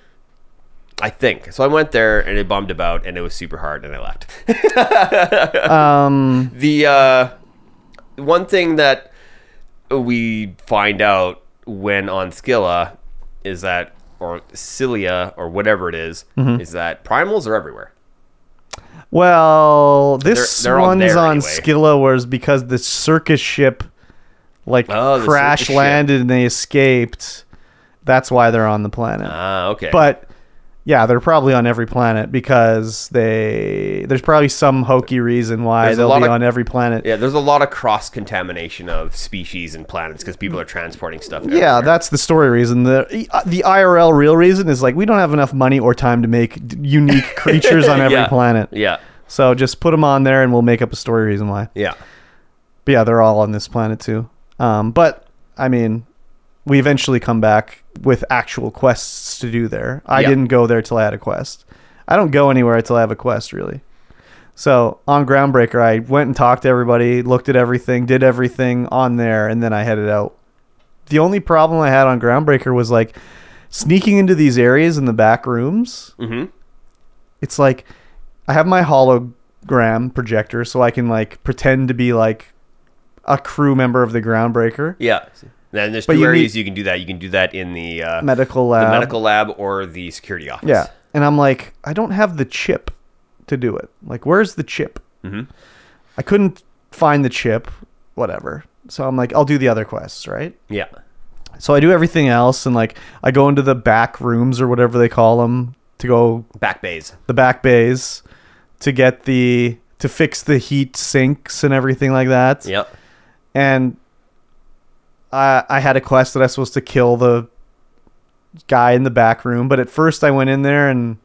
I think. So I went there and it bummed about and it was super hard and I left. Um. the uh, one thing that we find out when on Skilla is that, or Cilia, or whatever it is, Mm-hmm. is that primals are everywhere. Well, this They're- they're on one's there on anyway. Skilla, whereas because the circus ship like Oh, the crash circus ship. landed and they escaped, that's why they're on the planet. Ah, okay. but yeah, they're probably on every planet because they there's probably some hokey reason why There's a they'll lot be of- on every planet. yeah, there's a lot of cross contamination of species and planets because people are transporting stuff. Yeah, everywhere. that's the story reason. The the IRL real reason is like we don't have enough money or time to make d- unique creatures on every Yeah. planet. yeah, So just put them on there and we'll make up a story reason why. yeah. But yeah, they're all on this planet too. Um, but I mean, we eventually come back with actual quests to do there. I Yeah. didn't go there till I had a quest. I don't go anywhere till I have a quest, really. So on Groundbreaker, I went and talked to everybody, looked at everything, did everything on there, and then I headed out. The only problem I had on Groundbreaker was like sneaking into these areas in the back rooms Mm-hmm. it's like I have my hologram projector so I can like pretend to be like a crew member of the groundbreaker Yeah. Then there's But two you areas need- you can do that. You can do that in the, uh, medical the lab. medical lab or the security office. Yeah. And I'm like, I don't have the chip to do it. Like, where's the chip? Mhm. I couldn't find the chip, whatever. So I'm like, I'll do the other quests, right? Yeah. So I do everything else and like I go into the back rooms or whatever they call them to go Back bays. the back bays to get the to fix the heat sinks and everything like that. Yep. And I I had a quest that I was supposed to kill the guy in the back room, but at first I went in there and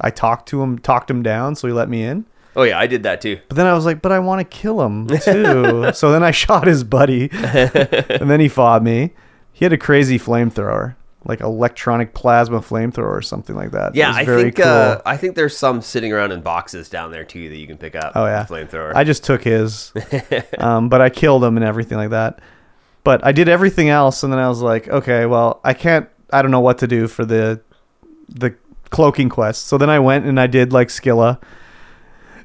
I talked to him, talked him down, so he let me in. Oh yeah, I did that too. But then I was like, but I want to kill him too. so then I shot his buddy, and then he fought me. He had a crazy flamethrower, like electronic plasma flamethrower or something like that. It Yeah, was I very think cool. uh, I think there's some sitting around in boxes down there too that you can pick up. Oh yeah, the flamethrower. I just took his, um, but I killed him and everything like that. But I did everything else, and then I was like, okay, well, I can't. I don't know what to do for the the cloaking quest. So then I went and I did like Skilla,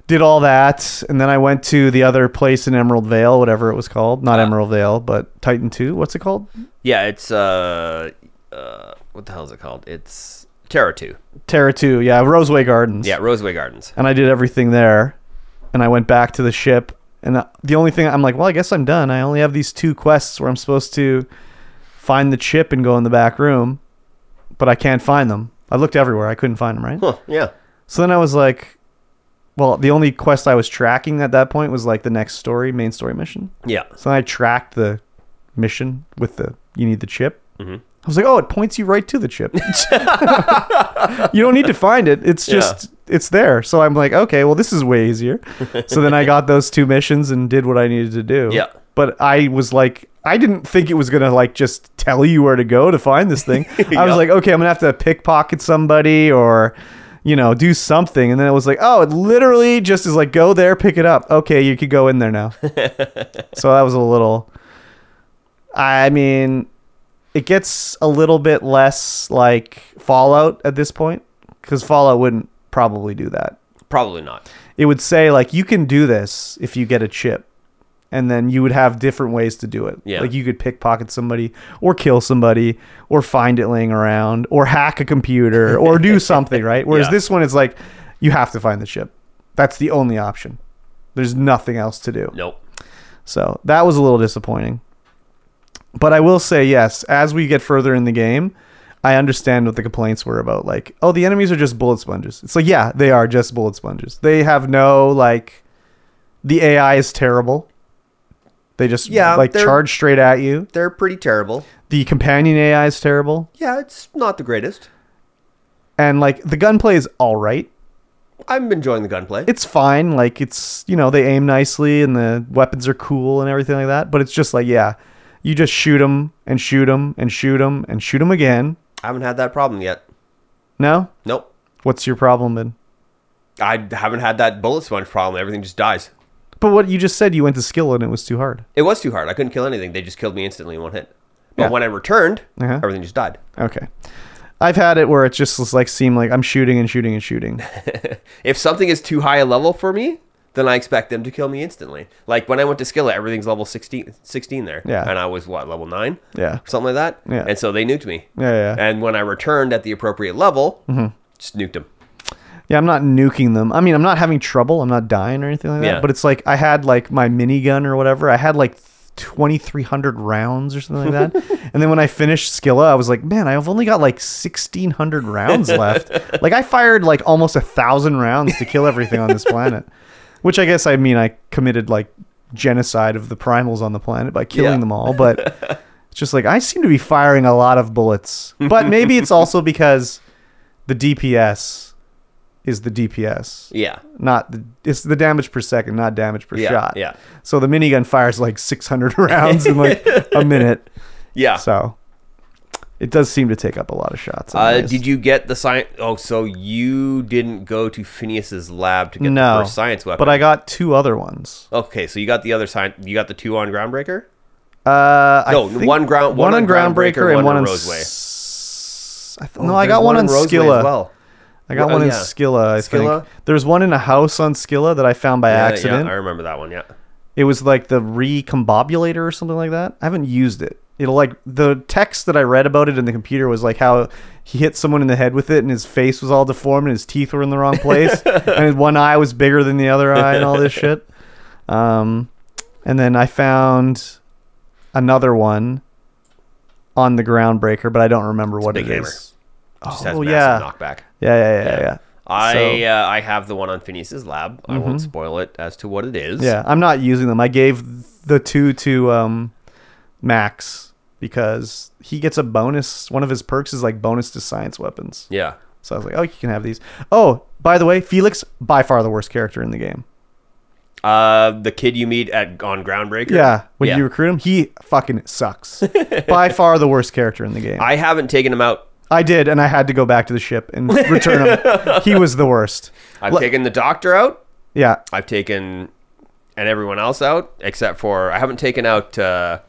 did all that, and then I went to the other place in Emerald Vale, whatever it was called, not Uh. Emerald Vale, but Titan Two. What's it called? yeah, it's uh, uh, what the hell is it called? It's Terra Two. Terra Two. Yeah, Roseway Gardens. Yeah, Roseway Gardens. and I did everything there, and I went back to the ship. And the- the only thing I'm like, well, I guess I'm done. I only have these two quests where I'm supposed to find the chip and go in the back room, but I can't find them. I looked everywhere. I couldn't find them. Right. Huh, yeah. So then I was like, well, the only quest I was tracking at that point was like the next story, main story mission. Yeah. So then I tracked the mission with the you need the chip. Mhm. I was like, oh, it points you right to the chip. you don't need to find it. It's Yeah. just it's there. So I'm like, okay, well, this is way easier. so then I got those two missions and did what I needed to do. Yeah. But I was like, I didn't think it was gonna like just tell you where to go to find this thing. I Yeah. was like, okay, I'm gonna have to pickpocket somebody or you know, do something. And then it was like, oh, it literally just is like, go there, pick it up. Okay, you could go in there now. so that was a little. I mean, it gets a little bit less like Fallout at this point because Fallout wouldn't probably do that. Probably not. It would say like you can do this if you get a chip, and then you would have different ways to do it. Yeah. like you could pickpocket somebody, or kill somebody, or find it laying around, or hack a computer, or do something. Right. Whereas Yeah. this one is like, you have to find the chip. That's the only option. There's nothing else to do. Nope. So that was a little disappointing. But I will say, yes, as we get further in the game, I understand what the complaints were about. Like, oh, the enemies are just bullet sponges. It's like, yeah, they are just bullet sponges. They have no, like, the AI is terrible. They just, Yeah, like, they're- charge straight at you. They're pretty terrible. The companion AI is terrible. Yeah, it's not the greatest. And, like, the gunplay is all right. I'm enjoying the gunplay. It's fine. Like, it's, you know, they aim nicely and the weapons are cool and everything like that. But it's just like, yeah, you just shoot them and shoot them and shoot them and shoot them again. I haven't had that problem yet. No? Nope. What's your problem then? I haven't had that bullet sponge problem. Everything just dies. But what you just said, you went to skill and it was too hard. It was too hard. I couldn't kill anything. They just killed me instantly in one hit. But Yeah. when I returned, Uh-huh. everything just died. Okay. I've had it where it just was like seemed like I'm shooting and shooting and shooting. If something is too high a level for me, then I expect them to kill me instantly. Like when I went to Skillet, everything's level 16, 16 there. Yeah. And I was, what, level 9? Yeah. Something like that. Yeah. And so they nuked me. Yeah, yeah. Mm-hmm. yeah. And when I returned at the appropriate level, just nuked them. Yeah, I'm not nuking them. I mean, I'm not having trouble. I'm not dying or anything like that. Yeah. But it's like I had like my minigun or whatever. I had like 2,300 rounds or something like that. and then when I finished Skilla, I was like, man, I've only got like 1,600 rounds left. like I fired like almost a thousand rounds to kill everything on this planet. Which I guess I mean I committed like genocide of the primals on the planet by killing Yeah. them all. But it's just like I seem to be firing a lot of bullets. But maybe it's also because the DPS is the DPS, Yeah. not the it's the damage per second, not damage per Yeah, shot. yeah. So the minigun fires like 600 rounds in like a minute. Yeah. So it does seem to take up a lot of shots. Uh, anyways. did you get the science? Oh, so you didn't go to Phineas's lab to get No, the first science weapon. But I got two other ones. okay, so you got the other science. You got the two on Groundbreaker. Uh, I No, think- one ground- one on Groundbreaker, one on Roseway. S- I th- no, Oh, I there's got one, on Roseway Skilla. as well. I got Oh, one in yeah. Skilla. I Skilla? think there's one in a house on Skilla that I found by Yeah, accident. Yeah, I remember that one. Yeah. It was like the recombobulator or something like that. I haven't used it. It'll like the text that I read about it in the computer was like how he hit someone in the head with it and his face was all deformed and his teeth were in the wrong place and his one eye was bigger than the other eye and all this shit. Um, and then I found another one on the groundbreaker, but I don't remember what big it hammer. is. Just has Oh, massive yeah. knockback. Yeah, yeah, yeah, yeah. Yeah, I So- Mm-hmm. uh, I have the one on Phineas's lab. I won't spoil it as to what it is. I'm not using them. I gave the two to um, Max because he gets a bonus. One of his perks is like bonus to science weapons. Yeah. So I was like, oh, you can have these. Oh, by the way, Felix, by far the worst character in the game. Uh, the kid you meet at on Groundbreaker. Yeah, when Yeah. you recruit him, he fucking sucks. by far the worst character in the game. I, I haven't taken him out. did, and I had to go back to the ship and return him. he was the worst. I've Le- taken the doctor out. Yeah, I've taken and everyone else out except for I haven't taken out uh,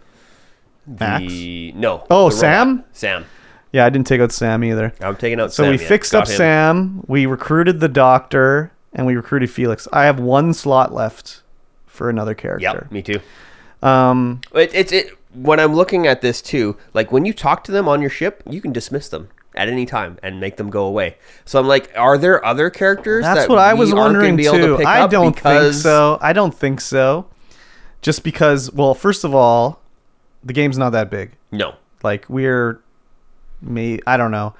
Max? the no. the Oh, robot. Sam? Sam. yeah, I didn't take out Sam either. I'm taking out. So Sam we yet. fixed Got up him. Sam. We recruited the doctor, and we recruited Felix. I have one slot left for another character. Yep, me too. Um, It, it's it when I'm looking at this too. Like when you talk to them on your ship, you can dismiss them at any time and make them go away. So I'm like, are there other characters? that's that what I we was aren't gonna wondering be able to too. pick I up don't think because- so. I don't think so. Just because, well, first of all, the game's not that big. No, Like we're, may I don't know.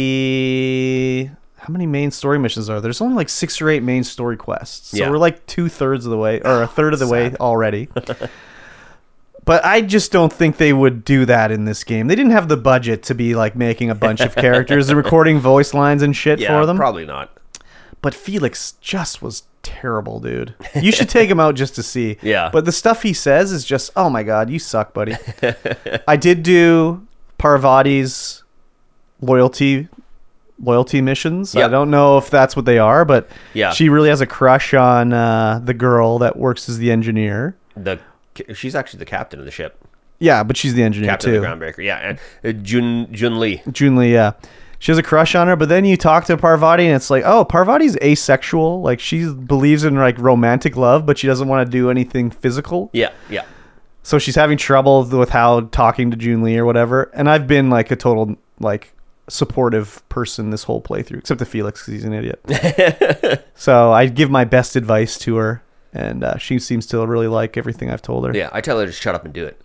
Maybe how many main story missions are there? There's only like six or eight main story quests. So Yeah. we're like two thirds of the way or a third of the way already. but I just don't think they would do that in this game. They didn't have the budget to be like making a bunch of characters and recording voice lines and shit yeah, for them. probably not. But Felix just was terrible, dude. You should take him out just to see. Yeah. But the stuff he says is just, oh my god, you suck, buddy. I did do Parvati's loyalty loyalty missions. I Yep. don't know if that's what they are, but Yeah. she really has a crush on uh, the girl that works as the engineer. The she's actually the captain of the ship, Yeah, but she's the engineer captain too. of the groundbreaker. Yeah, and uh, Jun Jun Lee. Junli, yeah. She has a crush on her, but then you talk to Parvati and it's like, oh, Parvati's asexual. Like she believes in like romantic love, but she doesn't want to do anything physical. Yeah, yeah. So she's having trouble with how talking to Junli or whatever. And I've been like a total like supportive person this whole playthrough, except to Felix because he's an idiot. so I give my best advice to her, and uh, she seems to really like everything I've told her. Yeah, I tell her to shut up and do it.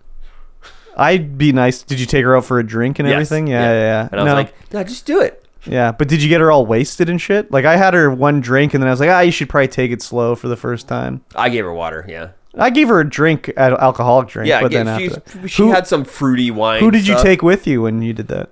I'd be nice. Did you take her out for a drink and Yes, everything? Yeah, yeah, yeah. And I was like, no, just do it. Yeah, but did you get her all wasted and shit? Like I had her one drink and then I was like, ah, you should probably take it slow for the first time. I gave her water. Yeah, I gave her a drink, an alcoholic drink. yeah. but yeah, then after she that- she who, had some fruity wine. who did you stuff. take with you when you did that?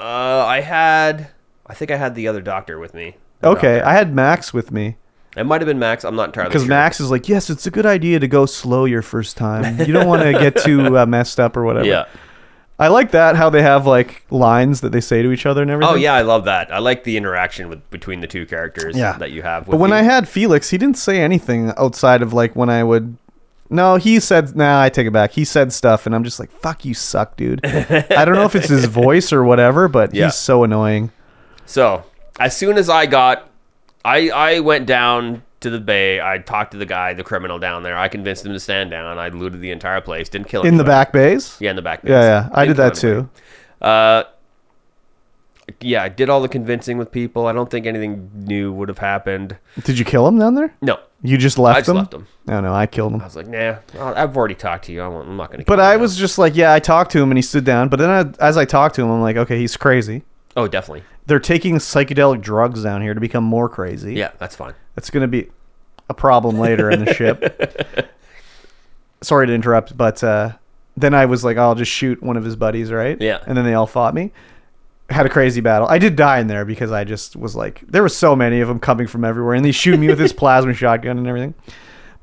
Uh, I had. I think I had the other doctor with me. The Okay, I had Max with me doctor. It might have been Max. I'm not entirely because sure. Max is like, yes, it's a good idea to go slow your first time. You don't want to get too uh, messed up or whatever. Yeah. I like that how they have like lines that they say to each other and everything. Oh yeah, I love that. I like the interaction with between the two characters. Yeah. That you have. With But when you. I had Felix, he didn't say anything outside of like when I would. No, he said. Nah, I take it back. He said stuff, and I'm just like, "Fuck, you suck, dude." I don't know if it's his voice or whatever, but Yeah. he's so annoying. So as soon as I got, I I went down to the bay. I talked to the guy, the criminal down there. I convinced him to stand down. I looted the entire place. Didn't kill him. In the back bays. Yeah, in the back. Yeah, yeah. I did Didn't kill that anybody. too. Uh, yeah, I did all the convincing with people. I don't think anything new would have happened. Did you kill him down there? No, You just left I just him. Oh, left him. No, no, I killed him. I was like, nah, I'll- I've already talked to you. I won't, I'm not going to. But I was just like, yeah, I talked to him and he stood down. But then I, as I talked to him, I'm like, okay, he's crazy. Oh, definitely. They're taking psychedelic drugs down here to become more crazy. Yeah, that's fine. That's going to be a problem later in the ship. Sorry to interrupt, but uh, then I was like, I'll just shoot one of his buddies, right? Yeah. And then they all fought me. Had a crazy battle. I did die in there because I just was like, there were so many of them coming from everywhere, and they shoot me with this plasma shotgun and everything.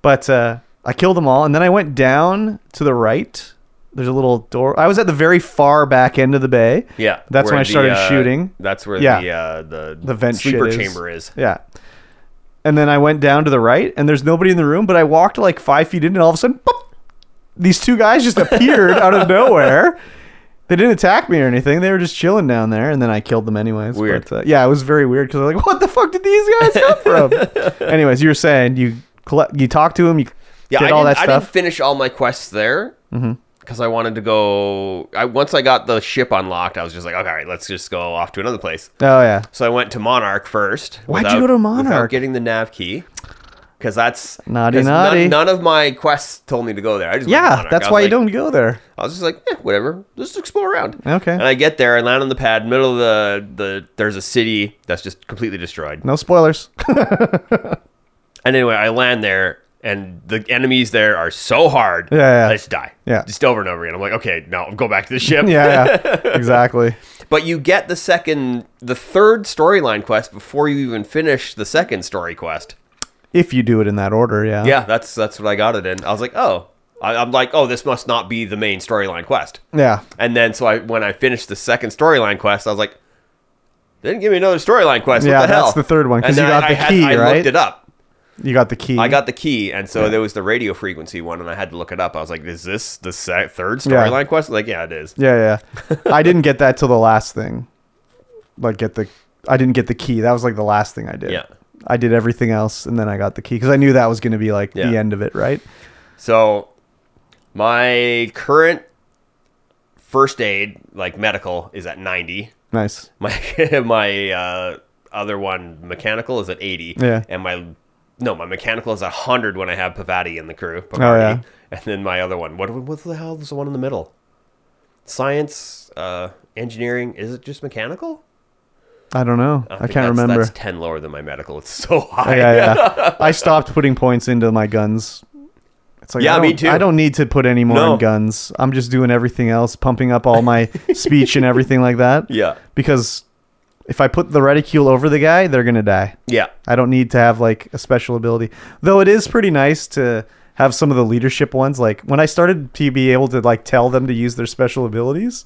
But uh, I killed them all, and then I went down to the right. There's a little door. I was at the very far back end of the bay. Yeah, That's when where I started uh, shooting. That's where Yeah. the uh, the The vent shit sleeper is- chamber is. Yeah. And then I went down to the right, and there's nobody in the room, but I walked like five feet in, and all of a sudden, pop, these two guys just appeared out of nowhere. They didn't attack me or anything. They were just chilling down there, and then I killed them anyways. Weird. But, uh, yeah, it was very weird because I was like, what the fuck did these guys come from? anyways, you were saying you collect, you talk to them, you Yeah, I, get all didn't, that I didn't stuff. Mm-hmm. finish all my quests there because I wanted to go. I once I got the ship unlocked, I was just like, okay, all right, let's just go off to another place. Oh, yeah. So I went to Monarch first. Why'd you go to Monarch? Without getting the nav key. because that's Naughty, 'cause naughty. None, none of my quests told me to go there. I just went to Yeah, Monarch. I that's was why you like- don't go there. I was just like, eh, whatever, just explore around. Okay. And I get there, I land on the pad, middle of the the. There's a city that's just completely destroyed. No spoilers. And anyway, I land there, and the enemies there are so hard. Yeah, yeah. I just die. Yeah. Just over and over again. I'm like, okay, no, go back to the ship. yeah, yeah, exactly. But you get the second, the third storyline quest before you even finish the second story quest. If you do it in that order, yeah. Yeah, that's that's what I got it in. I was like, oh, I, I'm like, oh, this must not be the main storyline quest. Yeah. And then so I when I finished the second storyline quest, I was like, they didn't give me another storyline quest. Yeah, what the hell? that's the third one, 'cause And you then got the key, I right? Mm-hmm. looked it up. You got the key. I got the key, and so there was the radio frequency one, and I had to look it up. I was like, "Is this the se- third Yeah. storyline quest?" Like, yeah, it is. Yeah, yeah. I didn't get that till the last thing. Like get the I didn't get the key. That was like the last thing I did. Yeah. I did everything else and then I got the key cuz I knew that was going to be like Yeah. the end of it, right? So, my current first aid, like medical, is at ninety. Nice. My my uh, other one, mechanical, is at eighty. Yeah. And my no, my mechanical is hundred when I have Pavati in the crew. Oh, yeah. And then my other one, what what the hell is the one in the middle? Science, uh, engineering. Is it just mechanical? I don't know. think I, can't that's- remember. That's ten lower than my medical. It's so Oh, high. yeah, yeah. I stopped putting points into my guns. It's like Yeah, I me don't- too. I don't need to put any more No. in guns. I'm just doing everything else, pumping up all my speech and everything like that. Yeah. Because if I put the reticule over the guy, they're gonna die. yeah, I don't need to have like a special ability. Though it is pretty nice to have some of the leadership ones. Like when I started to be able to like tell them to use their special abilities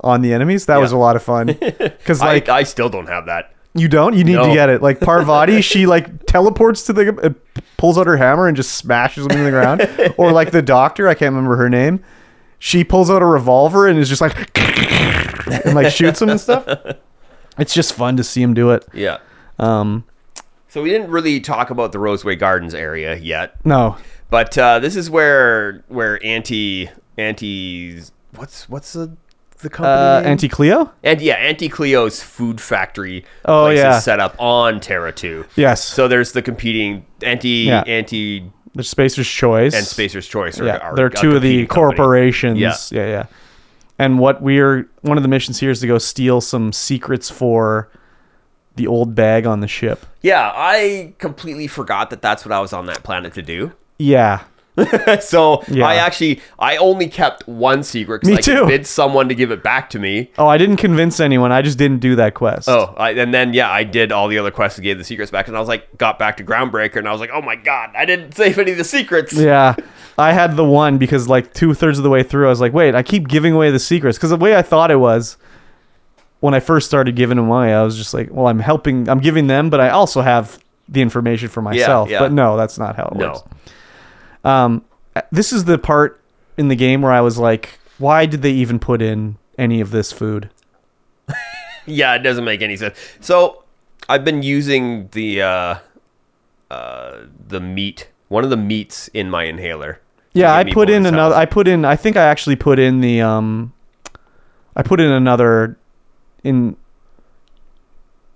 on the enemies, that was Yeah. a lot of fun. Because like I, I still don't have that. you don't, you need No. to get it. Like Parvati, she like teleports to the, uh, pulls out her hammer and just smashes them in the ground. or like the doctor, I can't remember her name. She pulls out a revolver and is just like, and like shoots him and stuff. It's just fun to see him do it. Yeah. Um, So we didn't really talk about the Roseway Gardens area yet, no, but uh, this is where where anti anti what's what's the the company uh, name? Auntie Cleo. and yeah anti Cleo's food factory Oh, place is yeah. set up on Terra Two. Yes. So there's the competing anti Yeah. anti there's Spacer's Choice and Spacer's Choice. Are, Yeah, are they're a two of the competing company. corporations. Yeah. yeah, yeah. And what we're one of the missions here is to go steal some secrets for the old bag on the ship. Yeah, I completely forgot that that's what I was on that planet to do. Yeah, So Yeah. I actually I only kept one secret. 'cause Me I too. Bid someone to give it back to me. Oh, I didn't convince anyone. I just didn't do that quest. Oh, I, and then yeah, I did all the other quests and gave the secrets back, and I was like, got back to Groundbreaker, and I was like, oh my god, I didn't save any of the secrets. Yeah. I had the one because like two thirds of the way through, I was like, wait, I keep giving away the secrets. Because the way I thought it was when I first started giving them away, I was just like, well, I'm helping, I'm giving them, but I also have the information for myself. yeah. But no, that's not how it No. works. Um, this is the part in the game where I was like, why did they even put in any of this food? Yeah, it doesn't make any sense. So I've been using the uh, uh, the meat, one of the meats in my inhaler. to Yeah, give I me put in bonus another. health. I put in. I think I actually put in the. Um, I put in another, in.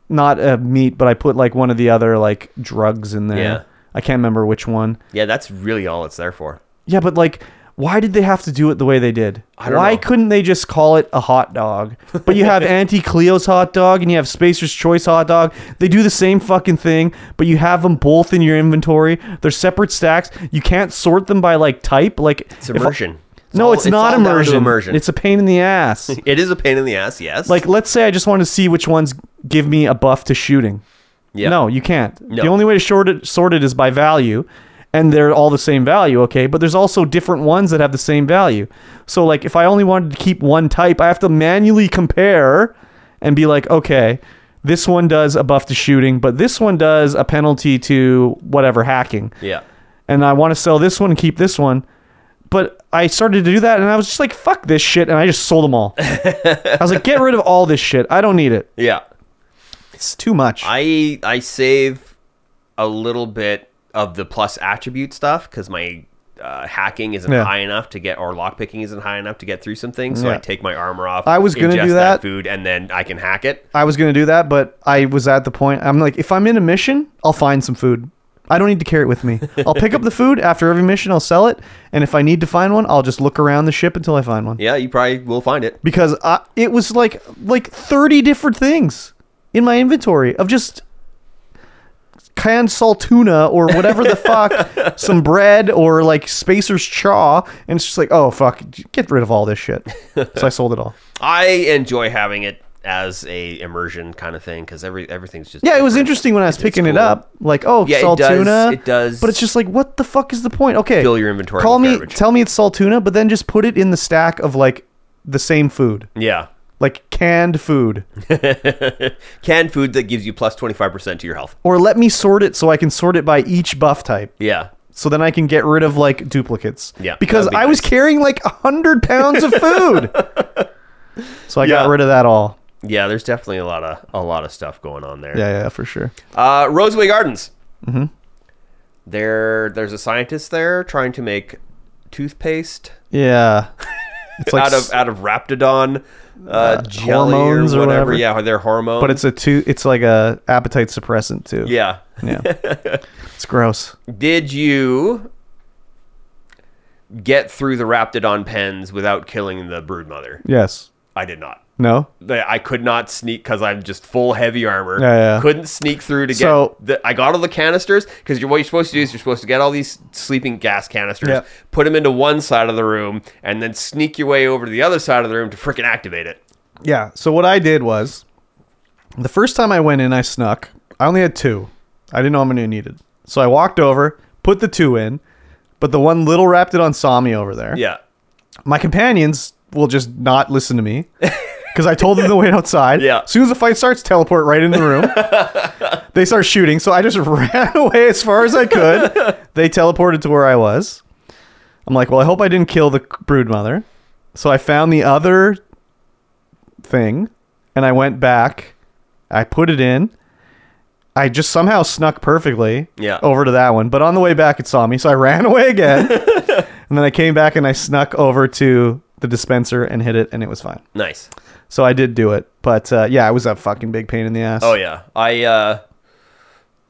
Not a meat, but I put like one of the other like drugs in there. Yeah. I can't remember which one. yeah, that's really all it's there for. Yeah, but like, why did they have to do it the way they did? I don't why know. couldn't they just call it a hot dog? But you have Auntie Cleo's hot dog and you have Spacer's Choice hot dog. They do the same fucking thing, but you have them both in your inventory. They're separate stacks. You can't sort them by like type. Like It's if I- immersion. no, all- it's, not all down to immersion. immersion. It's a pain in the ass. It is a pain in the ass, yes. like, let's say I just want to see which ones give me a buff to shooting. Yeah. No, you can't. No. The only way to short it, sort it is by value, and they're all the same value, okay? But there's also different ones that have the same value. So, like, if I only wanted to keep one type, I have to manually compare and be like, okay, this one does a buff to shooting, but this one does a penalty to whatever hacking yeah, and I want to sell this one and keep this one. But I started to do that and I was just like, fuck this shit. And I just sold them all. I was like, get rid of all this shit. I don't need it. yeah. It's too much. I I save a little bit of the plus attribute stuff because my uh, hacking isn't Yeah. high enough to get, or lockpicking isn't high enough to get through some things. So I Yeah. take my armor off. I was gonna ingest do that. food, and then I can hack it. I was going to do that, but I was at the point, I'm like, if I'm in a mission, I'll find some food. I don't need to carry it with me. I'll pick up the food after every mission. I'll sell it, and if I need to find one, I'll just look around the ship until I find one. Yeah, you probably will find it. Because I, it was like like thirty different things in my inventory of just canned salt tuna or whatever the fuck, some bread or like Spacer's chaw, and it's just like, oh fuck, get rid of all this shit. So I sold it all. I enjoy having it as a immersion kind of thing because every everything's just Yeah, it was different. interesting when I was It's- it's picking it cool. up. Like, oh, Yeah, it salt does- tuna. it does But it's just like, what the fuck is the point? Okay, fill your inventory Call with me, garbage. tell me it's salt tuna, but then just put it in the stack of like the same food, Yeah, like canned food, canned food that gives you plus twenty five percent to your health. or let me sort it so I can sort it by each buff type. Yeah, So then I can get rid of like duplicates. Yeah, Because that'd be I was nice. carrying like a hundred pounds of food. so I Yeah. got rid of that all. yeah. There's definitely a lot of a lot of stuff going on there. Yeah, yeah, for sure. Uh, Roseway Gardens. Mm-hmm. There, there's a scientist there trying to make toothpaste Yeah. It's like out of s- out of Raptodon uh, jelly hormones or or whatever. whatever. Yeah, or their hormones. but it's a two it's like a appetite suppressant too. yeah. Yeah. it's gross. Did you get through the Raptodon pens without killing the broodmother? Yes. I did not. No? They- I could not sneak because I'm just full heavy armor. Yeah, yeah. Couldn't sneak through to get. So- the, I got all the canisters because what you're supposed to do is you're supposed to get all these sleeping gas canisters, Yeah. put them into one side of the room, and then sneak your way over to the other side of the room to freaking activate it. Yeah. So what I did was, the first time I went in, I snuck. I only had two. I didn't know how many I needed. So I walked over, put the two in, but the one little wrapped it on saw me over there. Yeah. My companions will just not listen to me. Because I told them to wait outside. Yeah. As soon as the fight starts, teleport right in the room. they start shooting. So I just ran away as far as I could. They teleported to where I was. I'm like, well, I hope I didn't kill the brood mother. So I found the other thing and I went back. I put it in. I just somehow snuck perfectly Yeah. over to that one. But on the way back, it saw me. So I ran away again. and then I came back and I snuck over to the dispenser and hit it, and it was fine. Nice. So I did do it. But uh, yeah, it was a fucking big pain in the ass. Oh yeah, I uh,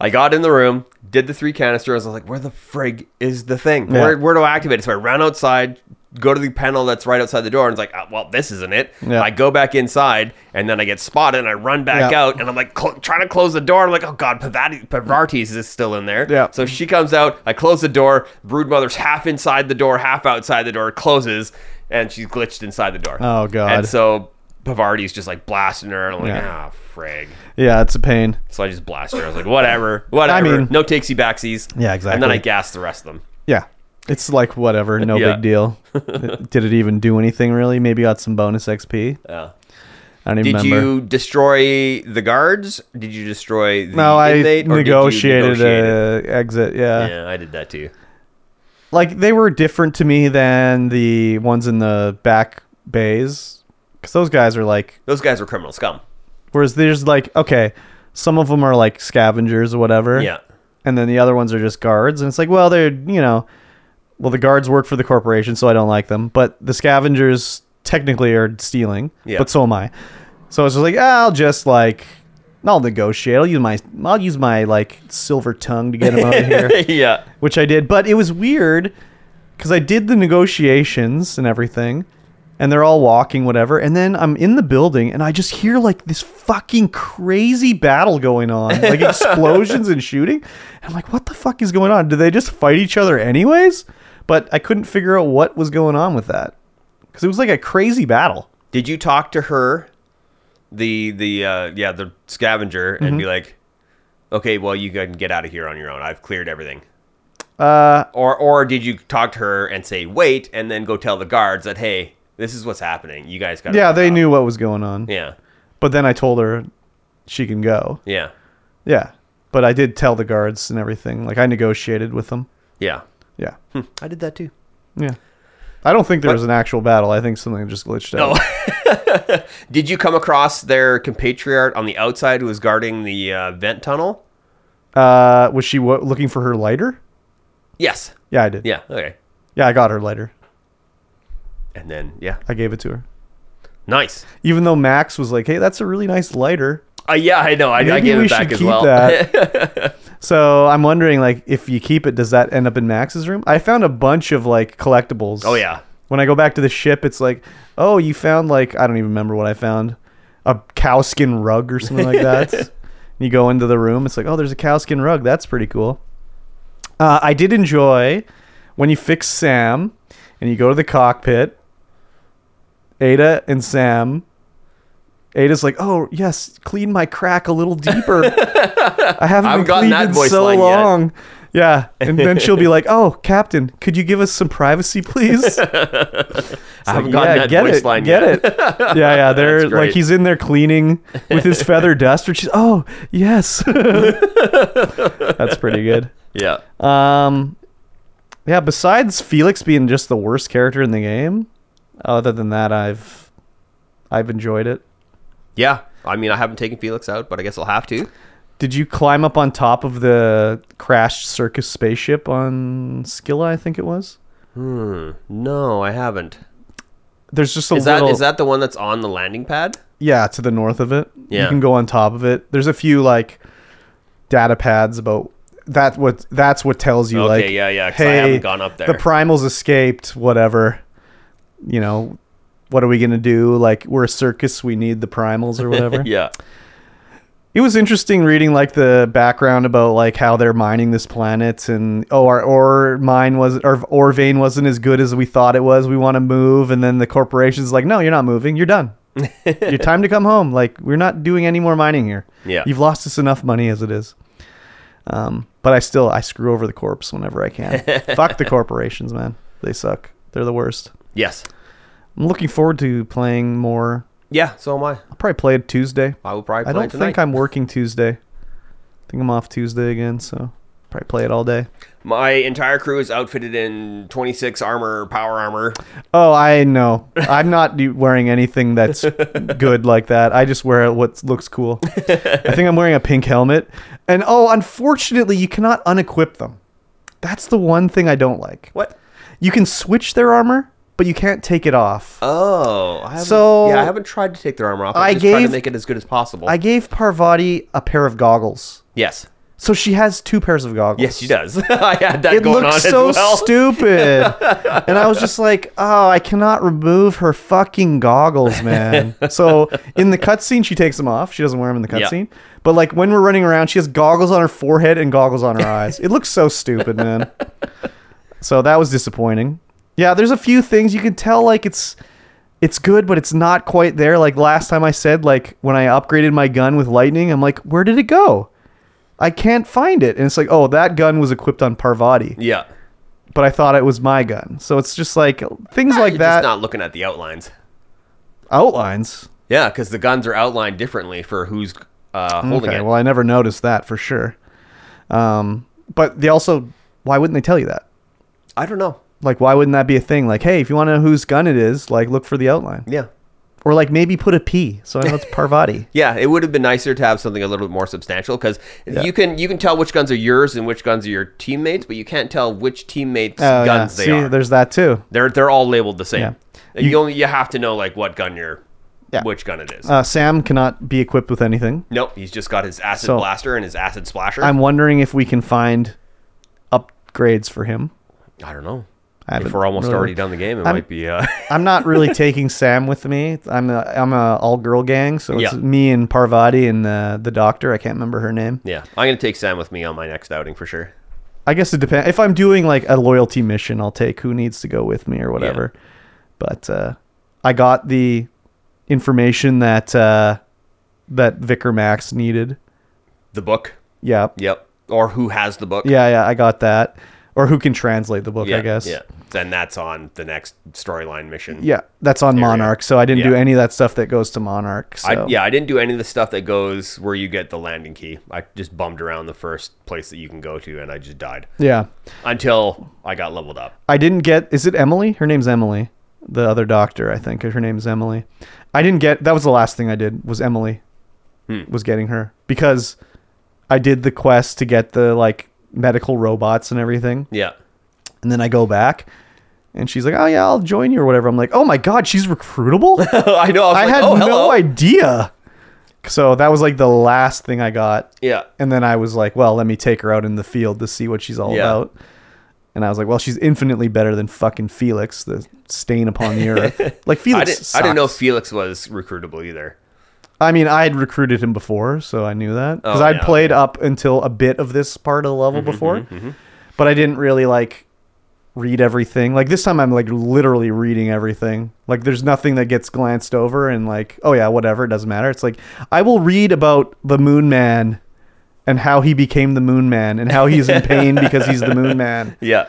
I got in the room, did the three canisters. I was like, "Where the frig is the thing? Yeah. Where where do I activate it?" So I ran outside, go to the panel that's right outside the door, and it's like, oh, "Well, this isn't it." Yeah. I go back inside, and then I get spotted, and I run back Yeah. out, and I'm like, cl- trying to close the door. I'm like, "Oh God, Pavati- Pavartis is still in there." Yeah. So she comes out. I close the door. Brood mother's half inside the door, half outside the door. Closes, and she's glitched inside the door. Oh, God. And so. Pavardi's just like blasting her, and I'm like, Yeah. ah, frig. Yeah, it's a pain. So I just blasted her. I was like, whatever, whatever. mean- no takesy backsies. Yeah, And then I exactly. gassed the rest of them. Yeah. It's like whatever, no Uh, Yeah. big deal. Did it even do anything really? Maybe got some bonus XP. Yeah. I don't even Did remember. you destroy the guards? Did you destroy the no, I inmate? Or did you negotiated negotiate it? a exit. Yeah. Yeah, I did that too. like they were different to me than the ones in the back bays because those guys are like Those guys were criminal scum. whereas there's like okay some of them are like scavengers or whatever Yeah. and then the other ones are just guards and it's like well they're you know well the guards work for the corporation so i don't like them but the scavengers technically are stealing Yeah. but so am i so it's just like ah, i'll just like i'll negotiate i'll use my i'll use my like silver tongue to get them out of here yeah. which I did. But it was weird because I did the negotiations and everything, and they're all walking, whatever. And then I'm in the building, and I just hear like this fucking crazy battle going on, like explosions and shooting. I'm like, what the fuck is going on? Did they just fight each other anyways? But I couldn't figure out what was going on with that because it was like a crazy battle. Did you talk to her, the the uh, yeah the scavenger, Mm-hmm. and be like, okay, well you can get out of here on your own. I've cleared everything. Uh, Or or did you talk to her and say wait, and then go tell the guards that hey, this is what's happening. You guys got yeah, they knew what was going on. Yeah. But then I told her she can go. Yeah. Yeah. But I did tell the guards and everything. Like I negotiated with them. Yeah. Yeah. I did that too. Yeah. I don't think there was an actual battle. I think something just glitched out. Oh. Did you come across their compatriot on the outside who was guarding the uh, vent tunnel? Uh, was she w- looking for her lighter? Yes. Yeah, I did. Yeah. Okay. Yeah, I got her lighter. And then, yeah. I gave it to her. Nice. Even though Max was like, "Hey, that's a really nice lighter." Uh, yeah, I know. I, I Maybe gave we it back should as keep well. that. So I'm wondering, like, if you keep it, does that end up in Max's room? I found a bunch of like collectibles. Oh, yeah. When I go back to the ship, it's like, oh, you found like I don't even remember what I found, a cow skin rug or something like that. you go into the room, it's like, oh, there's a cow skin rug. That's pretty cool. Uh, I did enjoy when you fix Sam and you go to the cockpit. Ada and Sam. Ada's like, oh yes, clean my crack a little deeper. I haven't I've gotten been cleaned that in voice so line yet." long. Yeah, and then she'll be like, "Oh, Captain, could you give us some privacy, please?" It's I like, haven't gotten that get voice it, line get yet. it. Yeah, yeah. They're great. like he's in there cleaning with his feather duster. She's, "Oh, yes." That's pretty good. Yeah. Um, yeah. Besides Felix being just the worst character in the game, other than that, I've I've enjoyed it. Yeah. I mean, I haven't taken Felix out, but I guess I'll have to. Did you climb up on top of the crashed circus spaceship on Skilla? I think it was. No, I haven't. There's just a Is that little. is that the one that's on the landing pad? yeah to the north of it? Yeah. you can go on top of it. There's a few like data pads about that. What that's what tells you Okay, like yeah, yeah, 'cause I Hey, haven't gone up there." The primals escaped. Whatever. You know, what are we gonna do? Like we're a circus. We need the primals or whatever. Yeah. It was interesting reading like the background about like how they're mining this planet and oh our ore mine was our ore vein wasn't as good as we thought it was. We want to move and then the corporation's like, No, you're not moving, you're done. Your time to come home. Like we're not doing any more mining here. Yeah. You've lost us enough money as it is. Um, but I still I screw over the corpse whenever I can. Fuck the corporations, man. They suck. They're the worst. Yes. I'm looking forward to playing more. Yeah. So am I. I'll probably play it Tuesday. I will probably play I don't it tonight. think I'm working Tuesday. I think I'm off Tuesday again, so probably play it all day. My entire crew is outfitted in 26 armor, power armor. Oh, I know. I'm not do- wearing anything that's good like that. I just wear what looks cool. I think I'm wearing a pink helmet. And oh, unfortunately, you cannot unequip them. That's the one thing I don't like. What? You can switch their armor, but you can't take it off. Oh, I haven't, So- yeah, I haven't tried to take their armor off. I'm I just trying to gave- make it as good as possible. I gave Parvati a pair of goggles. yes, So she has two pairs of goggles. yes, she does. I had that it going on looks as so well. stupid and i was just like oh i cannot remove her fucking goggles man so in the cutscene she takes them off she doesn't wear them in the Yeah. cutscene but like when we're running around she has goggles on her forehead and goggles on her eyes it looks so stupid man so that was disappointing yeah there's a few things you can tell like it's it's good but it's not quite there like last time i said like when i upgraded my gun with lightning i'm like where did it go I can't find it. And it's like, oh, that gun was equipped on Parvati yeah, but I thought it was my gun. So it's just like things Ah, like You're that Just not looking at the outlines. outlines. Yeah, because the guns are outlined differently for who's uh, holding Okay, it. well I never noticed that for sure. Um, but they also why wouldn't they tell you that? I don't know. Like why wouldn't that be a thing? Like hey, if you want to know whose gun it is, like look for the outline, Yeah, or like maybe put a P so I know it's Parvati. yeah. It would have been nicer to have something a little bit more substantial because you can you can tell which guns are yours and which guns are your teammates, but you can't tell which teammates' Oh, yeah. guns See, they are. there's that too. They're they're all labeled the same. Yeah. You, only you have to know like what gun you're, Yeah. which gun it is. Uh, Sam cannot be equipped with anything. nope, he's just got his acid So- blaster and his acid splasher. I'm wondering if we can find upgrades for him. I don't know. I If haven't we're almost really- already done the game, it I'm- might be. Uh, I'm not really taking Sam with me. I'm a I'm a all girl gang, so it's Yeah. me and Parvati and the the doctor. I can't remember her name. yeah, I'm gonna take Sam with me on my next outing for sure. I guess it depends. If I'm doing like a loyalty mission, I'll take who needs to go with me or whatever. But uh, I got the information that uh, that Vicar Max needed. The book. Yeah, Yep. Or who has the book? yeah, yeah. I got that, or who can translate the book? I guess. Yeah. Then that's on the next storyline mission. Yeah, that's on Monarch, so I didn't do Yeah. any of that stuff that goes to Monarch. So. I, yeah, I didn't do any of the stuff that goes where you get the landing key. I just bummed around the first place that you can go to, and I just died yeah. until I got leveled up. I didn't get. Is it Emily? Her name's Emily. The other doctor, I think. Her name's Emily. I didn't get. That was the last thing I did. Was Emily was getting her because I did the quest to get the like medical robots and everything, Yeah, and then I go back, and she's like, "Oh yeah, I'll join you or whatever." I'm like, "Oh my god, she's recruitable." I know. I, was I like, had oh, no hello. idea. So that was like the last thing I got. Yeah. And then I was like, well, let me take her out in the field to see what she's all Yeah. about. And I was like, well, she's infinitely better than fucking Felix, the stain upon the earth. Like Felix, I didn't, I didn't know sucks. Felix was recruitable either. I mean, I had recruited him before, so I knew that because Oh, I'd yeah, Mm-hmm, played up until a bit of this part of the level before, but I didn't really like read everything. Like this time, I'm like literally reading everything. Like there's nothing that gets glanced over, and like, oh yeah, whatever, it doesn't matter. It's like I will read about the Moon Man and how he became the Moon Man and how he's in pain because he's the Moon Man. Yeah.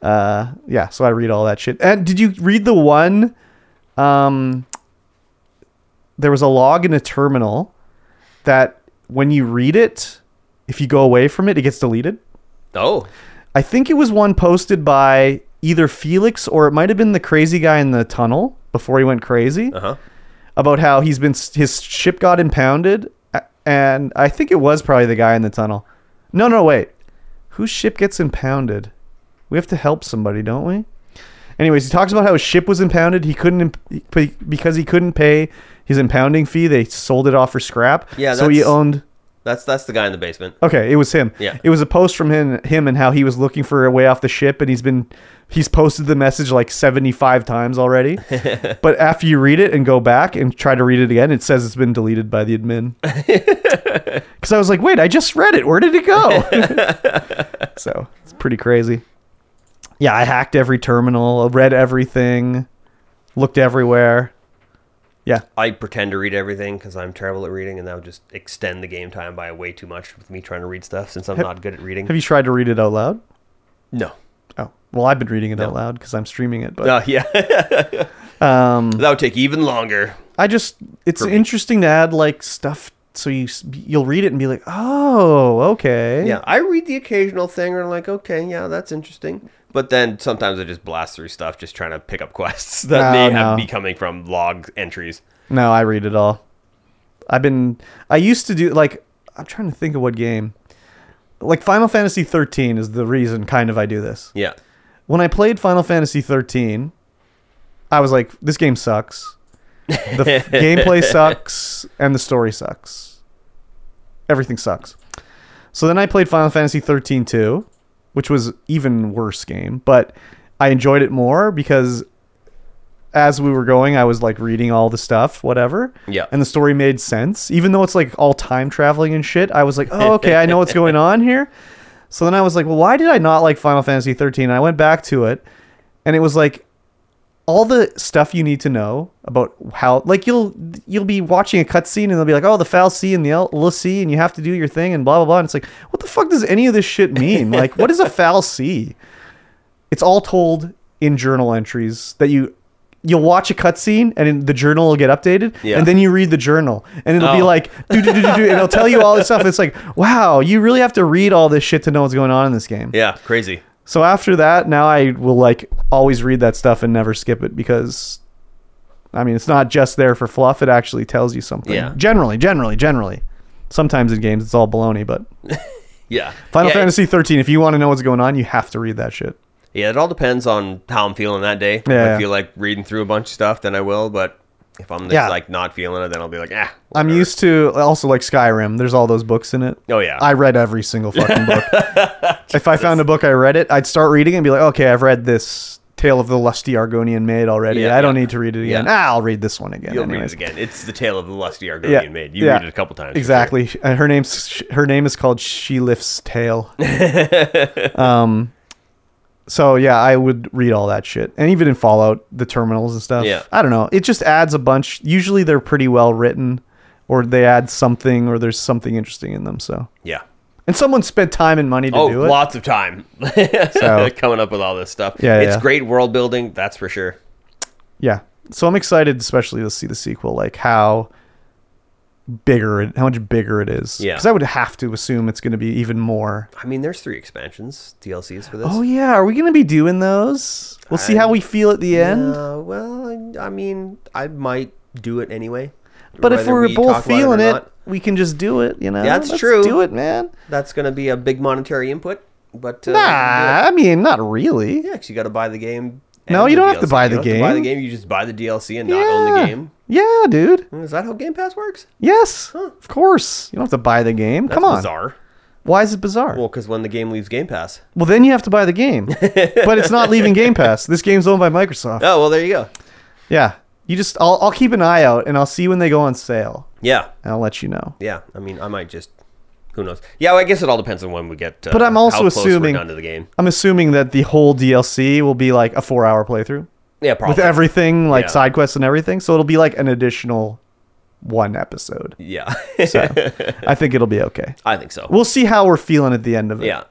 Uh, yeah, so I read all that shit. And did you read the one? Um, there was a log in a terminal that when you read it, if you go away from it, it gets deleted. Oh. I think it was one posted by either Felix or it might have been the crazy guy in the tunnel before he went crazy Uh huh. about how he's been his ship got impounded, a- and I think it was probably the guy in the tunnel. No, no, wait. Whose ship gets impounded? We have to help somebody, don't we? Anyways, he talks about how his ship was impounded. He couldn't imp- he- because he couldn't pay his impounding fee. They sold it off for scrap. Yeah, so he that's- owned. That's that's the guy in the basement. Okay, it was him. Yeah. It was a post from him him and how he was looking for a way off the ship and he's been he's posted the message like 75 times already. but after you read it and go back and try to read it again, it says it's been deleted by the admin. Cuz I was like, "Wait, I just read it. Where did it go?" so, it's pretty crazy. Yeah, I hacked every terminal, read everything, looked everywhere. Yeah. I pretend to read everything because I'm terrible at reading, and that would just extend the game time by way too much with me trying to read stuff since I'm not good at reading. Have you tried to read it out loud? no. Oh. Well, I've been reading it out loud cuz I'm streaming it, but Oh yeah. um, that would take even longer. I just it's me. interesting to add like stuff so you s- you'll read it and be like, "Oh, okay." Yeah, I read the occasional thing, and I'm like, okay, yeah, that's interesting. But then sometimes I just blast through stuff, just trying to pick up quests that No, may have no. be coming from log entries. No, I read it all. I've been I used to do like I'm trying to think of what game. Like Final Fantasy 13 is the reason kind of I do this. Yeah. When I played Final Fantasy 13, I was like, "This game sucks. The f- gameplay sucks and the story sucks. Everything sucks." So then I played Final Fantasy 13 too, which was even worse game, but I enjoyed it more because as we were going, I was like reading all the stuff, whatever. Yeah. And the story made sense. Even though it's like all time traveling and shit, I was like, oh, okay, I know what's going on here. So then I was like, well, why did I not like Final Fantasy 13? And I went back to it and it was like all the stuff you need to know about how like you'll you'll be watching a cutscene and they'll be like oh the foul c and the L- L c and you have to do your thing and blah blah blah and it's like what the fuck does any of this shit mean like what is a foul c it's all told in journal entries that you you'll watch a cutscene and in, the journal will get updated Yeah. and then you read the journal and it'll be Oh. like do do do do do and it'll tell you all this stuff it's like wow you really have to read all this shit to know what's going on in this game Yeah. Crazy. so after that, now I will like always read that stuff and never skip it because I mean, it's not just there for fluff, it actually tells you something. Yeah. Generally, generally, generally. Sometimes in games it's all baloney, but Yeah. Final Yeah, it- Fantasy 13, if you want to know what's going on, you have to read that shit. Yeah, it all depends on how I'm feeling that day. If Yeah. I feel like reading through a bunch of stuff, then I will. But if I'm just Yeah. like not feeling it, then I'll be like, ah. I'm whatever." used to also like Skyrim, there's all those books in it. Oh yeah. I read every single fucking book. if I found a book, I read it. I'd start reading it and be like, okay, I've read this Tale of the Lusty Argonian Maid already. Yeah, I don't yeah. need to read it again. Yeah. Ah, I'll read this one again. You'll read anyways. it again. It's the tale of the lusty Argonian Yeah, maid. You yeah. read it a couple times. for sure. Exactly. Sh- uh, Her name's her name is called She Lifts Tail. um, so yeah, I would read all that shit, and even in Fallout, the terminals and stuff. Yeah. I don't know. It just adds a bunch. Usually they're pretty well written, or they add something, or there's something interesting in them. So, Yeah. and someone spent time and money to Oh, do it. lots of time So- coming up with all this stuff. Yeah, it's yeah. great world building, that's for sure. Yeah. So I'm excited, especially to see the sequel, like how bigger it, how much bigger it is. Yeah. Because I would have to assume it's going to be even more. I mean, there's three expansions, DLCs for this. Oh yeah, are we gonna be doing those? We'll see how we feel at the end. Uh, well, I mean, I might do it anyway. but if whether we're we both talk about or feeling it, not. we can just do it. You know, That's Let's true. Do it, man. that's going to be a big monetary input. But uh, Nah, yeah, I mean, not really. yeah, 'cause you got to buy the game. No, and you the don't have to DLC. buy You the don't have to buy the game. game. You just buy the DLC and not own the Yeah. game. Hmm. Yeah, dude. Is that how Game Pass works? Yes, of course. You don't have to buy the game. Come on. Bizarre. Why is it bizarre? Well, Well, because when the game leaves Game Pass. then you have to buy the game. but it's not leaving Game Pass. This game's owned by Microsoft. Oh well, there you go. Yeah. You just, I'll, I'll keep an eye out and I'll see when they go on sale Yeah, and I'll let you know. yeah. I mean, I might just. Who knows? Yeah, well, I guess it all depends on when we get. Uh, But I'm also how close assuming- we're done to the game. I'm assuming that the whole DLC will be like a four hour playthrough Yeah, probably. with everything, like Yeah. side quests and everything. So it'll be like an additional one episode. yeah, So I think it'll be okay. I think so. We'll see how we're feeling at the end of it. yeah,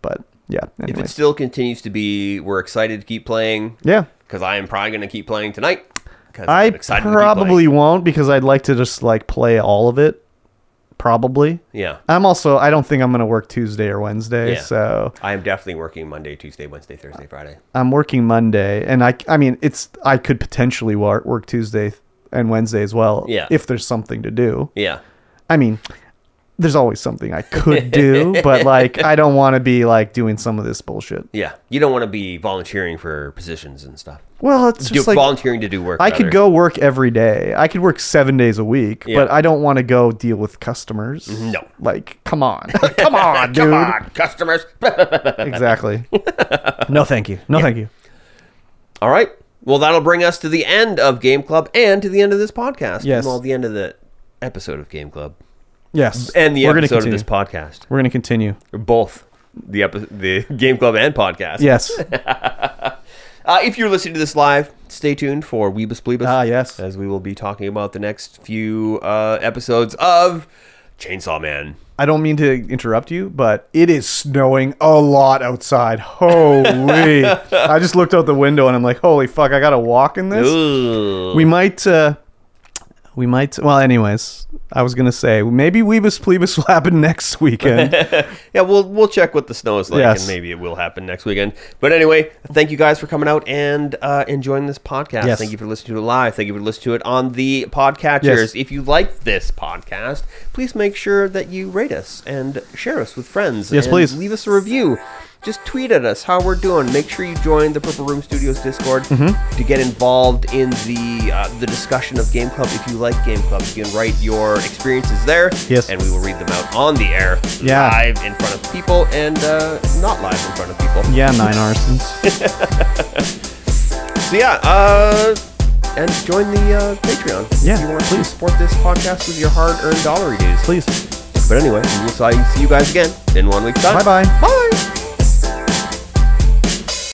But yeah. if Anyway. it still continues to be, we're excited to keep playing yeah. because I am probably going to keep playing tonight. 'cause I I'm excited to keep probably playing. won't because I'd like to just like play all of it. Probably. yeah. I'm also I don't think I'm gonna work Tuesday or Wednesday, Yeah. so I am definitely working Monday, Tuesday, Wednesday, Uh, Thursday, Friday. I'm working Monday, and I I mean it's I could potentially work work Tuesday and Wednesday as well. Yeah. If there's something to do, Yeah, I mean, there's always something I could do, but like I don't want to be like doing some of this bullshit. yeah. You don't want to be volunteering for positions and stuff. Well, it's Do, just like volunteering to do work. I could rather. go work every day. I could work seven days a week, Yeah. Mm-hmm. but I don't want to go deal with customers. No. Like, come on. come on, dude. Come on, customers. Exactly. no, thank you. No, thank you. All right. Well, that'll bring us to the end of Game Club and to the end of this podcast. Yes. Well, the end of the episode of Game Club Yes. and the We're gonna episode of continue. this podcast. We're going to continue. Both the epi- the Game Club and podcast. Yes. Uh, if you're listening to this live, stay tuned for Weebus Bleebus. Ah, yes. As we will be talking about the next few uh, episodes of Chainsaw Man. I don't mean to interrupt you, but it is snowing a lot outside. Holy. I just looked out the window and I'm like, holy fuck, I got to walk in this. Ooh. We might, uh, we might, well, anyways, I was going to say, maybe Weebus Plebus will happen next weekend. Yeah, we'll we'll check what the snow is like, Yes. and maybe it will happen next weekend. But anyway, thank you guys for coming out and uh, enjoying this podcast. Yes. Thank you for listening to it live. Thank you for listening to it on the podcatchers. Yes. If you like this podcast, please make sure that you rate us and share us with friends. Yes, and please. Leave us a review. Just tweet at us how we're doing. Make sure you join the Purple Room Studios Discord Mm-hmm. to get involved in the uh, the discussion of Game Club. If you like Game Club, you can write your experiences there. Yes. and we will read them out on the air Yeah. live in front of people and uh, not live in front of people. yeah, nine arsons. So yeah, uh, and join the uh, Patreon. if Yeah, you want to please. support this podcast with your hard-earned dollar dues. Please. But anyway, we will see see you guys again in one week's time. Bye-bye. Bye.